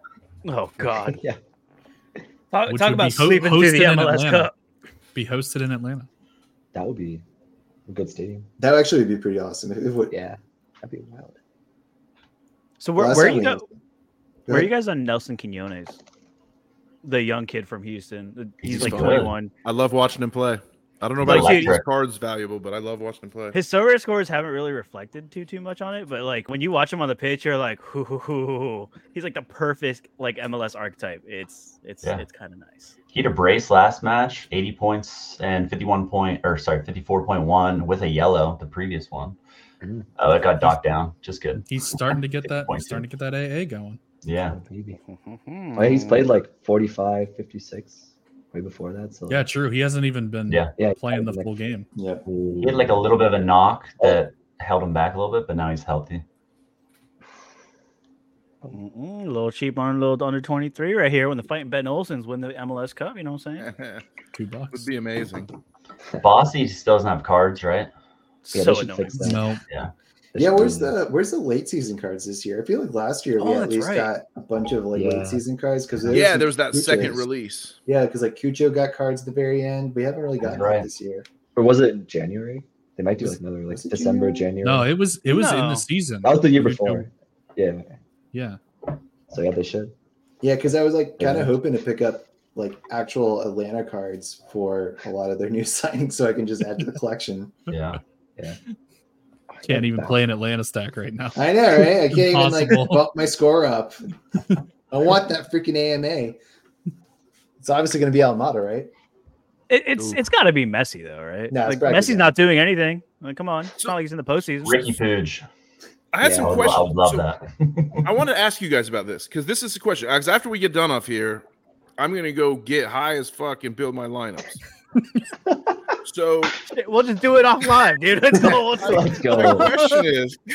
Speaker 2: Oh God!
Speaker 6: yeah.
Speaker 2: Talk, talk
Speaker 3: Which would be
Speaker 2: about
Speaker 3: ho-
Speaker 2: sleeping through
Speaker 3: hosted
Speaker 2: the
Speaker 3: in
Speaker 2: MLS
Speaker 3: Atlanta.
Speaker 2: Cup.
Speaker 3: Be hosted in Atlanta.
Speaker 6: That would be a good stadium.
Speaker 4: That would actually be pretty awesome. It would.
Speaker 6: Yeah. That'd be wild.
Speaker 2: So where,
Speaker 4: Last
Speaker 2: where
Speaker 4: time
Speaker 2: you
Speaker 4: we-
Speaker 2: go? Where are you guys on Nelson Quinones, the young kid from Houston? The-
Speaker 7: He's
Speaker 2: He's, like
Speaker 7: good.
Speaker 2: 21.
Speaker 7: I love watching him play. I don't know
Speaker 2: Like,
Speaker 7: about his
Speaker 5: dude-
Speaker 7: cards valuable, but I love watching him play.
Speaker 2: His silver scores haven't really reflected too too much on it, but like when you watch him on the pitch, you're like, hoo, hoo, hoo, hoo, hoo." he's like the perfect like MLS archetype. It's it's
Speaker 5: Yeah.
Speaker 2: it's kind of nice.
Speaker 5: He had a brace last match, 80 points and 51 point, or sorry, 54.1 with a yellow, the previous one.
Speaker 6: Mm.
Speaker 5: Oh, that got docked down. Just good.
Speaker 3: He's starting to get that.
Speaker 5: Point
Speaker 3: He's starting to get that AA going.
Speaker 5: Yeah.
Speaker 6: Oh, baby. Oh, yeah,
Speaker 5: Mm.
Speaker 6: he's played like 45, 56 way before that. So
Speaker 3: Yeah, true. He hasn't even been
Speaker 5: Yeah.
Speaker 6: yeah
Speaker 3: playing the
Speaker 6: like,
Speaker 3: full game.
Speaker 4: Yeah.
Speaker 5: He had like a little bit of a knock that held him back a little bit, but now he's healthy.
Speaker 2: Mm-mm, little cheap on little under 23 right here when the fighting Ben Olsen's win the MLS Cup. You know what I'm saying?
Speaker 7: Would
Speaker 3: Two bucks.
Speaker 7: be amazing.
Speaker 5: Bossy still doesn't have cards, right?
Speaker 6: Yeah, they
Speaker 2: so
Speaker 6: should
Speaker 2: annoying.
Speaker 6: fix that.
Speaker 3: No,
Speaker 6: They
Speaker 4: Yeah,
Speaker 6: should
Speaker 4: where's
Speaker 6: do that.
Speaker 4: the where's the late season cards this year? I feel like last year we
Speaker 2: Oh,
Speaker 4: at
Speaker 2: that's
Speaker 4: least
Speaker 2: right.
Speaker 4: got a bunch of like
Speaker 6: Yeah.
Speaker 4: late season cards because
Speaker 7: Yeah, there was that second
Speaker 4: release.
Speaker 7: release.
Speaker 4: Yeah, because like Cucho got cards at the very end. We haven't really
Speaker 5: That's
Speaker 4: gotten
Speaker 5: right.
Speaker 4: that this year.
Speaker 6: Or was it in January? They might do
Speaker 4: Was-
Speaker 6: like another like
Speaker 4: was it
Speaker 6: December,
Speaker 4: January?
Speaker 6: January.
Speaker 3: no, it was it was in
Speaker 2: No.
Speaker 3: the season.
Speaker 6: that was the year
Speaker 3: Pretty sure.
Speaker 6: before. Yeah. okay.
Speaker 3: Yeah,
Speaker 6: So yeah, they should.
Speaker 4: Yeah, because I was like kind
Speaker 6: Yeah.
Speaker 4: of hoping to pick up like actual Atlanta cards for a lot of their new signings, so I can just add to the collection.
Speaker 5: Yeah.
Speaker 3: can't even play in Atlanta stack right now.
Speaker 4: I know, right? I can't even like
Speaker 3: Impossible.
Speaker 4: bump my score up. I want that freaking AMA. It's obviously going to be Almada, right?
Speaker 2: It, it's
Speaker 7: Ooh.
Speaker 2: it's got to be messy though, right?
Speaker 4: No, it's
Speaker 2: like,
Speaker 4: probably
Speaker 2: Messi's
Speaker 4: not.
Speaker 2: not doing anything. Like, come on, it's
Speaker 7: So-
Speaker 2: not like he's in the postseason.
Speaker 5: Ricky Pooge. Oh,
Speaker 7: I had
Speaker 6: Yeah,
Speaker 7: some
Speaker 5: I would,
Speaker 7: questions.
Speaker 5: I would love
Speaker 7: So,
Speaker 5: that.
Speaker 7: I want to ask you guys about this because this is the question. Because after we get done off here, I'm gonna go get high as fuck and build my lineups. so
Speaker 2: Shit, We'll just do it offline, dude. Let's go. Let's go.
Speaker 6: Let's
Speaker 7: my
Speaker 6: go.
Speaker 7: question is, my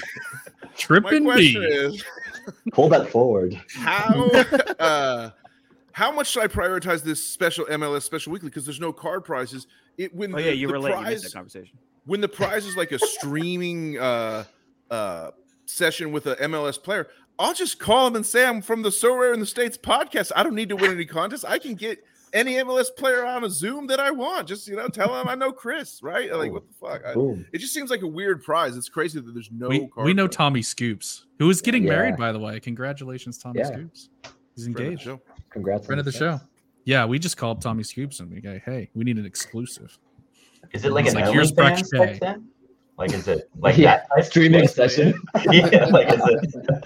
Speaker 3: Tripping
Speaker 7: question
Speaker 3: me.
Speaker 7: is,
Speaker 6: Pull that forward.
Speaker 7: how uh, how much should I prioritize this special MLS special weekly? Because there's no card prizes. It when
Speaker 2: Oh
Speaker 7: the,
Speaker 2: yeah, you
Speaker 7: the
Speaker 2: were late. You missed
Speaker 7: prize
Speaker 2: that conversation.
Speaker 7: when the prize is like a streaming uh uh session with an MLS player, I'll just call him and say I'm from the So Rare in the States podcast. I don't need to win any contest. I can get any MLS player on a Zoom that I want. Just you know, tell him I know Chris, right? Like what the fuck? I-
Speaker 6: Boom.
Speaker 7: it just seems like a weird prize. It's crazy that there's no.
Speaker 3: we,
Speaker 7: card
Speaker 3: we know
Speaker 7: prize
Speaker 3: Tommy Scoops, who is getting
Speaker 6: Yeah.
Speaker 3: married, by the way. Congratulations, Tommy
Speaker 6: Yeah.
Speaker 3: Scoops. He's
Speaker 7: for the
Speaker 3: engaged.
Speaker 7: show.
Speaker 6: Congrats.
Speaker 3: Friend
Speaker 6: on
Speaker 3: of the show.
Speaker 6: success.
Speaker 3: Yeah, we just called Tommy Scoops and we go, hey, we need an exclusive.
Speaker 5: Is it like
Speaker 3: It's
Speaker 5: an
Speaker 3: like, here's Brock
Speaker 5: OnlyFans
Speaker 3: Shea.
Speaker 5: type thing? Like is it like
Speaker 6: Yeah,
Speaker 5: that type?
Speaker 6: Streaming session.
Speaker 5: yeah, like is it?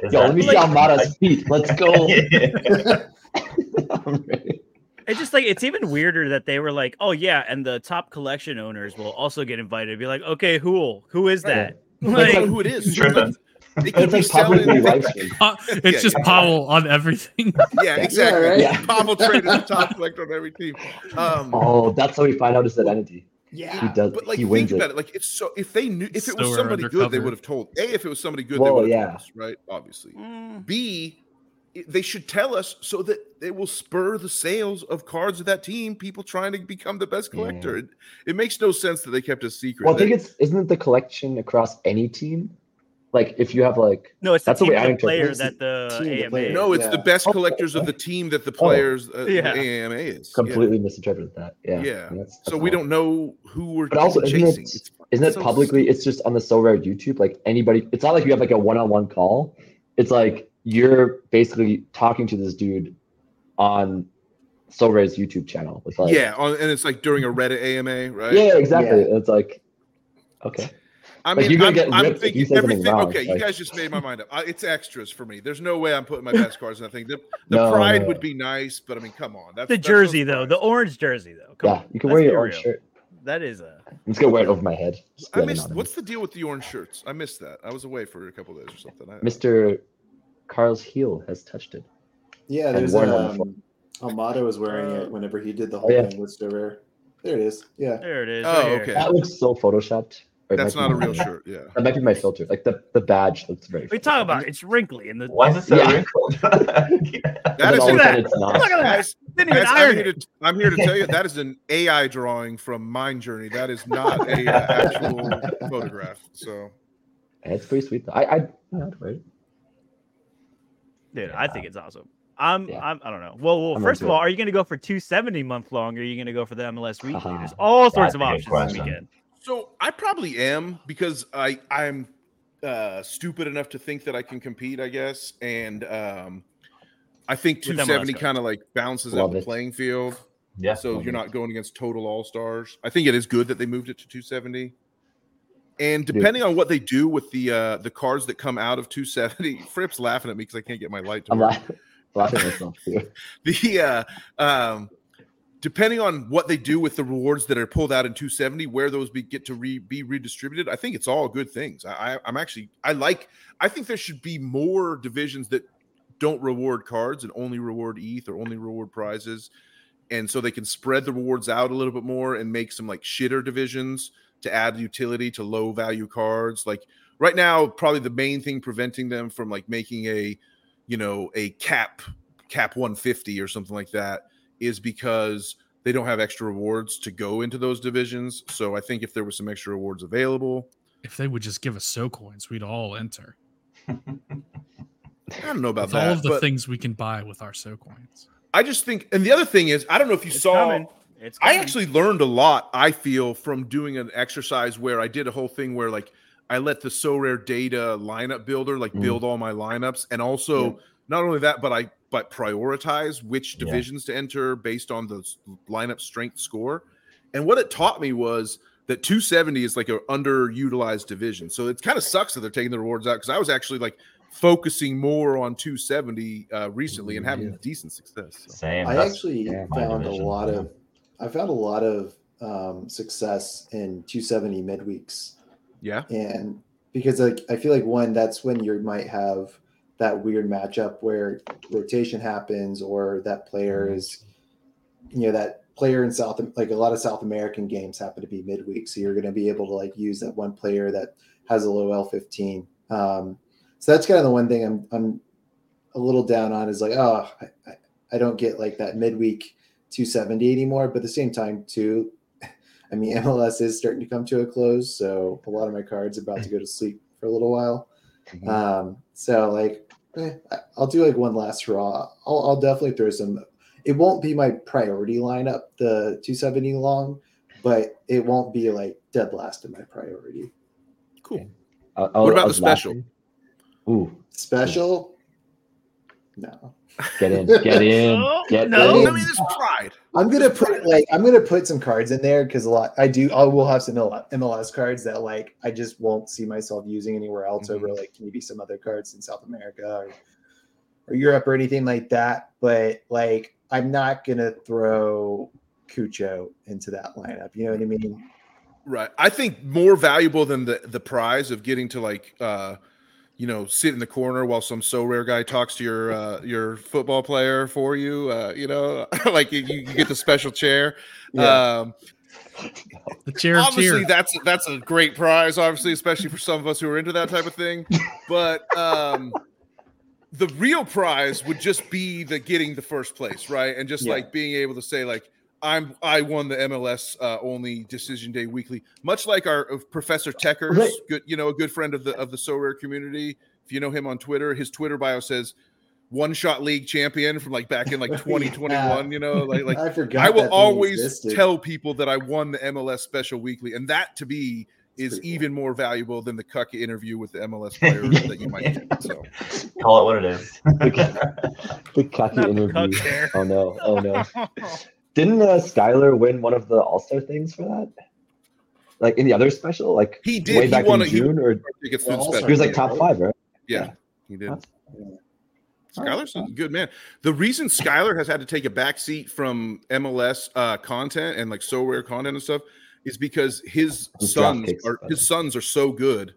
Speaker 5: Is that-
Speaker 6: Yo, let me see Almada's feet. Let's go. I'm ready.
Speaker 2: It's just like it's even weirder that they were like, "Oh yeah," and the top collection owners will also get invited. Be like, "Okay, who? Who is that?"
Speaker 7: I
Speaker 2: Like,
Speaker 7: don't know who it is.
Speaker 5: Driven.
Speaker 7: They could be
Speaker 6: like
Speaker 7: selling.
Speaker 6: publicly live stream.
Speaker 3: Uh, it's
Speaker 7: Yeah,
Speaker 3: just
Speaker 7: yeah.
Speaker 3: Powell on everything.
Speaker 7: Yeah, exactly.
Speaker 4: right?
Speaker 6: Yeah.
Speaker 7: Pavel traded the top collector on every team. Um,
Speaker 6: Oh, that's how we find out his identity. He
Speaker 4: Yeah.
Speaker 6: does.
Speaker 7: but like,
Speaker 6: he
Speaker 7: think
Speaker 6: wins
Speaker 7: about
Speaker 6: it.
Speaker 7: it. Like, if so, if they knew, if it
Speaker 3: So
Speaker 7: was
Speaker 3: we're
Speaker 7: somebody good, they
Speaker 3: undercover.
Speaker 7: would have told. A, if it was somebody good,
Speaker 6: Well,
Speaker 7: they would have
Speaker 6: yeah.
Speaker 7: told us, right? Obviously,
Speaker 2: mm,
Speaker 7: B, it- they should tell us so that it will spur the sales of cards of that team. People trying to become the best
Speaker 6: Yeah.
Speaker 7: collector. It, it makes no sense that they kept a secret.
Speaker 6: Well, I think
Speaker 7: They-
Speaker 6: it's isn't it the collection across any team? Like if you have like
Speaker 2: no, it's the
Speaker 6: That's the
Speaker 2: team
Speaker 6: way I
Speaker 2: of the
Speaker 6: interpret it.
Speaker 2: player
Speaker 4: It's the
Speaker 2: that the
Speaker 4: team of the
Speaker 2: AMA.
Speaker 4: player.
Speaker 7: no, it's
Speaker 4: yeah.
Speaker 7: the best
Speaker 6: Oh,
Speaker 7: collectors of
Speaker 6: okay.
Speaker 7: the team that the players, uh,
Speaker 2: Yeah.
Speaker 7: the AMA is. Yeah.
Speaker 6: completely misinterpreted that. Yeah.
Speaker 7: Yeah.
Speaker 6: That's-
Speaker 7: So
Speaker 6: that's
Speaker 7: we
Speaker 6: all.
Speaker 7: don't know who we're
Speaker 6: But also, isn't
Speaker 7: chasing.
Speaker 6: it-
Speaker 7: It's-
Speaker 6: Isn't it
Speaker 7: so
Speaker 6: publicly? It's just on the so rare YouTube. Like anybody, it's not like you have like a one-on-one call. It's like you're basically talking to this dude on so rare's YouTube channel. It's like
Speaker 7: yeah, on, and it's like during a Reddit AMA, right?
Speaker 6: yeah, exactly. It's like okay,
Speaker 7: I
Speaker 6: Like,
Speaker 7: mean,
Speaker 6: you're gonna
Speaker 7: I'm,
Speaker 6: get
Speaker 7: I'm
Speaker 6: ripped if
Speaker 7: thinking
Speaker 6: you say something
Speaker 7: everything.
Speaker 6: wrong,
Speaker 7: okay, you
Speaker 6: like-
Speaker 7: guys just made my mind up. I, it's extras for me. There's no way I'm putting my best cards in that thing. The, the
Speaker 6: No,
Speaker 7: pride
Speaker 6: no.
Speaker 7: would be nice, but I mean, come on. That's
Speaker 2: The
Speaker 7: that's
Speaker 2: jersey
Speaker 7: those prides.
Speaker 2: though, the orange jersey though. Come
Speaker 6: yeah,
Speaker 2: on,
Speaker 6: you can
Speaker 2: let's
Speaker 6: wear
Speaker 2: be
Speaker 6: your orange
Speaker 2: real.
Speaker 6: shirt.
Speaker 2: That is a
Speaker 6: I'm just gonna wear it over my head. Just
Speaker 7: I
Speaker 6: be
Speaker 7: missed.
Speaker 6: anonymous.
Speaker 7: What's the deal with the orange shirts? I missed that. I was away for a couple days or something. I,
Speaker 6: Mr. Carl's heel has touched it.
Speaker 4: Yeah,
Speaker 6: And
Speaker 4: there's
Speaker 6: one on the
Speaker 4: um, Amato was wearing it whenever he did the whole
Speaker 6: yeah.
Speaker 4: thing with Stover. There it is. Yeah.
Speaker 2: there it is.
Speaker 7: Oh,
Speaker 2: right here.
Speaker 7: okay.
Speaker 6: That looks so photoshopped. Or it
Speaker 7: that's
Speaker 6: might
Speaker 7: not
Speaker 6: be
Speaker 7: a real
Speaker 6: my-
Speaker 7: shirt. Yeah.
Speaker 6: That might be my filter. Like the, the badge looks very.
Speaker 2: We talk about it, it's wrinkly and the
Speaker 5: Why is it so
Speaker 6: Yeah.
Speaker 5: wrinkled? Yeah.
Speaker 7: That is.
Speaker 6: That is
Speaker 2: all
Speaker 7: an-
Speaker 2: Look at
Speaker 6: It's not.
Speaker 2: look at that.
Speaker 7: guys,
Speaker 2: Didn't even
Speaker 7: guys, I'm,
Speaker 2: iron
Speaker 7: here
Speaker 2: it.
Speaker 7: to, I'm here to tell you that is an AI drawing from Mind Journey. That is not a uh, actual photograph. So
Speaker 6: It's pretty sweet. Though. I I yeah, I'd wear it.
Speaker 2: Dude, I think it's awesome. I'm,
Speaker 6: Yeah.
Speaker 2: I'm, I don't know. Well, well
Speaker 6: I'm
Speaker 2: first of
Speaker 6: into
Speaker 2: all, are you going to go for 270 month long or are you going to go for the MLS weekly?
Speaker 6: Ah,
Speaker 2: There's all sorts
Speaker 5: that's
Speaker 2: of
Speaker 5: a good
Speaker 2: options this
Speaker 5: question.
Speaker 2: weekend.
Speaker 7: So I probably am because I I'm uh, stupid enough to think that I can compete, I guess, and um, I think
Speaker 2: With MLS
Speaker 7: 270
Speaker 2: cards.
Speaker 7: kind of like balances
Speaker 6: Love
Speaker 7: out the
Speaker 6: it.
Speaker 7: playing field,
Speaker 5: yeah.
Speaker 7: so you're not going against total all stars. I think it is good that they moved it to 270, and depending on what they do with the uh, the cards that come out of 270, Fripp's laughing at me because I can't get my light to
Speaker 6: I'm
Speaker 7: work
Speaker 6: laughing, laughing at myself too.
Speaker 7: the uh, um, depending on what they do with the rewards that are pulled out in 270 where those be, get to re, be redistributed i think it's all good things I, I i'm actually i like i think there should be more divisions that don't reward cards and only reward eth or only reward prizes and so they can spread the rewards out a little bit more and make some like shitter divisions to add utility to low value cards like right now probably the main thing preventing them from like making a you know a cap cap 150 or something like that is because they don't have extra rewards to go into those divisions. So I think if there were some extra rewards available,
Speaker 3: if they would just give us so coins, we'd all enter.
Speaker 7: I don't know about
Speaker 3: With
Speaker 7: that.
Speaker 3: all of the
Speaker 7: but
Speaker 3: things we can buy with our so coins.
Speaker 7: I just think, and the other thing is, I don't know if you
Speaker 2: It's
Speaker 7: saw.
Speaker 2: coming. It's
Speaker 7: I
Speaker 2: coming.
Speaker 7: actually learned a lot, I feel, from doing an exercise where I did a whole thing where like I let the so rare data lineup builder like
Speaker 6: Mm.
Speaker 7: build all my lineups and also not only that, but I but prioritize which
Speaker 5: Yeah.
Speaker 7: divisions to enter based on the s- lineup strength score. And what it taught me was that 270 is like an underutilized division. So it kind of sucks that they're taking the rewards out because I was actually like focusing more on 270 uh, recently and having
Speaker 6: Yeah.
Speaker 7: decent success. So.
Speaker 5: Same.
Speaker 4: I
Speaker 5: That's-
Speaker 4: actually
Speaker 6: yeah,
Speaker 5: my
Speaker 4: found a
Speaker 5: division,
Speaker 4: lot
Speaker 5: yeah.
Speaker 4: of I found a lot of um, success in 270 midweeks
Speaker 7: Yeah.
Speaker 4: and because like I feel like one that's when you might have that weird matchup where rotation happens or that player is you know that player in South like a lot of South American games happen to be midweek so you're going to be able to like use that one player that has a low L15 um so that's kind of the one thing I'm I'm a little down on is like oh I, I- I don't get like that midweek 270 anymore but at the same time too I mean, MLS is starting to come to a close, so a lot of my cards about to go to sleep for a little while.
Speaker 6: Mhm.
Speaker 4: Um, so like, eh, I- I'll do like one last raw. I'll, I'll definitely throw some. It won't be my priority lineup, the 270 long, but it won't be like dead last in my priority.
Speaker 7: Cool.
Speaker 6: I- I-
Speaker 7: What about
Speaker 6: I
Speaker 7: the
Speaker 6: was
Speaker 7: special?
Speaker 6: laughing. Ooh,
Speaker 4: Special? No,
Speaker 6: get in, get in,
Speaker 2: No,
Speaker 6: get
Speaker 2: no.
Speaker 7: I
Speaker 6: in.
Speaker 7: mean, there's pride.
Speaker 4: I'm gonna put like I'm gonna put some cards in there because a lot I do I will have some MLS cards that like I just won't see myself using anywhere else
Speaker 7: Mhm.
Speaker 4: over like maybe some other cards in South America or, or Europe or anything like that. But like I'm not gonna throw Cucho into that lineup. You know what I mean?
Speaker 7: Right. I think more valuable than the the prize of getting to like uh you know sit in the corner while some so rare guy talks to your uh your football player for you, uh you know, like you, you get the special chair. Um
Speaker 3: The chair of
Speaker 7: obviously
Speaker 3: cheer.
Speaker 7: that's that's a great prize obviously especially for some of us who are into that type of thing but um the real prize would just be the getting the first place right and just
Speaker 4: Yeah.
Speaker 7: like being able to say like i'm i won the mls uh, only decision day weekly much like our of professor techers
Speaker 6: Right.
Speaker 7: good you know a good friend of the of the so rare community if you know him on twitter his twitter bio says one shot league champion from like back in like
Speaker 4: Yeah.
Speaker 7: 2021 you know like like
Speaker 4: I forgot.
Speaker 7: I will
Speaker 4: that thing
Speaker 7: always
Speaker 4: existed.
Speaker 7: tell people that I won the MLS Special Weekly, and that to me is
Speaker 4: It's pretty cool.
Speaker 7: even more valuable than the cuck interview with the MLS player that you might get. So
Speaker 5: Call it what it is.
Speaker 6: the cocky
Speaker 2: Not the
Speaker 6: interview.
Speaker 2: cuck there.
Speaker 6: Oh no! Oh no! Didn't uh, Skyler win one of the All Star things for that? Like in the other special, like
Speaker 7: he
Speaker 6: way
Speaker 7: did. He
Speaker 6: back
Speaker 7: won
Speaker 6: in
Speaker 7: a he oh.
Speaker 6: June, or
Speaker 7: tickets to the
Speaker 4: Well, also-
Speaker 7: special.
Speaker 6: he was like
Speaker 7: yeah.
Speaker 6: top five, right?
Speaker 7: Yeah, he did.
Speaker 6: Huh?
Speaker 7: Skyler's a good man. The reason Skyler has had to take a back seat from MLS uh, content and like so rare content and stuff is because his
Speaker 6: His draft
Speaker 7: sons
Speaker 6: picks,
Speaker 7: are
Speaker 6: by the way.
Speaker 7: his sons are so good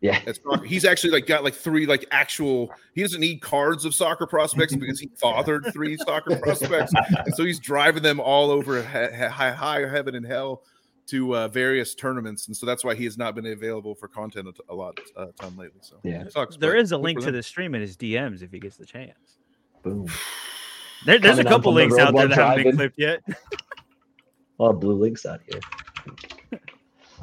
Speaker 6: Yeah,
Speaker 7: at soccer. He's actually like got like three like actual. He doesn't need cards of soccer prospects because he fathered three soccer prospects, and so he's driving them all over high, high, high heaven and hell to uh, various tournaments, and so that's why he has not been available for content a t- a lot uh, time lately. So
Speaker 6: Yeah.
Speaker 7: sucks,
Speaker 2: There
Speaker 7: but
Speaker 2: is a
Speaker 7: good
Speaker 2: link
Speaker 7: for
Speaker 2: to
Speaker 7: them.
Speaker 2: the stream in his DMs if he gets the chance.
Speaker 6: boom.
Speaker 2: There, there's a
Speaker 6: Coming up
Speaker 2: couple
Speaker 6: on the
Speaker 2: links
Speaker 6: road
Speaker 2: out there
Speaker 6: while
Speaker 2: that haven't been
Speaker 6: driving.
Speaker 2: clipped yet.
Speaker 6: Well, blue links out here.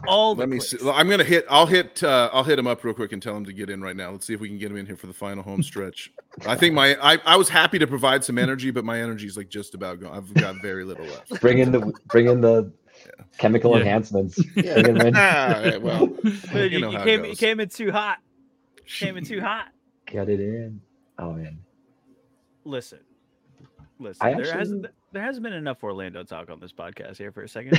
Speaker 2: All the
Speaker 7: Let me
Speaker 2: clips.
Speaker 7: see. I'm gonna hit. I'll hit. Uh, I'll hit him up real quick and tell him to get in right now. Let's see if we can get him in here for the final home stretch. I think my. I, I was happy to provide some energy, but my energy is like just about gone. I've got very little left.
Speaker 6: Bring in the bring in the chemical
Speaker 3: Yeah.
Speaker 6: enhancements.
Speaker 4: Yeah.
Speaker 6: Bring them in.
Speaker 7: Ah, yeah, well,
Speaker 2: But
Speaker 7: you
Speaker 2: you,
Speaker 7: know
Speaker 2: you
Speaker 7: how it
Speaker 2: came, you
Speaker 7: goes.
Speaker 2: came in too hot. Came in too hot.
Speaker 6: Get it in. Oh man.
Speaker 2: Listen, listen.
Speaker 6: I
Speaker 2: there
Speaker 6: actually-
Speaker 2: hasn't been- there hasn't been enough Orlando talk on this podcast here for a second.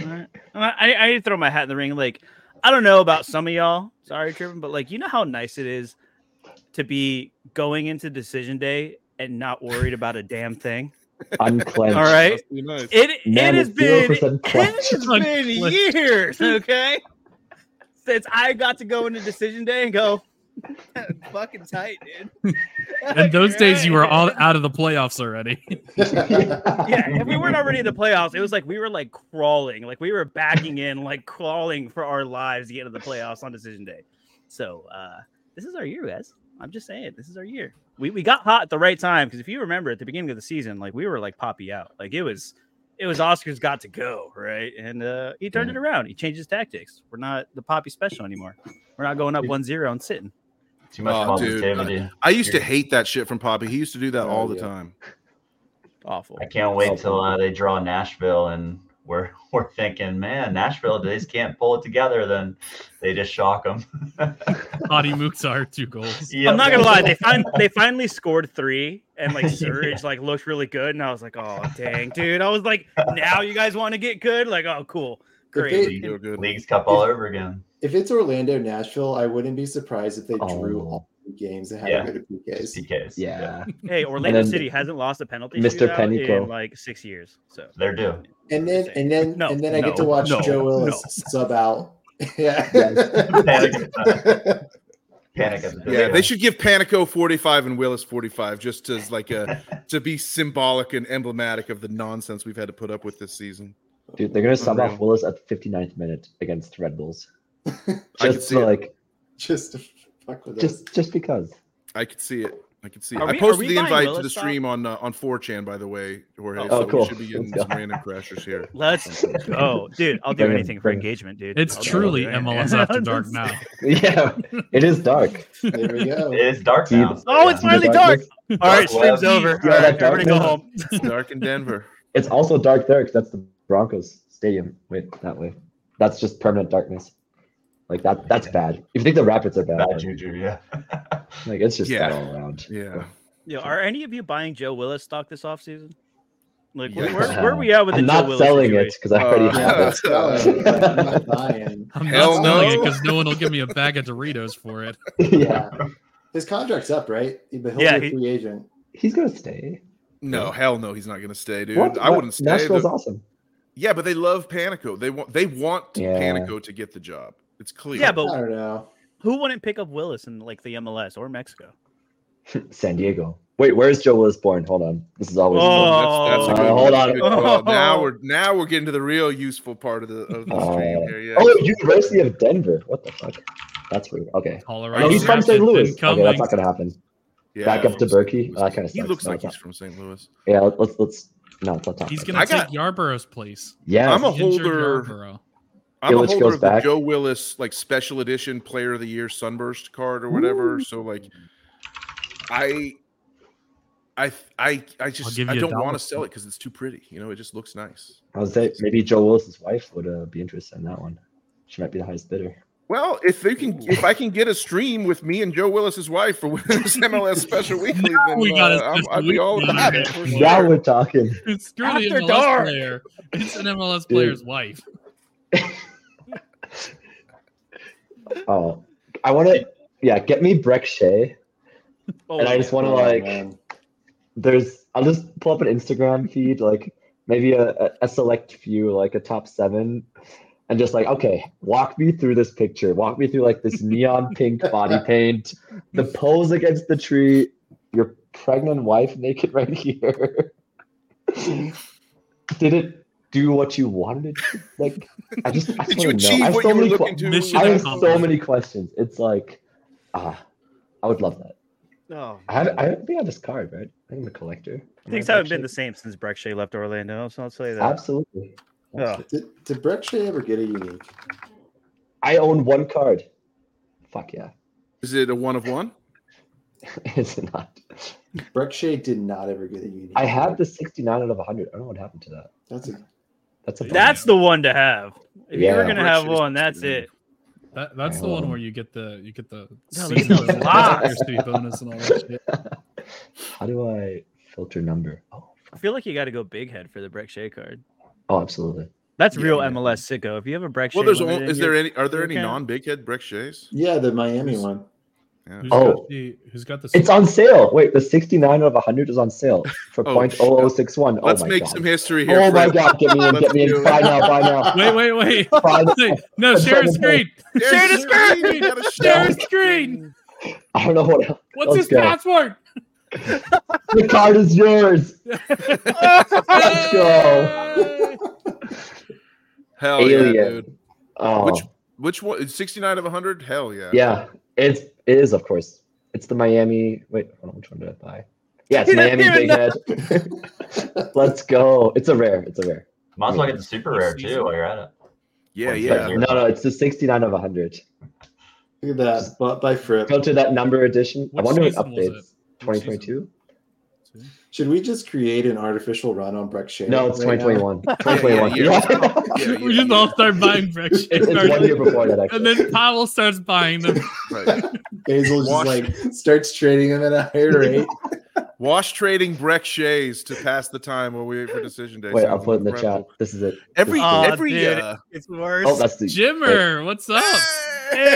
Speaker 2: all right? I, I, I need to throw my hat in the ring. Like, I don't know about some of y'all. Sorry, Trippin, but like, you know how nice it is to be going into decision day and not worried about a damn thing.
Speaker 6: Unclenched.
Speaker 2: All right.
Speaker 7: Must be nice.
Speaker 2: It
Speaker 6: Man,
Speaker 2: it has
Speaker 6: it's 0%
Speaker 2: been it
Speaker 6: clutch.
Speaker 2: has been years, okay? Since I got to go into decision day and go fucking tight, dude.
Speaker 3: And those days you were
Speaker 2: Right.
Speaker 3: all out of the playoffs already.
Speaker 2: Yeah, if we weren't already in the playoffs, it was like we were like crawling, like we were backing in, like crawling for our lives to get into the playoffs on decision day. So uh this is our year, guys. I'm just saying, this is our year. We we got hot at the right time because if you remember at the beginning of the season, like we were like poppy out. Like it was it was Oscar's got to go, right? And uh he turned it around. He changed his tactics. We're not the poppy special anymore. We're not going up 1-0 and sitting.
Speaker 5: Too much
Speaker 7: Oh, dude.
Speaker 5: positivity.
Speaker 7: I used to hate that shit from Poppy. He used to do that
Speaker 6: Oh,
Speaker 7: all the
Speaker 6: yeah.
Speaker 7: time.
Speaker 2: Awful.
Speaker 5: I can't wait till uh, they draw Nashville and we're we're thinking, man, Nashville if they just can't pull it together. Then they just shock them.
Speaker 3: Adi Mukhtar, two goals.
Speaker 2: I'm not gonna lie. They fin- they finally scored three, and like Surge like looked really good, and I was like, oh dang, dude. I was like, now you guys want to get good? Like, oh cool,
Speaker 4: If
Speaker 2: great.
Speaker 4: it-
Speaker 7: You do good.
Speaker 5: Leagues Cup all over again.
Speaker 4: If it's Orlando, Nashville, I wouldn't be surprised if they drew
Speaker 6: Oh.
Speaker 4: all the games and had
Speaker 5: Yeah.
Speaker 4: to go to PKs.
Speaker 5: CKs.
Speaker 6: Yeah.
Speaker 2: Hey, Orlando
Speaker 6: then
Speaker 2: City hasn't lost a penalty
Speaker 6: Mr.
Speaker 2: shootout
Speaker 6: Penico.
Speaker 2: in like six years. So
Speaker 5: They're due.
Speaker 4: And then and then
Speaker 2: No,
Speaker 4: and then I get to
Speaker 2: no,
Speaker 4: watch
Speaker 2: no,
Speaker 4: Joe Willis
Speaker 2: no.
Speaker 4: sub out. Yeah.
Speaker 5: Panic at the Panic at the
Speaker 7: Yeah, they should give Panico 45 and Willis 45 just as like a to be symbolic and emblematic of the nonsense we've had to put up with this season.
Speaker 6: Dude, they're gonna sub off
Speaker 7: Unreal.
Speaker 6: Willis at the 59th minute against Red Bulls.
Speaker 7: I can
Speaker 6: Just
Speaker 7: see it.
Speaker 6: to, like
Speaker 4: Just to fuck with us.
Speaker 6: just just because.
Speaker 7: I could see it. I could see it.
Speaker 2: Are we-
Speaker 7: I
Speaker 2: are
Speaker 7: posted
Speaker 2: we
Speaker 7: the
Speaker 2: buying
Speaker 7: invite to
Speaker 2: Willis
Speaker 7: the
Speaker 2: stock?
Speaker 7: stream on uh, on 4chan, by the way, Jorge.
Speaker 2: Oh,
Speaker 7: so
Speaker 6: cool.
Speaker 7: we should be getting
Speaker 6: Let's
Speaker 7: some
Speaker 6: go.
Speaker 7: random crashers here.
Speaker 2: let's go, dude. I'll do
Speaker 6: Bring it,
Speaker 2: anything for
Speaker 6: bring it.
Speaker 2: engagement, dude.
Speaker 3: It's
Speaker 2: I'll do
Speaker 3: truly
Speaker 2: anything.
Speaker 3: MLS After Dark now.
Speaker 6: yeah, it is dark.
Speaker 4: There we go.
Speaker 5: It is dark
Speaker 6: See,
Speaker 5: now. so
Speaker 2: Oh, it's
Speaker 5: yeah.
Speaker 2: finally
Speaker 6: The
Speaker 2: dark.
Speaker 6: darkness-
Speaker 2: All right, stream's
Speaker 5: Yeah,
Speaker 2: over.
Speaker 6: yeah,
Speaker 2: All right,
Speaker 6: that
Speaker 2: everybody go
Speaker 6: darkness.
Speaker 2: home.
Speaker 7: It's dark in Denver.
Speaker 6: It's also dark there because that's the Broncos stadium. Wait, that way. That's just permanent darkness. Like that. That's bad. If you think the Rapids are bad,
Speaker 5: Bad juju, yeah.
Speaker 6: like it's just
Speaker 7: Yeah.
Speaker 6: bad all around.
Speaker 7: Yeah.
Speaker 2: Yo, are any of you buying Joe Willis stock this offseason? Like, where,
Speaker 7: Yes.
Speaker 2: where, where are we at with
Speaker 6: I'm
Speaker 2: the
Speaker 6: not
Speaker 2: Joe Willis?
Speaker 6: selling it
Speaker 2: situation?
Speaker 6: because I already
Speaker 7: Uh,
Speaker 6: have it.
Speaker 4: That's valid. I'm not buying.
Speaker 3: I'm
Speaker 7: Hell
Speaker 3: not selling it
Speaker 7: no.
Speaker 3: because no one will give me a bag of Doritos for it.
Speaker 6: yeah,
Speaker 4: His contract's up, right? But he'll
Speaker 2: Yeah,
Speaker 4: be a
Speaker 2: he-
Speaker 4: free agent.
Speaker 6: he's gonna stay.
Speaker 7: No, hell no, he's not going to stay, dude.
Speaker 6: What?
Speaker 7: I wouldn't stay.
Speaker 6: Nashville's
Speaker 7: The-
Speaker 6: awesome.
Speaker 7: yeah, but they love Panico. They want they want
Speaker 6: Yeah.
Speaker 7: Panico to get the job. It's clear.
Speaker 2: Yeah,
Speaker 4: I
Speaker 2: but
Speaker 4: don't know.
Speaker 2: who wouldn't pick up Willis in like the MLS or Mexico?
Speaker 6: San Diego. Wait, where's Joe Willis born? Hold on. This is always.
Speaker 2: Oh.
Speaker 7: that's, that's a good,
Speaker 6: Oh. Hold
Speaker 7: that's a
Speaker 6: on.
Speaker 7: good call. Now
Speaker 2: Oh.
Speaker 7: we're now we're getting to the real useful part of the of the
Speaker 6: Oh.
Speaker 7: stream here. Yeah.
Speaker 6: Oh, University of Denver. What the fuck? That's weird. Okay.
Speaker 3: Colorado.
Speaker 6: No, he's from
Speaker 3: drafted
Speaker 6: St. Louis.
Speaker 3: Finn
Speaker 6: Okay, that's
Speaker 3: Cummings.
Speaker 6: not gonna happen.
Speaker 7: Yeah,
Speaker 6: Back up to
Speaker 7: from
Speaker 6: Berkey? Oh,
Speaker 7: St. Louis.
Speaker 6: That kinda
Speaker 7: He
Speaker 6: sucks.
Speaker 7: looks like
Speaker 6: No,
Speaker 7: he's from St. Louis.
Speaker 6: Yeah, let's let's no, let's not talk.
Speaker 3: He's
Speaker 6: about
Speaker 3: gonna
Speaker 7: I
Speaker 3: take
Speaker 7: got-
Speaker 3: Yarborough's place.
Speaker 6: that. Yeah,
Speaker 7: I'm a
Speaker 3: He's injured
Speaker 7: holder.
Speaker 3: Yarborough.
Speaker 7: I'm a
Speaker 6: Illich
Speaker 7: holder
Speaker 6: goes
Speaker 7: of the
Speaker 6: back.
Speaker 7: Joe Willis like special edition player of the year sunburst card or whatever. So like I I I I just
Speaker 3: give
Speaker 7: I
Speaker 3: you a
Speaker 7: don't
Speaker 3: dollar
Speaker 7: want to
Speaker 3: for
Speaker 7: sell
Speaker 3: it.
Speaker 7: it because it's too pretty. You know, it just looks nice.
Speaker 6: I would say maybe Joe Willis's wife would uh, be interested in that one. She might be the highest bidder.
Speaker 7: Well, if you can if I can get a stream with me and Joe Willis's wife for this MLS special weekly,
Speaker 3: Now
Speaker 7: then
Speaker 3: we got a
Speaker 7: uh, I'm,
Speaker 3: special
Speaker 7: I'd be all
Speaker 3: weekly.
Speaker 7: about it. for
Speaker 6: Now
Speaker 7: sure.
Speaker 6: we're talking.
Speaker 3: Screw the
Speaker 2: After
Speaker 3: MLS
Speaker 2: dark.
Speaker 3: player. It's an MLS
Speaker 6: Dude.
Speaker 3: player's wife.
Speaker 6: Oh, I want to. Yeah, get me Breck Shea,
Speaker 2: Oh,
Speaker 6: and I just want to
Speaker 4: Oh,
Speaker 6: like.
Speaker 4: man.
Speaker 6: There's. I'll just pull up an Instagram feed, like maybe a, a, a select few, like a top seven, and just like, okay, walk me through this picture. Walk me through like this neon pink body paint, the pose against the tree, your pregnant wife naked right here. Did it do what you wanted? it to? Like, I just. I just
Speaker 7: Did you
Speaker 6: wanna know. I
Speaker 7: achieve
Speaker 6: have
Speaker 7: what
Speaker 6: so
Speaker 7: you were
Speaker 6: many que-
Speaker 7: looking to?
Speaker 3: Mission
Speaker 6: I have
Speaker 3: accomplished.
Speaker 6: so many questions. It's like, ah, I would love that.
Speaker 2: no.
Speaker 6: I have, I don't think I have this card, right? I think I'm a collector. Am
Speaker 2: Things
Speaker 6: I
Speaker 2: haven't been
Speaker 6: actually-
Speaker 2: the same since Breck Shea left Orlando, so I'll tell you
Speaker 7: uh,
Speaker 2: that.
Speaker 6: Absolutely.
Speaker 2: Oh.
Speaker 6: Absolutely.
Speaker 4: Did, did Brett Shea ever get a unique?
Speaker 6: I own one card. Fuck yeah.
Speaker 7: Is it a one of one?
Speaker 6: Is it not?
Speaker 4: Brett Shea did not ever get a unique.
Speaker 6: I have the 69 out of 100. I don't know what happened to that.
Speaker 4: That's a,
Speaker 6: That's a bummer.
Speaker 2: That's the one to have. If you were
Speaker 6: Yeah.
Speaker 2: gonna have
Speaker 7: Breck Shea's
Speaker 2: one, that's
Speaker 7: too.
Speaker 2: it.
Speaker 3: That, that's the
Speaker 6: Oh.
Speaker 3: one where you get the you get the
Speaker 2: No,
Speaker 3: seed
Speaker 2: there's no
Speaker 3: bonus, the
Speaker 2: box.
Speaker 3: accuracy bonus and all that shit.
Speaker 6: How do I filter number? Oh,
Speaker 2: I feel like you got to go big head for the Breck Shea card.
Speaker 6: oh absolutely.
Speaker 2: That's
Speaker 7: Yeah,
Speaker 2: real
Speaker 7: yeah.
Speaker 2: MLS sicko. If you have a Breck
Speaker 7: Well,
Speaker 2: Shea,
Speaker 7: there's
Speaker 2: limited
Speaker 7: only,
Speaker 2: in
Speaker 7: is
Speaker 2: your-
Speaker 7: there any are there any
Speaker 2: Okay.
Speaker 7: non big head Breck Shays?
Speaker 4: yeah, the Miami one.
Speaker 7: Yeah.
Speaker 3: Who's
Speaker 6: Oh.
Speaker 3: got the, who's got the
Speaker 6: It's on sale. Wait, the 69 out of 100 is on sale for
Speaker 7: Oh,
Speaker 6: point
Speaker 7: shit.
Speaker 6: oh oh six one. 0.0061.
Speaker 7: Let's
Speaker 6: oh my
Speaker 7: make
Speaker 6: God.
Speaker 7: some history here.
Speaker 6: Oh my
Speaker 7: friends.
Speaker 6: god, get me in,
Speaker 7: Let's
Speaker 6: get me
Speaker 7: do
Speaker 6: in.
Speaker 7: it.
Speaker 6: Buy now, buy now.
Speaker 3: Wait, wait, wait.
Speaker 6: Buy now.
Speaker 3: Wait, no,
Speaker 6: I'm
Speaker 3: share a
Speaker 6: trying to
Speaker 3: screen.
Speaker 7: There's
Speaker 3: Share the
Speaker 7: your
Speaker 3: screen.
Speaker 7: screen. You gotta
Speaker 3: Share
Speaker 7: show
Speaker 3: a
Speaker 7: it.
Speaker 3: screen.
Speaker 6: I don't know what else.
Speaker 3: What's his
Speaker 6: Let's go.
Speaker 3: password?
Speaker 6: The card is yours. Let's go.
Speaker 3: Hey!
Speaker 7: Hell
Speaker 6: Alien.
Speaker 7: yeah, dude.
Speaker 6: Oh,
Speaker 7: Which which one? is 69 out of 100? Hell yeah.
Speaker 6: yeah. It's it is of course. It's the Miami. Wait, hold on, which one did I buy? Yeah, it's
Speaker 2: You didn't
Speaker 6: Miami
Speaker 2: even
Speaker 6: Big Head. Let's go. It's a rare. It's a rare.
Speaker 5: Might as well get the super rare too while you're at it.
Speaker 7: Yeah,
Speaker 5: One
Speaker 7: yeah.
Speaker 5: second.
Speaker 6: No, no, it's the 69 of 100.
Speaker 4: Look at that. But by Fripp.
Speaker 6: Filter that number edition. I
Speaker 3: What
Speaker 6: wonder if it
Speaker 3: season was it? What
Speaker 6: updates. 2022?
Speaker 4: Should we just create an artificial run on Brett Shea?
Speaker 6: No, it's
Speaker 4: right now?
Speaker 6: 2021. 2021.
Speaker 7: yeah, yeah.
Speaker 6: Yeah.
Speaker 7: Yeah,
Speaker 3: we
Speaker 7: yeah,
Speaker 3: just
Speaker 7: yeah.
Speaker 3: all start buying Breck Shea
Speaker 6: it's one
Speaker 3: cards.
Speaker 6: year before that, actually.
Speaker 3: And then Powell starts buying them.
Speaker 7: Right.
Speaker 4: Basil just
Speaker 7: Wash-
Speaker 4: like starts trading him at a higher rate.
Speaker 7: Wash trading Breck Shays to pass the time while we wait for decision day.
Speaker 6: Wait, I'll
Speaker 7: Sounds
Speaker 6: put it in the chat.
Speaker 7: incredible.
Speaker 6: This is it.
Speaker 7: Every
Speaker 2: Aw,
Speaker 3: Ah,
Speaker 7: every
Speaker 2: dude.
Speaker 7: uh,
Speaker 2: It's worse.
Speaker 6: Oh, that's the.
Speaker 3: Jimmer, what's up?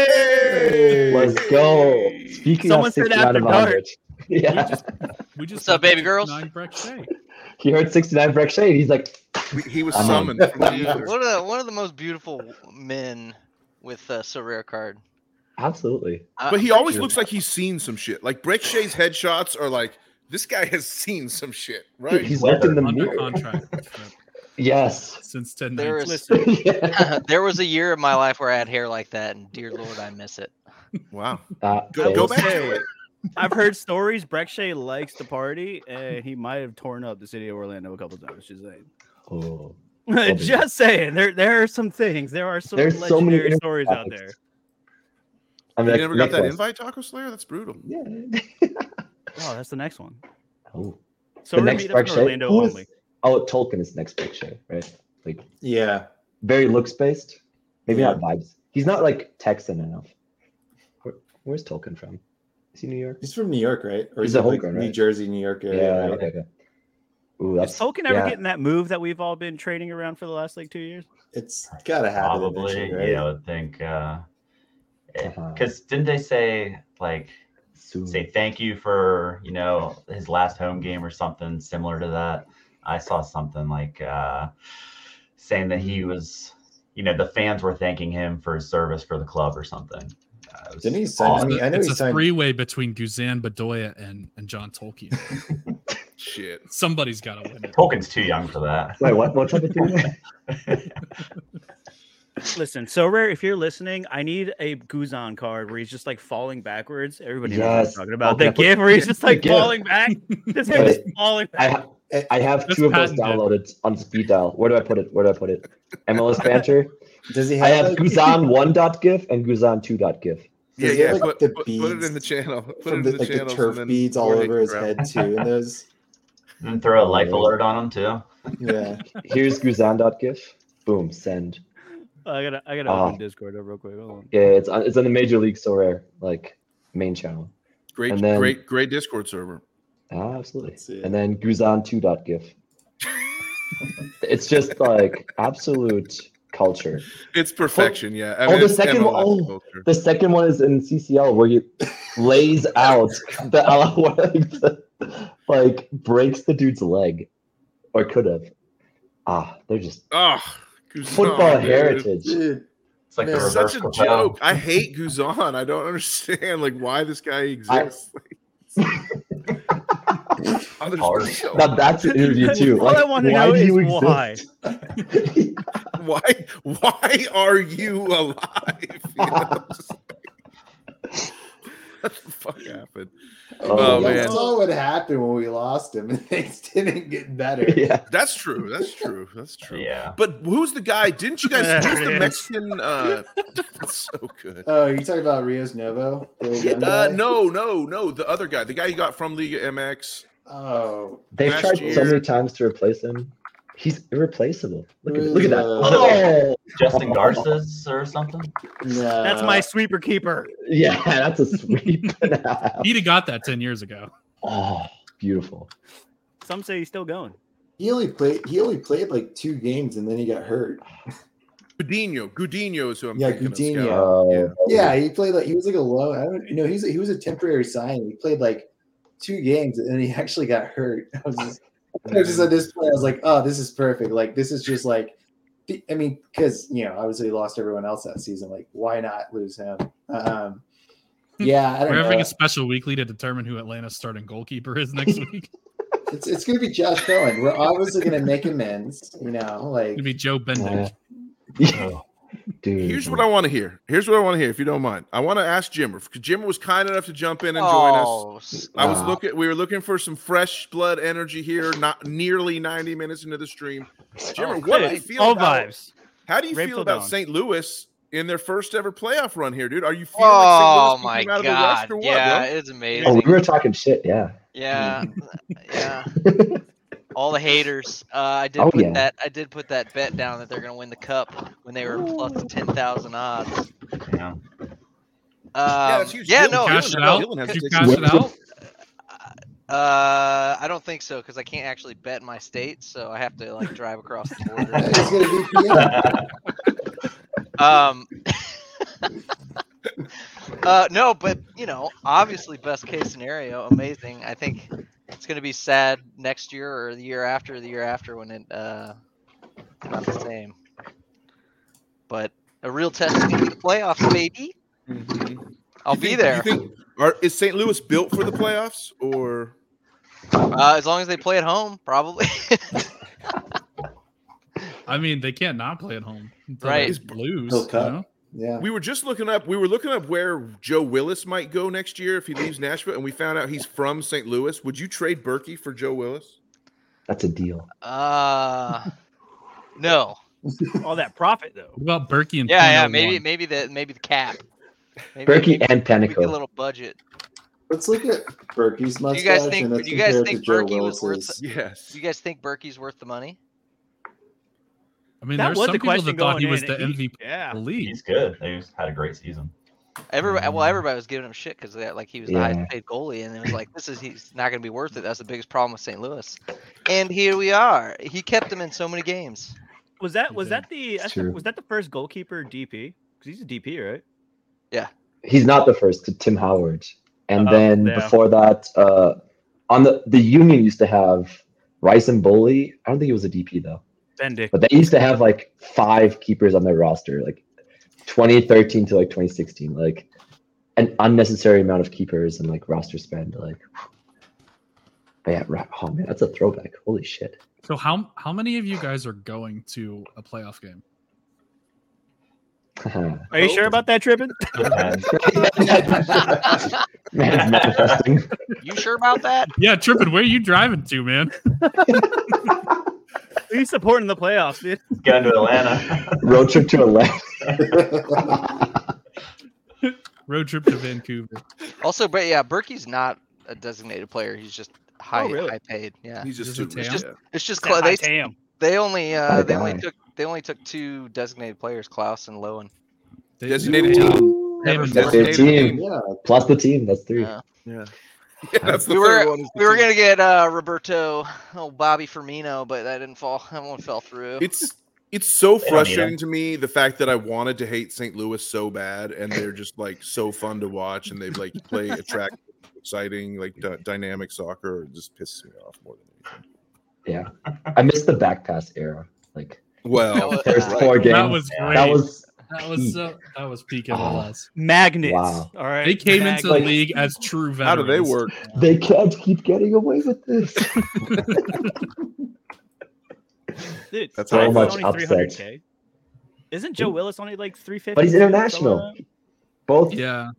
Speaker 7: Hey!
Speaker 6: Let's go. Speaking
Speaker 2: Someone
Speaker 6: of
Speaker 2: said
Speaker 6: 69 out
Speaker 2: after
Speaker 6: of
Speaker 2: dark.
Speaker 6: 100. Yeah.
Speaker 3: We just
Speaker 8: What's up,
Speaker 3: got
Speaker 8: baby girls?
Speaker 3: nine Breck Shea.
Speaker 6: he heard 69 Breck Shade. He's like,
Speaker 7: We- He was
Speaker 6: I'm
Speaker 7: summoned from the ether.
Speaker 8: One of the one of the most beautiful men with uh, so rare card.
Speaker 6: absolutely.
Speaker 8: I-
Speaker 7: But he
Speaker 8: I'm
Speaker 7: always
Speaker 8: pretty
Speaker 7: looks like he's seen some shit. Like Breck Shay's headshots are like this guy has seen some shit,
Speaker 6: Dude,
Speaker 7: right?
Speaker 6: he's looked in the
Speaker 3: Under
Speaker 6: mirror.
Speaker 3: contract
Speaker 6: Yes.
Speaker 3: since
Speaker 8: There
Speaker 3: 10
Speaker 8: is-
Speaker 2: Listen,
Speaker 6: Yeah.
Speaker 8: sure- there was a year of my life where I had hair like that, and dear lord, I miss it.
Speaker 7: Wow.
Speaker 6: Uh,
Speaker 7: Go, go
Speaker 6: Tails.
Speaker 7: back
Speaker 2: Hey.
Speaker 7: to it.
Speaker 2: I've heard stories. Breck Shea likes to party, and he might have torn up the city of Orlando a couple times. Just saying.
Speaker 6: Oh. dude.
Speaker 2: Just saying. There, there are some things. There are some
Speaker 6: There's so many
Speaker 2: legendary
Speaker 6: internet
Speaker 2: stories out there.
Speaker 6: topics. I mean,
Speaker 7: You
Speaker 6: like,
Speaker 7: never got
Speaker 6: make
Speaker 7: that
Speaker 6: those.
Speaker 7: invite, Taco Slayer? That's brutal.
Speaker 6: Yeah.
Speaker 2: Oh, that's the next one.
Speaker 6: oh.
Speaker 2: So
Speaker 6: the
Speaker 2: we're
Speaker 6: next
Speaker 2: meet up
Speaker 6: Breck
Speaker 2: in
Speaker 6: Shade.
Speaker 2: Orlando
Speaker 6: Who is-
Speaker 2: only.
Speaker 6: Oh, Tolkien is the next Breck Shade, right? Like,
Speaker 4: Yeah.
Speaker 6: very looks based. Maybe
Speaker 4: Yeah.
Speaker 6: not vibes. He's not like Texan enough. Where, where's Tolkien from? Is he New York?
Speaker 4: He's from New York, right? Or
Speaker 6: He's
Speaker 4: is
Speaker 6: a
Speaker 4: it, like,
Speaker 6: homegrown,
Speaker 4: New
Speaker 6: right?
Speaker 4: Jersey, New York
Speaker 6: Yeah.
Speaker 4: area. right?
Speaker 6: okay, okay. Ooh,
Speaker 2: Is
Speaker 6: that's
Speaker 2: Tolkien ever
Speaker 6: yeah.
Speaker 2: getting that move that we've all been trading around for the last like two years?
Speaker 4: It's gotta happen.
Speaker 5: Probably, uh,
Speaker 4: eventually, right?
Speaker 5: yeah, I would think. Because
Speaker 6: Uh-huh.
Speaker 5: didn't they say like
Speaker 6: soon.
Speaker 5: say thank you for you know his last home game or something similar to that. I saw something like uh, saying that he was, you know, the fans were thanking him for his service for the club or something. Uh, it was
Speaker 4: Didn't he sign- I
Speaker 5: awesome.
Speaker 4: mean, I know
Speaker 3: it's
Speaker 4: he's
Speaker 3: a
Speaker 4: signed-
Speaker 3: three-way between Guzan Bedoya and and John Tolkien.
Speaker 7: Shit.
Speaker 3: Somebody's got to win it.
Speaker 5: Tolkien's too young for that.
Speaker 6: Wait, what? What type of thing?
Speaker 2: Listen, so rare. If you're listening, I need a Guzan card where he's just like falling backwards. Everybody knows what I'm
Speaker 6: Yes.
Speaker 2: talking about
Speaker 6: Okay.
Speaker 2: the gif where he's just
Speaker 6: The
Speaker 2: like
Speaker 6: GIF.
Speaker 2: falling back. This guy just falling
Speaker 6: I,
Speaker 2: back.
Speaker 6: ha- I have
Speaker 3: That's
Speaker 6: two of those
Speaker 3: patented.
Speaker 6: downloaded on speed dial. Where do I put it? Where do I put it? MLS Banter.
Speaker 4: Does he
Speaker 6: I
Speaker 4: have, like,
Speaker 6: have Guzan one dot gif and Guzan two dot gif.
Speaker 7: Yeah,
Speaker 4: Does he
Speaker 7: yeah.
Speaker 4: have, like,
Speaker 7: Put,
Speaker 4: the
Speaker 7: put, put it in the
Speaker 4: beads
Speaker 7: channel. Put it
Speaker 4: from
Speaker 7: in
Speaker 4: the,
Speaker 7: the,
Speaker 4: like the
Speaker 7: channel.
Speaker 4: turf beads all over his head too? And those,
Speaker 5: And throw a life
Speaker 6: Oh.
Speaker 5: alert on him too.
Speaker 4: yeah.
Speaker 6: Here's Guzan dot gif. Boom, send.
Speaker 2: Oh, I gotta, I gotta
Speaker 6: Ah.
Speaker 2: open Discord up real quick. Hold on.
Speaker 6: Yeah, it's on, it's on the Major League So Rare like main channel.
Speaker 7: Great,
Speaker 6: And then-
Speaker 7: great, great Discord server.
Speaker 6: Ah, absolutely.
Speaker 4: Let's see.
Speaker 6: And then Guzan two dot gif. it's just like absolute culture.
Speaker 7: It's perfection. Yeah. I
Speaker 6: Oh, the
Speaker 7: it's
Speaker 6: second one-
Speaker 7: MLS
Speaker 6: oh.
Speaker 7: culture.
Speaker 6: The second one is in CCL where you lays out the LOL, like breaks the dude's leg, or could have. Ah, they're just
Speaker 7: Ah,
Speaker 4: Oh,
Speaker 7: Guzan,
Speaker 6: football
Speaker 7: dude.
Speaker 6: heritage.
Speaker 4: Dude,
Speaker 5: It's like
Speaker 4: Man,
Speaker 5: the
Speaker 7: It's
Speaker 5: reverse
Speaker 7: such a
Speaker 5: Chappelle.
Speaker 7: joke. I hate Guzan. I don't understand like why this guy exists. Others
Speaker 5: Hard.
Speaker 7: don't.
Speaker 6: Now that's an interview too.
Speaker 2: All
Speaker 6: Like,
Speaker 2: I wanna
Speaker 6: why
Speaker 2: know
Speaker 6: do
Speaker 2: is
Speaker 6: you
Speaker 2: why.
Speaker 6: exist?
Speaker 7: why why are you alive? You know, just like- what the fuck happened?
Speaker 6: Oh,
Speaker 7: Oh,
Speaker 4: that's
Speaker 7: man.
Speaker 4: all what happened when we lost him, and things didn't get better.
Speaker 6: yeah.
Speaker 7: That's true. That's true. That's true.
Speaker 5: Yeah.
Speaker 7: But who's the guy? Didn't you guys
Speaker 2: There
Speaker 7: who's
Speaker 2: it
Speaker 7: the
Speaker 2: is.
Speaker 7: Mexican uh that's so good.
Speaker 4: Oh, you're talking about Rios Novo? The old young
Speaker 7: Uh,
Speaker 4: guy?
Speaker 7: no, no, no. The other guy, the guy you got from Liga MX.
Speaker 4: Oh,
Speaker 6: They've
Speaker 7: Last
Speaker 6: tried so
Speaker 7: year-
Speaker 6: many times to replace him. He's irreplaceable. Look at
Speaker 4: Who's,
Speaker 6: look at that.
Speaker 4: uh,
Speaker 6: Oh,
Speaker 5: Justin Garces or something.
Speaker 4: no.
Speaker 2: That's my sweeper keeper.
Speaker 6: yeah, that's a sweep. and a half.
Speaker 3: He'd have got that ten years ago.
Speaker 6: oh, beautiful.
Speaker 2: Some say he's still going.
Speaker 4: He only played. He only played like two games, and then he got hurt.
Speaker 7: Gudinho. Gudinho is who I'm
Speaker 4: Yeah,
Speaker 7: thinking of,
Speaker 4: Gudinho.
Speaker 7: Scout.
Speaker 6: Oh,
Speaker 4: Yeah, he played like he was like a low. I don't know. He's he was a temporary signing. He played like two games, and then he actually got hurt. I was just, I was just at this point. I was like, oh, this is perfect. Like this is just like. the- I mean, because you know, obviously lost everyone else that season. Like, why not lose him? Um, yeah, I
Speaker 3: Hmm. We're
Speaker 4: don't
Speaker 3: having
Speaker 4: know.
Speaker 3: a special weekly to determine who Atlanta's starting goalkeeper is next week.
Speaker 4: It's, it's gonna be Josh Cohen. We're obviously gonna make amends. You know, like
Speaker 3: It'd be Joe Bendick.
Speaker 6: Yeah. Dude.
Speaker 7: Here's what I want to hear. Here's what I want to hear, if you don't mind. I want to ask Jimmer. because Jimmer was kind enough to jump in and join us.
Speaker 8: Oh, s-
Speaker 7: I was
Speaker 6: Wow.
Speaker 7: looking. We were looking for some fresh blood energy here. Not nearly 90 minutes into the stream.
Speaker 8: Oh,
Speaker 7: Jimmer, what do you
Speaker 2: It's
Speaker 7: feel
Speaker 2: All
Speaker 7: about?
Speaker 2: vibes.
Speaker 7: How do you
Speaker 2: Rape
Speaker 7: feel
Speaker 2: till
Speaker 7: about
Speaker 2: dawn.
Speaker 7: St. Louis in their first ever playoff run here, dude? Are you feeling?
Speaker 8: oh
Speaker 7: like St. Louis
Speaker 8: my
Speaker 7: came out of the West
Speaker 8: god!
Speaker 7: or what,
Speaker 8: Yeah,
Speaker 7: bro?
Speaker 8: it's amazing.
Speaker 6: Oh, we were talking shit. Yeah.
Speaker 8: Yeah, yeah. All the haters. Uh, I did
Speaker 6: Oh,
Speaker 8: put
Speaker 6: yeah.
Speaker 8: that. I did put that bet down that they're gonna win the cup when they were plus ten thousand odds. Um,
Speaker 5: Yeah.
Speaker 7: yeah,
Speaker 8: yeah,
Speaker 7: that's huge. Dylan-
Speaker 8: no.
Speaker 3: Cash
Speaker 7: Dylan-
Speaker 3: it out.
Speaker 7: Dylan has
Speaker 3: Did you
Speaker 7: taken-
Speaker 3: cash it out?
Speaker 8: Uh, I don't think so because I can't actually bet in my state, so I have to like drive across the border.
Speaker 4: it's gonna be PM.
Speaker 8: um. uh, no, but you know, obviously, best case scenario, amazing. I think it's gonna be sad next year or the year after, the year after when it uh, it's not the same. But a real test is gonna be the playoffs, baby.
Speaker 7: Mhm.
Speaker 8: I'll
Speaker 7: You
Speaker 8: be
Speaker 7: think-
Speaker 8: there
Speaker 7: You think, are, is St. Louis built for the playoffs, or
Speaker 8: uh, as long as they play at home, probably.
Speaker 3: I mean, they can't not play at home. until
Speaker 8: Right.
Speaker 3: they Lose.
Speaker 4: Bill
Speaker 3: You
Speaker 4: Cup.
Speaker 3: know?
Speaker 4: Yeah.
Speaker 7: we were just looking up? We were looking up where Joe Willis might go next year if he leaves Nashville, and we found out he's from St. Louis. Would you trade Berkey for Joe Willis?
Speaker 6: That's a deal.
Speaker 8: Uh, no.
Speaker 2: All that profit though.
Speaker 3: What about Berkey and
Speaker 8: Yeah, yeah.
Speaker 3: Pino
Speaker 8: Maybe,
Speaker 3: one?
Speaker 8: maybe the maybe the cap. Maybe
Speaker 6: Berkey and
Speaker 8: we get a
Speaker 6: Panico.
Speaker 8: little budget.
Speaker 4: Let's look at Berkey's
Speaker 8: Do
Speaker 4: mustache.
Speaker 8: you guys think?
Speaker 4: and let's
Speaker 8: Do you guys
Speaker 4: compare it
Speaker 8: think
Speaker 4: to Joe
Speaker 8: Berkey was worth?
Speaker 4: Willis's.
Speaker 7: Yes.
Speaker 8: Do you guys think Berkey's worth the money?
Speaker 3: I mean,
Speaker 2: That
Speaker 3: there's
Speaker 2: was
Speaker 3: some
Speaker 2: the
Speaker 3: people
Speaker 2: question
Speaker 3: that thought
Speaker 2: going
Speaker 3: he was
Speaker 2: in.
Speaker 3: the MVP of
Speaker 2: Yeah.
Speaker 3: the league.
Speaker 5: He's good. They just had a great season.
Speaker 8: Everybody, well,
Speaker 6: Mm.
Speaker 8: everybody was giving him shit because like he was the
Speaker 6: Yeah.
Speaker 8: highest paid goalie, and it was like this is he's not going to be worth it. That's the biggest problem with St. Louis, and here we are. He kept him in so many games.
Speaker 2: Was that
Speaker 3: He
Speaker 2: was
Speaker 3: did.
Speaker 2: that the, that's the
Speaker 6: true.
Speaker 2: was that the first goalkeeper DP? Because he's a DP, right?
Speaker 6: He's not the first. Tim Howard. and
Speaker 9: Oh,
Speaker 6: then
Speaker 9: yeah.
Speaker 6: before that, uh, on the the Union used to have Rice and Bully. I don't think he was a DP though,
Speaker 9: Bendick.
Speaker 6: but they used to have like five keepers on their roster, like 2013 to like 2016, like an unnecessary amount of keepers and like roster spend, like. But yeah, ra- oh man, that's a throwback. Holy shit!
Speaker 3: So how how many of you guys are going to a playoff game?
Speaker 6: Man's
Speaker 2: Are you sure about that, Trippin?
Speaker 6: manifesting.
Speaker 8: You sure about that?
Speaker 3: Yeah, tripping. Where are you driving to, man?
Speaker 2: Who you supporting the playoffs, dude?
Speaker 5: Going to Atlanta.
Speaker 6: Road trip to Atlanta.
Speaker 3: Road trip to Vancouver.
Speaker 8: Also, but yeah, Berkey's not a designated player. He's just high,
Speaker 2: really?
Speaker 8: high paid. Yeah,
Speaker 7: He's just
Speaker 3: Just a
Speaker 7: too rich.
Speaker 3: tam.
Speaker 8: Just- it's just
Speaker 2: Damn,
Speaker 8: Cla- they,
Speaker 2: damn.
Speaker 8: they only uh,
Speaker 6: Bad
Speaker 8: they only
Speaker 6: guy.
Speaker 8: took they only took two designated players, Klaus and Lowen.
Speaker 3: They-
Speaker 7: Designated team.
Speaker 3: Damn,
Speaker 7: That's
Speaker 6: their
Speaker 7: Designated
Speaker 6: team.
Speaker 7: team.
Speaker 4: yeah,
Speaker 6: Plus the team. That's three.
Speaker 8: Yeah.
Speaker 7: Yeah, that's the
Speaker 8: We
Speaker 7: third
Speaker 8: were-
Speaker 7: one is the
Speaker 8: We were
Speaker 7: team.
Speaker 8: gonna get uh, Roberto, oh Bobby Firmino, but that didn't fall. That one fell through.
Speaker 7: It's it's so
Speaker 5: don't need 'em.
Speaker 7: frustrating to me the fact that I wanted to hate St. Louis so bad, and they're just like so fun to watch, and they like play attractive, exciting, like d- dynamic soccer. It just pisses me off more than anything.
Speaker 6: Yeah. I missed the back pass era. Like
Speaker 7: Well,
Speaker 8: That
Speaker 6: first
Speaker 8: was-
Speaker 6: four games.
Speaker 3: That was great.
Speaker 6: that was
Speaker 3: That was so. That was peak
Speaker 6: Oh.
Speaker 3: MLS.
Speaker 2: Magnets.
Speaker 6: Wow.
Speaker 2: All right.
Speaker 3: They came into the
Speaker 2: Magnets.
Speaker 3: league as true veterans.
Speaker 7: how do they work?
Speaker 6: they can't keep getting away with this.
Speaker 2: Dude,
Speaker 7: That's
Speaker 2: Tyler's
Speaker 7: so much
Speaker 2: only
Speaker 6: upset.
Speaker 2: 300K. Isn't Joe Willis only like 350?
Speaker 6: But he's international.
Speaker 2: Something
Speaker 6: Both
Speaker 3: Yeah,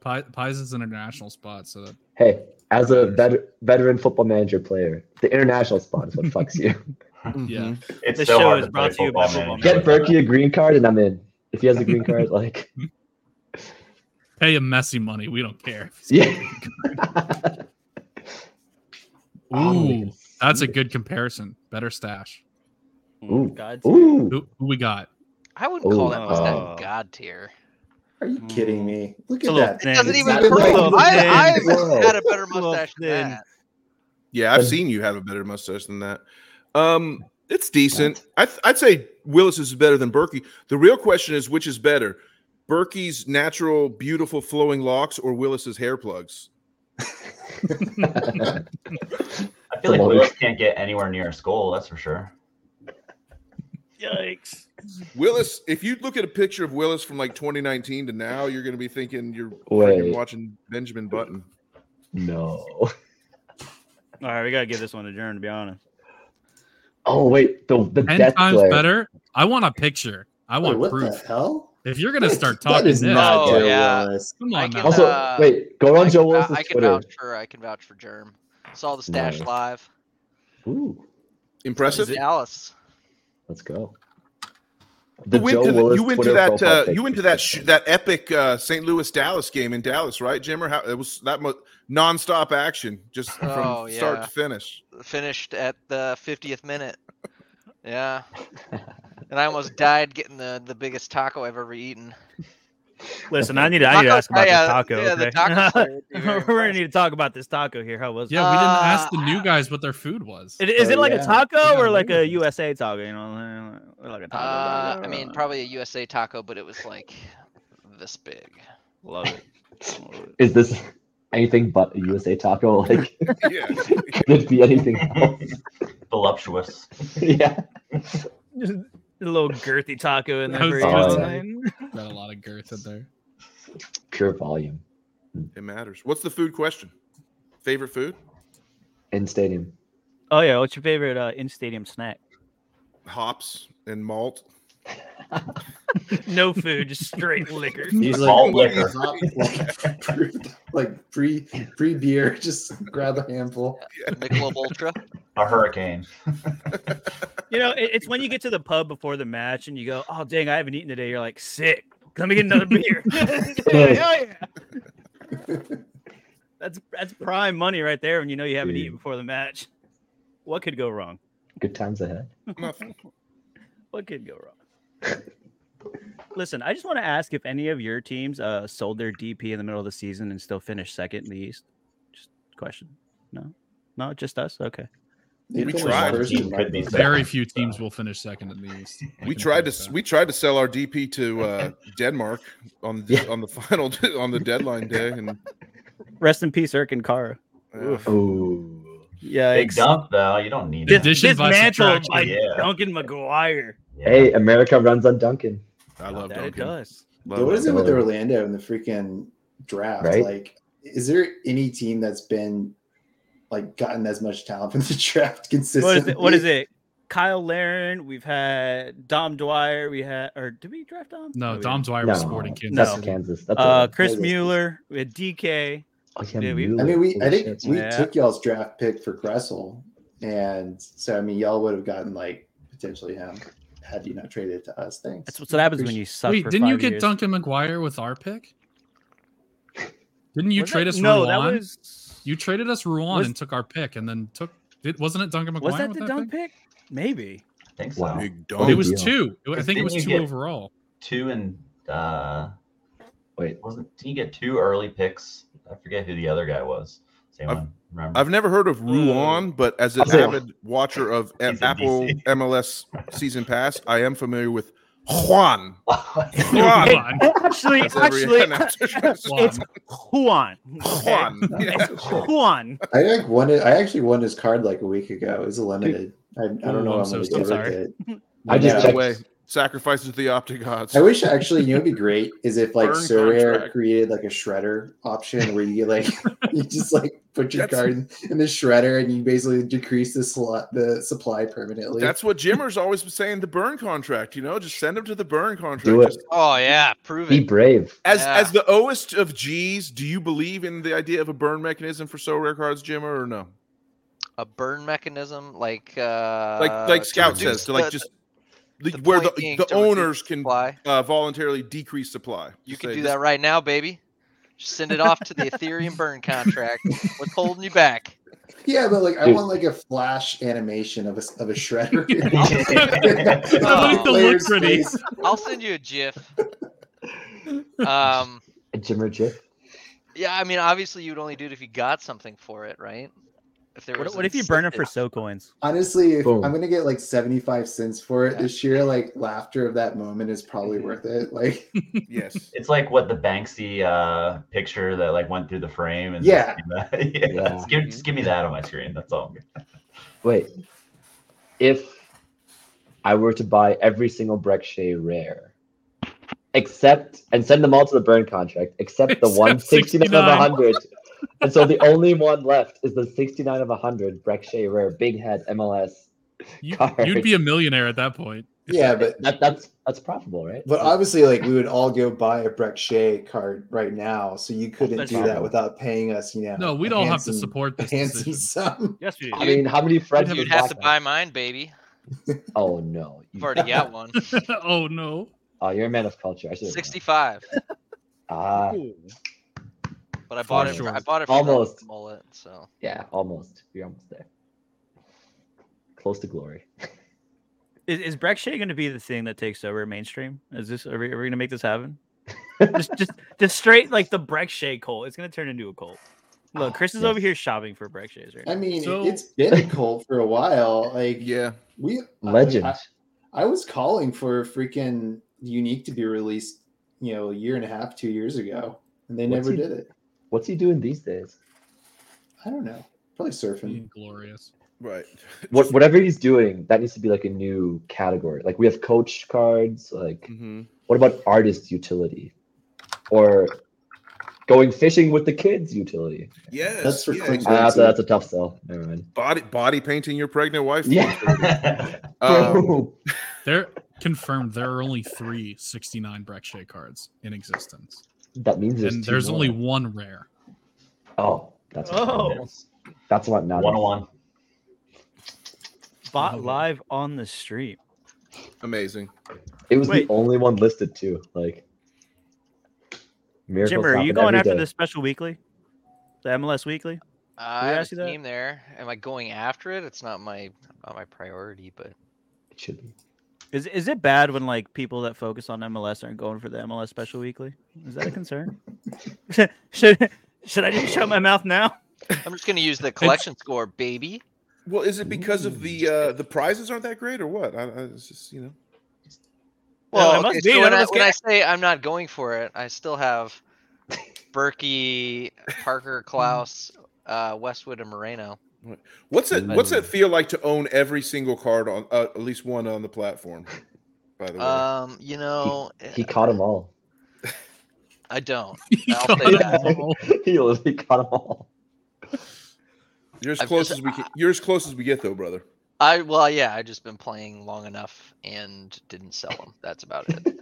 Speaker 3: Pi- Pies is an international spot, so that
Speaker 6: hey, as a vet, veteran football manager player, the international spot is what fucks you.
Speaker 4: Mm-hmm.
Speaker 3: yeah.
Speaker 5: It's
Speaker 2: This
Speaker 5: so
Speaker 2: show
Speaker 5: hard
Speaker 2: is
Speaker 5: to
Speaker 2: brought
Speaker 5: play
Speaker 2: to you by Football
Speaker 5: football, man.
Speaker 2: Manager.
Speaker 6: Get Berkey a green card and I'm in. If he has a green card, like
Speaker 3: Pay him messy money. We don't care.
Speaker 6: yeah.
Speaker 3: Ooh, that's a good comparison. Better stash.
Speaker 2: like that.
Speaker 6: Ooh.
Speaker 2: God's
Speaker 6: Ooh,
Speaker 3: Who, who we got?
Speaker 8: I wouldn't call
Speaker 6: Ooh.
Speaker 8: that mustache
Speaker 4: Oh.
Speaker 8: god tier.
Speaker 4: are you
Speaker 3: Mm.
Speaker 4: kidding me? Look
Speaker 2: It's a
Speaker 4: at
Speaker 2: little
Speaker 4: that.
Speaker 2: thin.
Speaker 8: It doesn't
Speaker 4: it's
Speaker 8: even
Speaker 4: not even
Speaker 8: curl.
Speaker 4: like
Speaker 8: I, I
Speaker 6: the world.
Speaker 8: have had a better
Speaker 2: Well,
Speaker 8: mustache than
Speaker 2: then-
Speaker 8: that.
Speaker 7: Yeah, I've
Speaker 6: But-
Speaker 7: seen you have a better mustache than that. Um, it's decent. I th- I'd say Willis is better than Berkey. The real question is which is better, Berkey's natural, beautiful, flowing locks or Willis's hair plugs?
Speaker 5: I feel like
Speaker 6: Come on.
Speaker 5: Lewis can't get anywhere near a skull. That's for sure.
Speaker 2: Yikes.
Speaker 7: Willis, if you look at a picture of Willis from like 2019 to now, you're going to be thinking you're
Speaker 6: Wait.
Speaker 7: freaking watching Benjamin Button.
Speaker 6: no.
Speaker 2: All right, we got to give this one a adjourn, to be honest.
Speaker 6: Oh wait, the the
Speaker 3: Ten
Speaker 6: death
Speaker 3: times
Speaker 6: glare.
Speaker 3: better. I want a picture. I
Speaker 4: Wait,
Speaker 3: want
Speaker 4: what
Speaker 3: proof.
Speaker 4: the hell?
Speaker 3: If you're gonna
Speaker 4: That-
Speaker 3: start
Speaker 4: that
Speaker 3: talking
Speaker 4: is
Speaker 3: this,
Speaker 4: not
Speaker 8: Oh,
Speaker 4: Joe
Speaker 8: yeah.
Speaker 4: Willis.
Speaker 3: come
Speaker 8: I
Speaker 3: on
Speaker 8: can-
Speaker 3: now.
Speaker 6: Also,
Speaker 8: Uh,
Speaker 6: wait, go
Speaker 8: I
Speaker 6: on
Speaker 8: can
Speaker 6: Joe
Speaker 8: vou-
Speaker 6: Willis's
Speaker 8: I can
Speaker 6: Twitter.
Speaker 8: vouch for I can vouch for Germ. Saw the stash
Speaker 6: Nice.
Speaker 8: live.
Speaker 6: Ooh,
Speaker 7: Impressive.
Speaker 8: Dallas.
Speaker 6: let's go. The
Speaker 7: You went,
Speaker 6: Joe
Speaker 7: to, the-
Speaker 6: Willis
Speaker 7: you went to
Speaker 6: Twitter
Speaker 7: that.
Speaker 6: profile
Speaker 7: Uh,
Speaker 6: pic
Speaker 7: you went to
Speaker 6: is
Speaker 7: that. Sh-
Speaker 6: insane.
Speaker 7: that epic uh, St. Louis Dallas game in Dallas, right, Jimmer? How, it was that mo- nonstop action, just from start
Speaker 8: Oh, yeah.
Speaker 7: to finish.
Speaker 8: Finished at the 50th minute. Yeah. And I almost died getting the, the biggest taco I've ever eaten.
Speaker 2: Listen, I need to, I need to ask about
Speaker 8: yeah,
Speaker 2: this taco.
Speaker 8: uh, Yeah,
Speaker 2: okay?
Speaker 8: the taco. player would be very
Speaker 2: We're going to
Speaker 8: impressed.
Speaker 2: need to talk about this taco here. How was it?
Speaker 3: Yeah, we didn't ask the
Speaker 8: Uh,
Speaker 3: new guys what their food was.
Speaker 2: Is, is
Speaker 4: Oh,
Speaker 2: it like
Speaker 4: yeah.
Speaker 2: a taco
Speaker 3: Yeah,
Speaker 2: or like a
Speaker 3: really.
Speaker 2: USA taco? You know, like a taco.
Speaker 8: Uh, I mean, probably a USA taco, but it was like this big.
Speaker 2: love it.
Speaker 6: Is this anything but a USA taco? Like,
Speaker 7: Yeah.
Speaker 6: could it be anything else?
Speaker 5: Voluptuous.
Speaker 6: yeah.
Speaker 2: Just a little girthy taco in
Speaker 3: That
Speaker 2: there.
Speaker 3: was
Speaker 2: for you,
Speaker 6: just-
Speaker 2: man.
Speaker 3: Got a lot of girth in there.
Speaker 6: Pure volume
Speaker 7: It matters. What's the food question? Favorite food?
Speaker 6: in stadium.
Speaker 2: Oh yeah, what's your favorite uh, in-stadium snack?
Speaker 7: Hops and malt.
Speaker 2: No food, just straight liquor.
Speaker 4: He's like,
Speaker 5: Malt
Speaker 4: like,
Speaker 5: liquor.
Speaker 4: hop, like, pre, like pre pre beer, just grab a handful.
Speaker 8: Michelob Ultra.
Speaker 5: A hurricane.
Speaker 2: You know, it, it's when you get to the pub before the match and you go, "Oh dang, I haven't eaten today." You're like, "Sick. Let me get another beer." Hell yeah. That's that's prime money right there when you know you haven't
Speaker 6: Dude.
Speaker 2: eaten before the match. What could go wrong?
Speaker 6: Good times ahead.
Speaker 7: Nothing.
Speaker 2: What could go wrong? Listen, I just want to ask if any of your teams uh, sold their DP in the middle of the season and still finished second in the East. Just a question. No, no, just us. Okay.
Speaker 4: They
Speaker 7: We
Speaker 4: finished
Speaker 7: tried.
Speaker 4: first
Speaker 5: He
Speaker 4: in
Speaker 5: could be
Speaker 4: that.
Speaker 3: Very few teams will finish second in the East. I
Speaker 7: We
Speaker 3: can
Speaker 7: tried to
Speaker 3: attest
Speaker 7: we tried to sell our DP to uh, Denmark on the,
Speaker 6: Yeah.
Speaker 7: on the final on the deadline day, and
Speaker 10: Rest in peace, Erkin Kara.
Speaker 7: Yeah.
Speaker 6: Oh.
Speaker 5: Big
Speaker 10: Yikes.
Speaker 5: dump though. You don't need
Speaker 3: This-
Speaker 5: it.
Speaker 3: Addition by
Speaker 2: dismantled by
Speaker 5: subtraction, yeah.
Speaker 2: Duncan McGuire.
Speaker 5: Yeah.
Speaker 6: Hey, America runs on Duncan.
Speaker 7: I love
Speaker 10: that it
Speaker 7: Duncan.
Speaker 10: does.
Speaker 7: Love
Speaker 4: What is it with
Speaker 6: Orlando.
Speaker 4: Orlando and the freaking draft?
Speaker 6: Right?
Speaker 4: Like, is there any team that's been like gotten as much talent from the draft consistently?
Speaker 10: What is it? What is it? Kyle Laren. We've had Dom Dwyer. We had, or did we draft Dom?
Speaker 3: No,
Speaker 10: we
Speaker 3: Dom's wire
Speaker 6: No,
Speaker 3: was sporting kids.
Speaker 6: that's
Speaker 10: No.
Speaker 6: Kansas.
Speaker 10: didn't.
Speaker 6: That's
Speaker 10: Uh,
Speaker 6: all.
Speaker 10: Chris
Speaker 4: Kansas.
Speaker 10: Mueller. We had DK.
Speaker 6: Oh, yeah,
Speaker 10: yeah, we-
Speaker 6: Mueller.
Speaker 4: I mean, we I
Speaker 6: Holy
Speaker 4: think
Speaker 6: shit.
Speaker 4: we
Speaker 10: Yeah.
Speaker 4: took y'all's draft pick for Gressel, and so I mean, y'all would have gotten like potentially him had you not traded it to us. Thanks.
Speaker 10: That's what, so that happens when you suck.
Speaker 3: Wait,
Speaker 10: for
Speaker 3: didn't you
Speaker 10: five
Speaker 3: get
Speaker 10: years.
Speaker 3: Duncan McGuire with our pick? Didn't you
Speaker 10: Was
Speaker 3: trade
Speaker 10: that-
Speaker 3: us
Speaker 10: No,
Speaker 3: Ruan?
Speaker 10: that was.
Speaker 3: You traded us Ruan
Speaker 10: Was-
Speaker 3: and took our pick, and then took. Did, wasn't it Duncan McGuire?
Speaker 10: was that
Speaker 3: with
Speaker 10: the dunk pick? Maybe.
Speaker 5: I think so.
Speaker 6: Wow.
Speaker 7: Big
Speaker 3: pick? It
Speaker 6: Big
Speaker 7: Duncan.
Speaker 3: was
Speaker 6: deal.
Speaker 3: two. I
Speaker 5: Because
Speaker 3: think it was
Speaker 5: didn't
Speaker 3: two
Speaker 5: you get-
Speaker 3: overall.
Speaker 5: Two and uh
Speaker 6: Wait.
Speaker 5: wasn't did you get two early picks? I forget who the other guy was. Same
Speaker 7: I've-
Speaker 5: one. Remember?
Speaker 7: I've never heard of Ruan, but as an
Speaker 6: I'll say-
Speaker 7: avid watcher of a-
Speaker 5: He's in
Speaker 7: Apple
Speaker 5: DC.
Speaker 7: MLS season pass, I am familiar with Juan.
Speaker 3: Juan.
Speaker 7: Juan.
Speaker 10: Actually,
Speaker 7: That's every
Speaker 10: actually,
Speaker 7: announcer.
Speaker 10: it's Juan. okay?
Speaker 7: Juan. Yeah.
Speaker 10: Juan.
Speaker 4: I like won it. I actually won his card like a week ago. It was a limited. I, I
Speaker 3: Ooh,
Speaker 4: don't know.
Speaker 3: I'm
Speaker 4: what I'm,
Speaker 3: so
Speaker 4: gonna
Speaker 3: so
Speaker 4: do with
Speaker 10: sorry.
Speaker 4: it.
Speaker 6: I just
Speaker 4: Yeah.
Speaker 7: By
Speaker 6: checked.
Speaker 7: the way, sacrifices to the optic gods.
Speaker 4: I wish actually, you know, it'd be great is if like
Speaker 7: Burn
Speaker 4: Surrey
Speaker 7: contract.
Speaker 4: created like a shredder option where you get like you just like put your
Speaker 7: That's-
Speaker 4: card in, in the shredder and you basically decrease the slot the supply permanently.
Speaker 7: That's what Jimmer's always been saying. The burn contract, you know, just send him to the burn contract.
Speaker 6: Do it.
Speaker 7: Just-
Speaker 8: Oh yeah, prove
Speaker 6: Be
Speaker 8: it.
Speaker 6: brave.
Speaker 7: As
Speaker 8: Yeah.
Speaker 7: as the oest of G's, do you believe in the idea of a burn mechanism for so rare cards, Jimmer, or no?
Speaker 8: A burn mechanism like uh
Speaker 7: Like like
Speaker 8: to
Speaker 7: Scout
Speaker 8: reduce
Speaker 7: says, to like
Speaker 8: the-
Speaker 7: just
Speaker 8: the
Speaker 7: the- where the,
Speaker 8: point being
Speaker 7: the
Speaker 8: to reduce
Speaker 7: owners can
Speaker 8: supply.
Speaker 7: uh, voluntarily decrease supply.
Speaker 8: You
Speaker 7: Just
Speaker 8: can
Speaker 7: say,
Speaker 8: do
Speaker 7: "This-
Speaker 8: that right now, baby. Just send it off to the Ethereum burn contract. What's holding you back?
Speaker 4: yeah, but like I
Speaker 6: Dude.
Speaker 4: want like a flash animation of a s- of a shredder.
Speaker 8: I like the
Speaker 3: look
Speaker 4: Player's
Speaker 3: pretty.
Speaker 4: face.
Speaker 8: I'll send you a GIF. Um,
Speaker 6: Jimmer Jip.
Speaker 8: yeah, I mean, obviously, you would only do it if you got something for it, right? If there
Speaker 10: What,
Speaker 8: was
Speaker 10: what
Speaker 8: an
Speaker 10: if you burn it for
Speaker 8: incentive.
Speaker 10: so coins?
Speaker 4: Honestly, if
Speaker 6: Boom.
Speaker 4: I'm gonna get like 75 cents for it this year, like laughter of that moment is
Speaker 3: Mm-hmm.
Speaker 4: probably worth it. Like
Speaker 7: Yes.
Speaker 5: It's like what the Banksy uh, picture that like went through the frame and
Speaker 4: Yeah.
Speaker 5: yeah,
Speaker 6: Yeah.
Speaker 5: Just, give, just give me that on my screen. That's all. I'm good.
Speaker 6: Wait. If I were to buy every single Breck Shea rare, except and send them all to the burn contract, except, the one
Speaker 3: Except
Speaker 6: 69 of
Speaker 3: 69.
Speaker 6: 100. and so the only one left is the 69 of 100 Breck Shea rare, big head MLS.
Speaker 3: You,
Speaker 6: Card.
Speaker 3: you'd be a millionaire at that point.
Speaker 4: yeah, but
Speaker 6: That, that's that's profitable, right?
Speaker 4: But
Speaker 6: That's-
Speaker 4: obviously, like we would all go buy a Breck Shea card right now, so you couldn't
Speaker 10: That's
Speaker 4: do that
Speaker 6: probably-
Speaker 4: without paying us, you know.
Speaker 3: No, we'd
Speaker 4: a
Speaker 3: all have to
Speaker 4: handsome-
Speaker 3: support
Speaker 4: a
Speaker 3: this
Speaker 4: handsome
Speaker 3: decision.
Speaker 4: sum.
Speaker 10: Yes, we
Speaker 6: I
Speaker 8: You'd-
Speaker 6: mean, how many friends?
Speaker 8: You'd
Speaker 6: would
Speaker 8: have to
Speaker 6: that?
Speaker 8: buy mine, baby.
Speaker 6: Oh no! You-
Speaker 8: I've already got one.
Speaker 3: oh no.
Speaker 6: Oh, you're a man of culture. I should.
Speaker 8: 65.
Speaker 6: Ah,
Speaker 8: But I bought it. For,
Speaker 3: sure.
Speaker 8: I bought it for
Speaker 6: Almost.
Speaker 8: the mullet. So
Speaker 6: yeah, almost. You're almost there. Close to glory.
Speaker 10: Is, is Breck Shea going to be the thing that takes over mainstream? Is this are we, are we going to make this happen? just, just, just straight like the Breck Shea cult. It's going to turn into a cult. Look,
Speaker 6: Oh,
Speaker 10: Chris is
Speaker 6: yes.
Speaker 10: over here shopping for Breck Shays right
Speaker 4: I
Speaker 10: now.
Speaker 4: mean,
Speaker 3: So-
Speaker 4: it's been a cult for a while. Like
Speaker 7: Yeah.
Speaker 4: we I-
Speaker 6: Legend.
Speaker 4: I, I was calling for freaking unique to be released, you know, a year and a half, two years ago, and they
Speaker 6: What's
Speaker 4: never
Speaker 6: he-
Speaker 4: did it.
Speaker 6: What's he doing these days?
Speaker 4: I don't know. Probably surfing.
Speaker 3: Glorious.
Speaker 7: Right.
Speaker 6: What whatever he's doing, that needs to be like a new category. Like we have coach cards. Like
Speaker 7: hmm
Speaker 6: what about artist utility, or going fishing with the kids utility?
Speaker 7: Yes.
Speaker 4: That's for
Speaker 7: yeah,
Speaker 4: Clint.
Speaker 7: exactly.
Speaker 6: Ah, so that's a tough sell. Never mind.
Speaker 7: body body painting your pregnant wife.
Speaker 6: Yeah.
Speaker 7: Um,
Speaker 3: There confirmed there are only three 69 Breck Shea cards in existence.
Speaker 6: that means there's
Speaker 3: and
Speaker 6: two
Speaker 3: there's
Speaker 6: more.
Speaker 3: only one rare.
Speaker 6: Oh, that's what
Speaker 10: Oh.
Speaker 6: that's what
Speaker 5: One
Speaker 6: matters.
Speaker 5: on one.
Speaker 10: Bought
Speaker 6: Mhm.
Speaker 10: live on the stream.
Speaker 7: amazing.
Speaker 6: It was
Speaker 10: Wait.
Speaker 6: the only one listed too. Like, miracles
Speaker 10: Jimmer, are you
Speaker 6: happen
Speaker 10: going
Speaker 6: every
Speaker 10: after
Speaker 6: day.
Speaker 10: the special weekly? The MLS weekly?
Speaker 8: Uh, I
Speaker 10: ask
Speaker 8: have a
Speaker 10: you that?
Speaker 8: team there. Am I going after it? It's not my not my priority, but
Speaker 6: It should be.
Speaker 10: Is is it bad when like people that focus on MLS aren't going for the MLS special weekly? Is that a concern? should should I just shut my mouth now?
Speaker 8: I'm just gonna use the collection score, baby.
Speaker 7: Well, is it because of the uh the prizes aren't that great or what? I, I it's just you know.
Speaker 10: Well,
Speaker 8: Well,
Speaker 10: it must
Speaker 8: okay,
Speaker 10: be,
Speaker 8: so
Speaker 10: none
Speaker 8: when,
Speaker 10: of
Speaker 8: I,
Speaker 10: us
Speaker 8: when I say I'm not going for it, I still have Berkey, Parker, Klaus, uh, Westwood, and Moreno.
Speaker 7: What's it? What's it feel like to own every single card on uh, at least one on the platform? By the way,
Speaker 8: Um, you know,
Speaker 6: He caught them all.
Speaker 8: I don't.
Speaker 3: He
Speaker 8: I'll
Speaker 3: caught
Speaker 8: say
Speaker 3: them
Speaker 8: that.
Speaker 3: all.
Speaker 6: he literally caught them all.
Speaker 7: you're as
Speaker 8: I've
Speaker 7: close
Speaker 8: just- uh,
Speaker 7: as we can, you're as close as we get though, brother.
Speaker 8: I well, yeah, I just been playing long enough and didn't sell them. That's about it.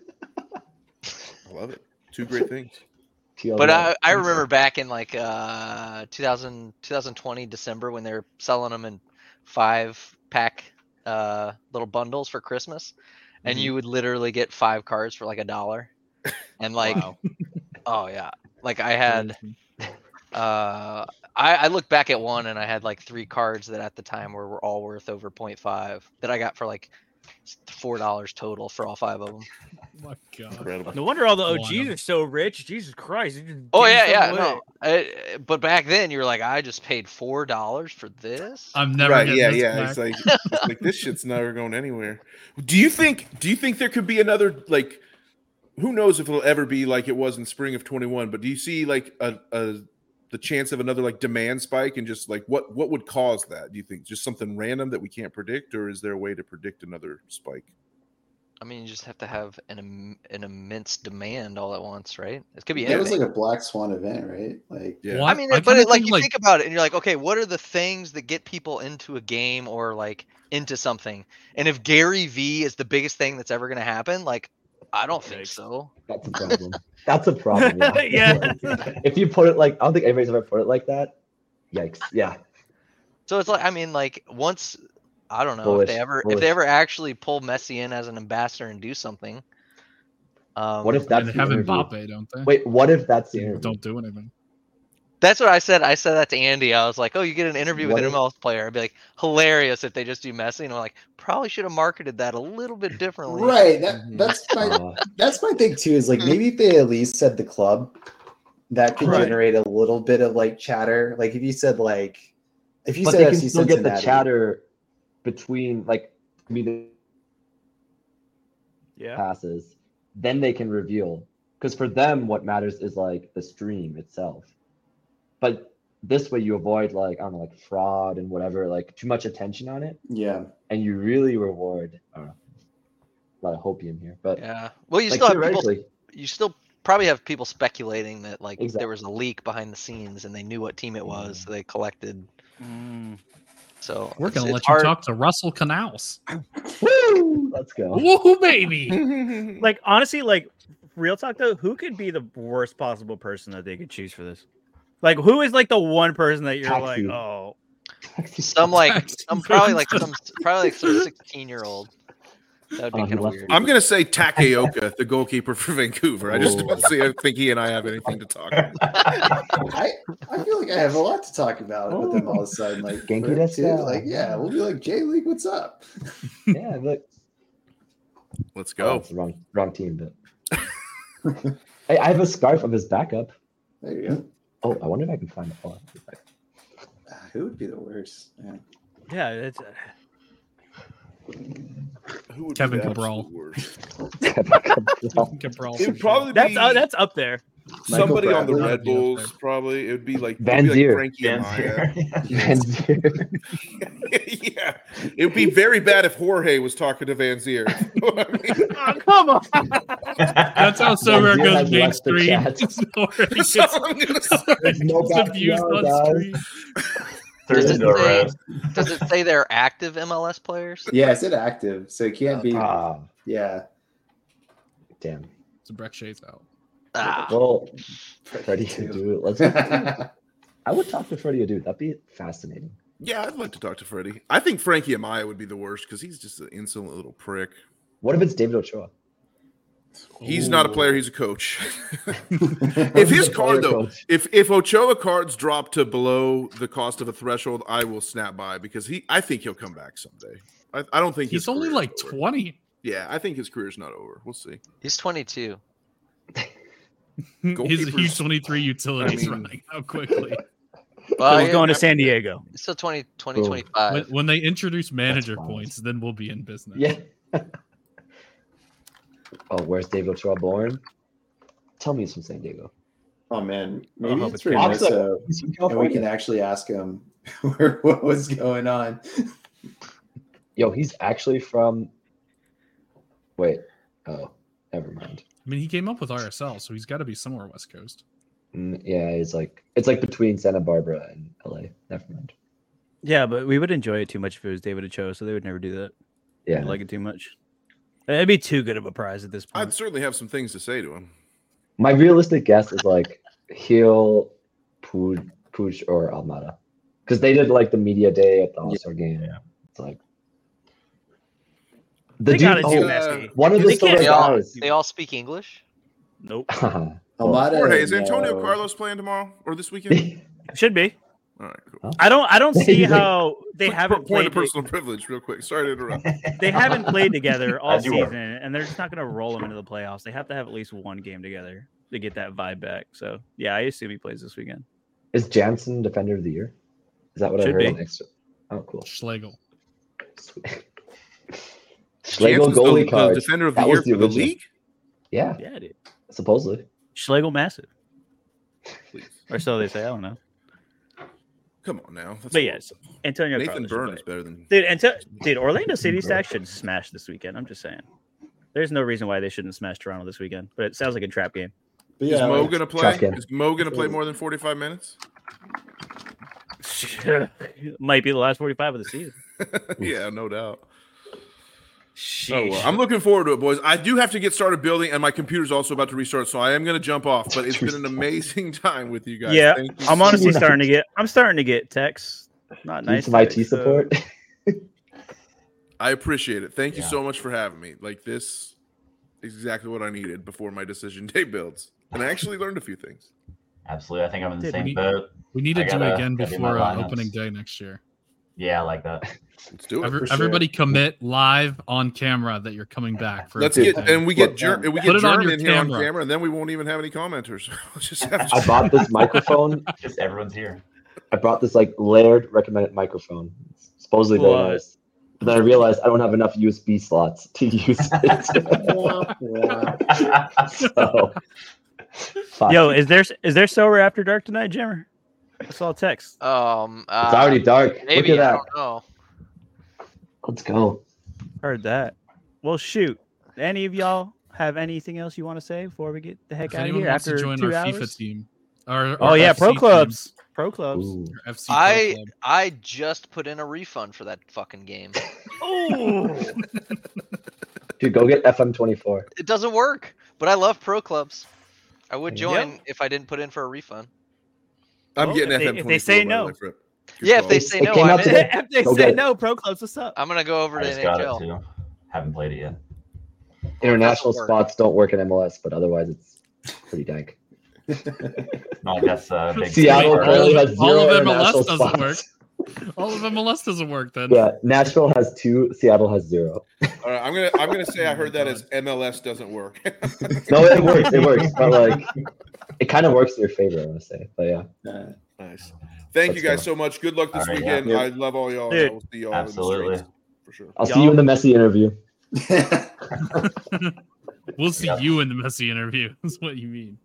Speaker 7: I love it. Two great things.
Speaker 6: TL
Speaker 8: But I, I remember back in like uh 2000, 2020 December when they were selling them in five pack uh little bundles for Christmas, and you would literally get five cards for like a dollar, and like oh yeah, like I had uh I, I looked back at one and I had like three cards that at the time were, were all worth over 0.5 that I got for like four dollars total for all five of them.
Speaker 3: Oh my God.
Speaker 7: Incredible.
Speaker 11: No wonder all the
Speaker 3: Why
Speaker 11: OGs
Speaker 6: um
Speaker 3: not?
Speaker 11: are so rich. Jesus Christ. they just
Speaker 8: Oh
Speaker 11: gave
Speaker 8: yeah,
Speaker 11: some
Speaker 8: yeah.
Speaker 11: away.
Speaker 8: No, I, but back then you were like, I just paid four dollars for this.
Speaker 3: I'm never
Speaker 7: right?
Speaker 3: getting
Speaker 7: Yeah,
Speaker 3: this
Speaker 7: yeah.
Speaker 3: back.
Speaker 7: It's like, it's like this shit's never going anywhere. Do you think? Do you think there could be another like? Who knows if it'll ever be like it was in spring of twenty one? But do you see like a, a the chance of another like demand spike and just like what what would cause that? Do you think just something random that we can't predict, or is there a way to predict another spike?
Speaker 8: I mean, you just have to have an im- an immense demand all at once, right? It could be
Speaker 4: That was
Speaker 8: anything.
Speaker 4: like a black swan event, right? Like
Speaker 7: Yeah.
Speaker 3: Well,
Speaker 8: I mean, but
Speaker 3: kinda
Speaker 8: it, like
Speaker 3: think,
Speaker 8: you think about it, and you're like, okay, what are the things that get people into a game or like into something? And if Gary V is the biggest thing that's ever going to happen, like, I don't think
Speaker 11: Yikes.
Speaker 8: so.
Speaker 6: That's a problem. That's a problem.
Speaker 11: Yeah.
Speaker 6: if you put it like, I don't think anybody's ever put it like that. Yikes. Yeah.
Speaker 8: So it's like, I mean, like once I don't know if
Speaker 6: Bullish,
Speaker 8: they ever if
Speaker 6: bullish.
Speaker 8: they ever actually pull Messi in as an ambassador and do something. Um,
Speaker 6: What if
Speaker 3: Yeah,
Speaker 6: that's
Speaker 3: they
Speaker 6: the
Speaker 3: Oh, have
Speaker 6: interview?
Speaker 3: Mbappe, don't they?
Speaker 6: Wait, what if that's the
Speaker 3: They
Speaker 6: interview?
Speaker 3: don't do anything.
Speaker 8: That's what I said. I said that to Andy. I was like, "Oh, you get an interview
Speaker 6: What
Speaker 8: with an
Speaker 6: if-
Speaker 8: MLS player." I'd be like, "Hilarious if they just do Messi." And I'm like, "Probably should have marketed that a little bit differently."
Speaker 4: right. That
Speaker 7: Mhm.
Speaker 4: that's my
Speaker 6: Uh,
Speaker 4: that's my thing too. Is like maybe if they at least said the club, that could
Speaker 2: Right.
Speaker 4: generate a little bit of like chatter. Like if you said like if you
Speaker 6: but
Speaker 4: said
Speaker 6: they can
Speaker 4: FC
Speaker 6: still get the
Speaker 4: Cincinnati-
Speaker 6: chatter between like community
Speaker 11: Yeah.
Speaker 6: passes. Then they can reveal because for them, what matters is like the stream itself. But this way, you avoid like I don't know, like fraud and whatever, like too much attention on it,
Speaker 4: Yeah.
Speaker 6: and you really reward. I don't know. A lot of hopium here, but
Speaker 8: Yeah. Well, you
Speaker 6: like
Speaker 8: still have people.
Speaker 6: theoretically,
Speaker 8: You still probably have people speculating that like
Speaker 6: Exact-
Speaker 8: there was a leak behind the scenes and they knew what team it was. so they collected.
Speaker 6: Ah.
Speaker 11: Mm.
Speaker 8: So
Speaker 3: We're
Speaker 8: it's-
Speaker 3: gonna
Speaker 8: it's
Speaker 3: let you
Speaker 8: hard.
Speaker 3: talk to Russell Canals.
Speaker 6: woo, let's go.
Speaker 3: Woo, baby!
Speaker 2: Like honestly, like real talk though, who could be the worst possible person that they could choose for this? Like who is like the one person that you're like,
Speaker 6: Taxi.
Speaker 2: oh,
Speaker 8: Some like
Speaker 3: Taxi
Speaker 8: some
Speaker 3: driver.
Speaker 8: probably like some probably like some sixteen year old. That would be
Speaker 6: Oh, he
Speaker 8: kind of
Speaker 6: left
Speaker 8: weird.
Speaker 7: I'm gonna say Takeoka, the goalkeeper for Vancouver. I
Speaker 3: Oh.
Speaker 7: just don't see. I think he and I have anything to talk about.
Speaker 4: I, I feel like I have a lot to talk about with them all of a sudden. Like
Speaker 6: Genki
Speaker 4: for it
Speaker 6: desu.
Speaker 4: too, Like yeah, we'll be like J League, what's up?
Speaker 6: yeah, look,
Speaker 7: Let's
Speaker 6: Oh,
Speaker 7: go.
Speaker 6: it's the wrong wrong team, but I, I have a scarf of his backup.
Speaker 4: There you go.
Speaker 6: Oh, I wonder if I can find it. Oh,
Speaker 4: Ah, Who would be the worst? Yeah.
Speaker 11: Yeah.
Speaker 2: uh,
Speaker 11: It's,
Speaker 7: Oh, Who would be
Speaker 3: Kevin
Speaker 7: the
Speaker 3: Cabral.
Speaker 7: absolute worst?
Speaker 6: Kevin
Speaker 3: Cabral.
Speaker 7: It would probably
Speaker 11: that's
Speaker 7: be
Speaker 11: uh, that's up there.
Speaker 4: Michael
Speaker 7: somebody on the
Speaker 4: Bradley.
Speaker 7: Red Bulls. Probably it would be like,
Speaker 6: Van
Speaker 7: it'd be
Speaker 6: Zier.
Speaker 7: like Frankie Amaya.
Speaker 6: Van Zier.
Speaker 7: yeah, it would be very bad if Jorge was talking to Van Zier. You know what I mean?
Speaker 11: Come on.
Speaker 3: That's how Sober
Speaker 6: Zier
Speaker 3: goes
Speaker 6: has
Speaker 3: game
Speaker 6: left the
Speaker 3: three.
Speaker 6: chat.
Speaker 3: It's already
Speaker 7: That's
Speaker 3: gets-
Speaker 7: all I'm gonna say.
Speaker 3: already
Speaker 6: no
Speaker 3: gets
Speaker 6: back
Speaker 3: abused
Speaker 6: yard,
Speaker 3: on
Speaker 6: guys.
Speaker 3: stream.
Speaker 5: Third
Speaker 8: Does it
Speaker 5: into a
Speaker 8: say-
Speaker 5: row.
Speaker 8: Does it say they're active MLS players?
Speaker 4: Yeah, it's inactive, so it can't be.
Speaker 6: Ah,
Speaker 4: yeah.
Speaker 6: damn.
Speaker 3: So Breck Shay's out.
Speaker 8: Ah.
Speaker 6: Well,
Speaker 4: Freddie
Speaker 6: Freddie
Speaker 4: too.
Speaker 6: Adu. Let's. I would talk to Freddie Adu. That'd be fascinating.
Speaker 7: Yeah, I'd like to talk to Freddie. I think Frankie Amaya would be the worst because he's just an insolent little prick.
Speaker 6: What if it's David Ochoa?
Speaker 7: He's not a player; he's a coach. if his card though, if if Ochoa cards drop to below the cost of a threshold, I will snap by because he. I think he'll come back someday. I, I don't think
Speaker 3: He's
Speaker 7: his
Speaker 3: only
Speaker 7: career's
Speaker 3: like
Speaker 7: over.
Speaker 3: 20.
Speaker 7: Yeah, I think his career's not over. We'll see.
Speaker 8: He's 22.
Speaker 3: He's a huge
Speaker 7: Goalkeepers-
Speaker 3: 23 utility. He's
Speaker 7: I mean-
Speaker 3: running out quickly.
Speaker 8: Well,
Speaker 2: he's
Speaker 8: Uh, yeah,
Speaker 2: going to
Speaker 8: I-
Speaker 2: San Diego.
Speaker 8: it's still 20,
Speaker 6: Boom.
Speaker 8: 2025.
Speaker 3: When, when they introduce manager
Speaker 6: wild.
Speaker 3: points, then we'll be in business.
Speaker 6: Yeah. oh, where's David Ochoa born? Tell me he's from San Diego.
Speaker 4: Oh man,
Speaker 3: I don't
Speaker 4: maybe
Speaker 3: know if
Speaker 4: it's
Speaker 3: it's Canada.
Speaker 4: Reynoso,
Speaker 6: He's from
Speaker 4: and we
Speaker 6: California.
Speaker 4: can actually ask him where- what was going on.
Speaker 6: Yo, he's actually from. Wait. Oh, never mind.
Speaker 3: I mean, he came up with RSL, so he's got to be somewhere West Coast.
Speaker 6: Mm, Yeah, it's like it's like between Santa Barbara and LA. Never mind.
Speaker 2: Yeah, but we would enjoy it too much if it was David and Cho, so they would never do that.
Speaker 6: Yeah.
Speaker 2: I like it too much. It'd be too good of a prize at this
Speaker 7: I'd
Speaker 2: point.
Speaker 7: certainly have some things to say to him.
Speaker 6: My realistic guess is like Hill, Pooj, Pooj or Almada, because they did like the media day at the All Star game.
Speaker 5: Yeah.
Speaker 6: It's like
Speaker 2: they
Speaker 6: the dude-
Speaker 2: gotta do
Speaker 6: oh,
Speaker 7: that.
Speaker 2: Messi.
Speaker 6: one of
Speaker 2: They
Speaker 6: the
Speaker 2: can't
Speaker 6: silver
Speaker 8: They all,
Speaker 6: guys.
Speaker 8: they all speak English.
Speaker 2: Nope.
Speaker 6: Well,
Speaker 4: Almada,
Speaker 7: Jorge, is Antonio
Speaker 4: no.
Speaker 7: Carlos playing tomorrow or this weekend?
Speaker 2: Should be.
Speaker 7: All right, cool.
Speaker 2: I don't. I don't see
Speaker 6: uh, Like-
Speaker 2: how they
Speaker 7: Quick
Speaker 2: haven't
Speaker 7: point
Speaker 2: played.
Speaker 7: of personal privilege, real quick. Sorry to interrupt.
Speaker 2: They haven't played together all
Speaker 5: As you are.
Speaker 2: season, and they're just not going to roll them into the playoffs. They have to have at least one game together to get that vibe back. So yeah, I assume he plays this weekend.
Speaker 6: Is Jansen Defender of the Year? Is that what I
Speaker 2: Should
Speaker 6: heard?
Speaker 2: be.
Speaker 6: on extra? Oh, cool.
Speaker 3: Schlegel.
Speaker 6: Sweet. Schlegel
Speaker 7: Jansen's the-
Speaker 6: goalie
Speaker 7: the
Speaker 6: card.
Speaker 7: defender of the
Speaker 6: That
Speaker 7: year
Speaker 6: was the
Speaker 7: for the
Speaker 6: original.
Speaker 7: league.
Speaker 6: Yeah,
Speaker 2: Yeah, dude.
Speaker 6: supposedly.
Speaker 2: Schlegel massive,
Speaker 7: Please,
Speaker 2: or so they say. I don't know.
Speaker 7: come on now. That's
Speaker 2: But yes, Antonio
Speaker 7: Nathan
Speaker 2: Carlos.
Speaker 7: Byrne
Speaker 2: Burns.
Speaker 7: is better than.
Speaker 2: Dude, and dude, Orlando City
Speaker 6: Bro.
Speaker 2: Stack should smash this weekend. I'm just saying. There's no reason why they shouldn't smash Toronto this weekend, but it sounds like a trap game.
Speaker 4: But
Speaker 7: Is
Speaker 4: yeah,
Speaker 7: Mo
Speaker 4: like,
Speaker 7: gonna play?
Speaker 6: tough game.
Speaker 7: Is Mo gonna play more than forty-five minutes?
Speaker 2: Might be the last 45 of the season.
Speaker 7: yeah, no doubt. Oh, well. I'm looking forward to it, boys. I do have to get started building, and my computer's also about to restart, so I am going to jump off. But it's been an amazing time with you guys.
Speaker 2: Yeah,
Speaker 7: Thank you
Speaker 2: I'm
Speaker 7: so
Speaker 2: honestly
Speaker 7: much.
Speaker 2: starting to get. I'm starting to get texts. Not
Speaker 6: Need
Speaker 2: nice.
Speaker 6: some IT
Speaker 2: texts, so-
Speaker 6: support.
Speaker 7: I appreciate it. Thank you
Speaker 5: Yeah.
Speaker 7: so much for having me. Like this, is exactly what I needed before my decision day builds, and I actually learned a few things.
Speaker 5: Absolutely. I think I'm in the
Speaker 2: Did
Speaker 5: same
Speaker 3: we-
Speaker 5: boat.
Speaker 3: We need to
Speaker 5: I
Speaker 3: do
Speaker 5: gotta-
Speaker 3: again
Speaker 5: gotta do
Speaker 3: before
Speaker 5: my
Speaker 3: uh,
Speaker 5: lineups.
Speaker 3: opening day next year.
Speaker 5: Yeah, I like that.
Speaker 7: Let's do it.
Speaker 3: Every,
Speaker 4: for sure.
Speaker 3: Everybody commit live on camera that you're coming back for.
Speaker 7: Let's
Speaker 3: opening
Speaker 7: get
Speaker 3: day.
Speaker 7: and we get germ and we get
Speaker 3: Put it on
Speaker 7: germ
Speaker 3: your
Speaker 7: in here on
Speaker 3: camera.
Speaker 7: camera, and then we won't even have any commenters. We'll just have
Speaker 6: I bought this microphone.
Speaker 5: Just everyone's here.
Speaker 6: I bought this like layered recommended microphone. It's supposedly very
Speaker 2: What?
Speaker 6: nice. But then I realized I don't have enough USB slots to use it.
Speaker 4: wah, wah.
Speaker 6: so, fuck.
Speaker 2: Yo, is there is there sober after dark tonight, Jammer? I saw a text.
Speaker 8: Um, uh,
Speaker 6: it's already dark.
Speaker 8: maybe
Speaker 6: Look
Speaker 8: I
Speaker 6: at that.
Speaker 8: don't know.
Speaker 6: Let's go.
Speaker 2: Heard that. Well, shoot. Any of y'all have anything else you want to say before we get the heck
Speaker 3: If
Speaker 2: out of
Speaker 3: anyone
Speaker 2: here?
Speaker 3: wants
Speaker 2: After
Speaker 3: to join
Speaker 2: two
Speaker 3: our
Speaker 2: hours?
Speaker 3: FIFA team, our,
Speaker 2: Oh yeah, pro clubs,
Speaker 3: clubs.
Speaker 2: pro clubs.
Speaker 6: Ooh.
Speaker 3: FC
Speaker 8: I-
Speaker 3: Pro Club.
Speaker 8: I just put in a refund for that fucking game.
Speaker 6: Dude, go get FM24.
Speaker 8: It doesn't work, but I love pro clubs. I would join if I didn't put in for a refund.
Speaker 7: I'm
Speaker 2: Well,
Speaker 7: getting
Speaker 2: if they-
Speaker 7: FM.
Speaker 2: if they say no.
Speaker 8: yeah, if they
Speaker 6: It's-
Speaker 8: say
Speaker 6: it
Speaker 8: no,
Speaker 6: came
Speaker 8: I'm
Speaker 6: out
Speaker 8: in.
Speaker 6: today.
Speaker 2: if they
Speaker 6: Go
Speaker 2: say
Speaker 6: get it.
Speaker 2: no, pro clubs, what's up?
Speaker 8: I'm gonna go over
Speaker 5: I
Speaker 8: to
Speaker 5: just got it
Speaker 8: NHL.
Speaker 5: too. Haven't played it yet.
Speaker 6: International
Speaker 8: work.
Speaker 6: spots don't work in MLS, but otherwise it's pretty dank.
Speaker 5: Not like that's a big
Speaker 6: Seattle
Speaker 5: deal.
Speaker 3: all
Speaker 6: currently
Speaker 3: of-
Speaker 6: has
Speaker 3: all
Speaker 6: zero
Speaker 3: of MLS
Speaker 6: international
Speaker 3: doesn't
Speaker 6: spots.
Speaker 3: work. All of MLS doesn't work then.
Speaker 6: Yeah, Nashville has two, Seattle has zero.
Speaker 7: All right, I'm gonna I'm gonna say I heard that as MLS doesn't work.
Speaker 6: No, it works. It works. But like, it kind of works in your favor, I want to say. But yeah.
Speaker 4: Uh,
Speaker 7: Nice. Thank
Speaker 6: Let's
Speaker 7: you guys
Speaker 6: go.
Speaker 7: so much. Good luck this
Speaker 5: All right, yeah.
Speaker 7: weekend.
Speaker 4: Yeah.
Speaker 7: I love all y'all.
Speaker 2: Dude.
Speaker 7: I will see y'all in
Speaker 5: Absolutely.
Speaker 7: the streets for sure.
Speaker 6: I'll see you in the messy interview.
Speaker 3: We'll see
Speaker 5: Yeah.
Speaker 3: you in the messy interview. That's what you mean.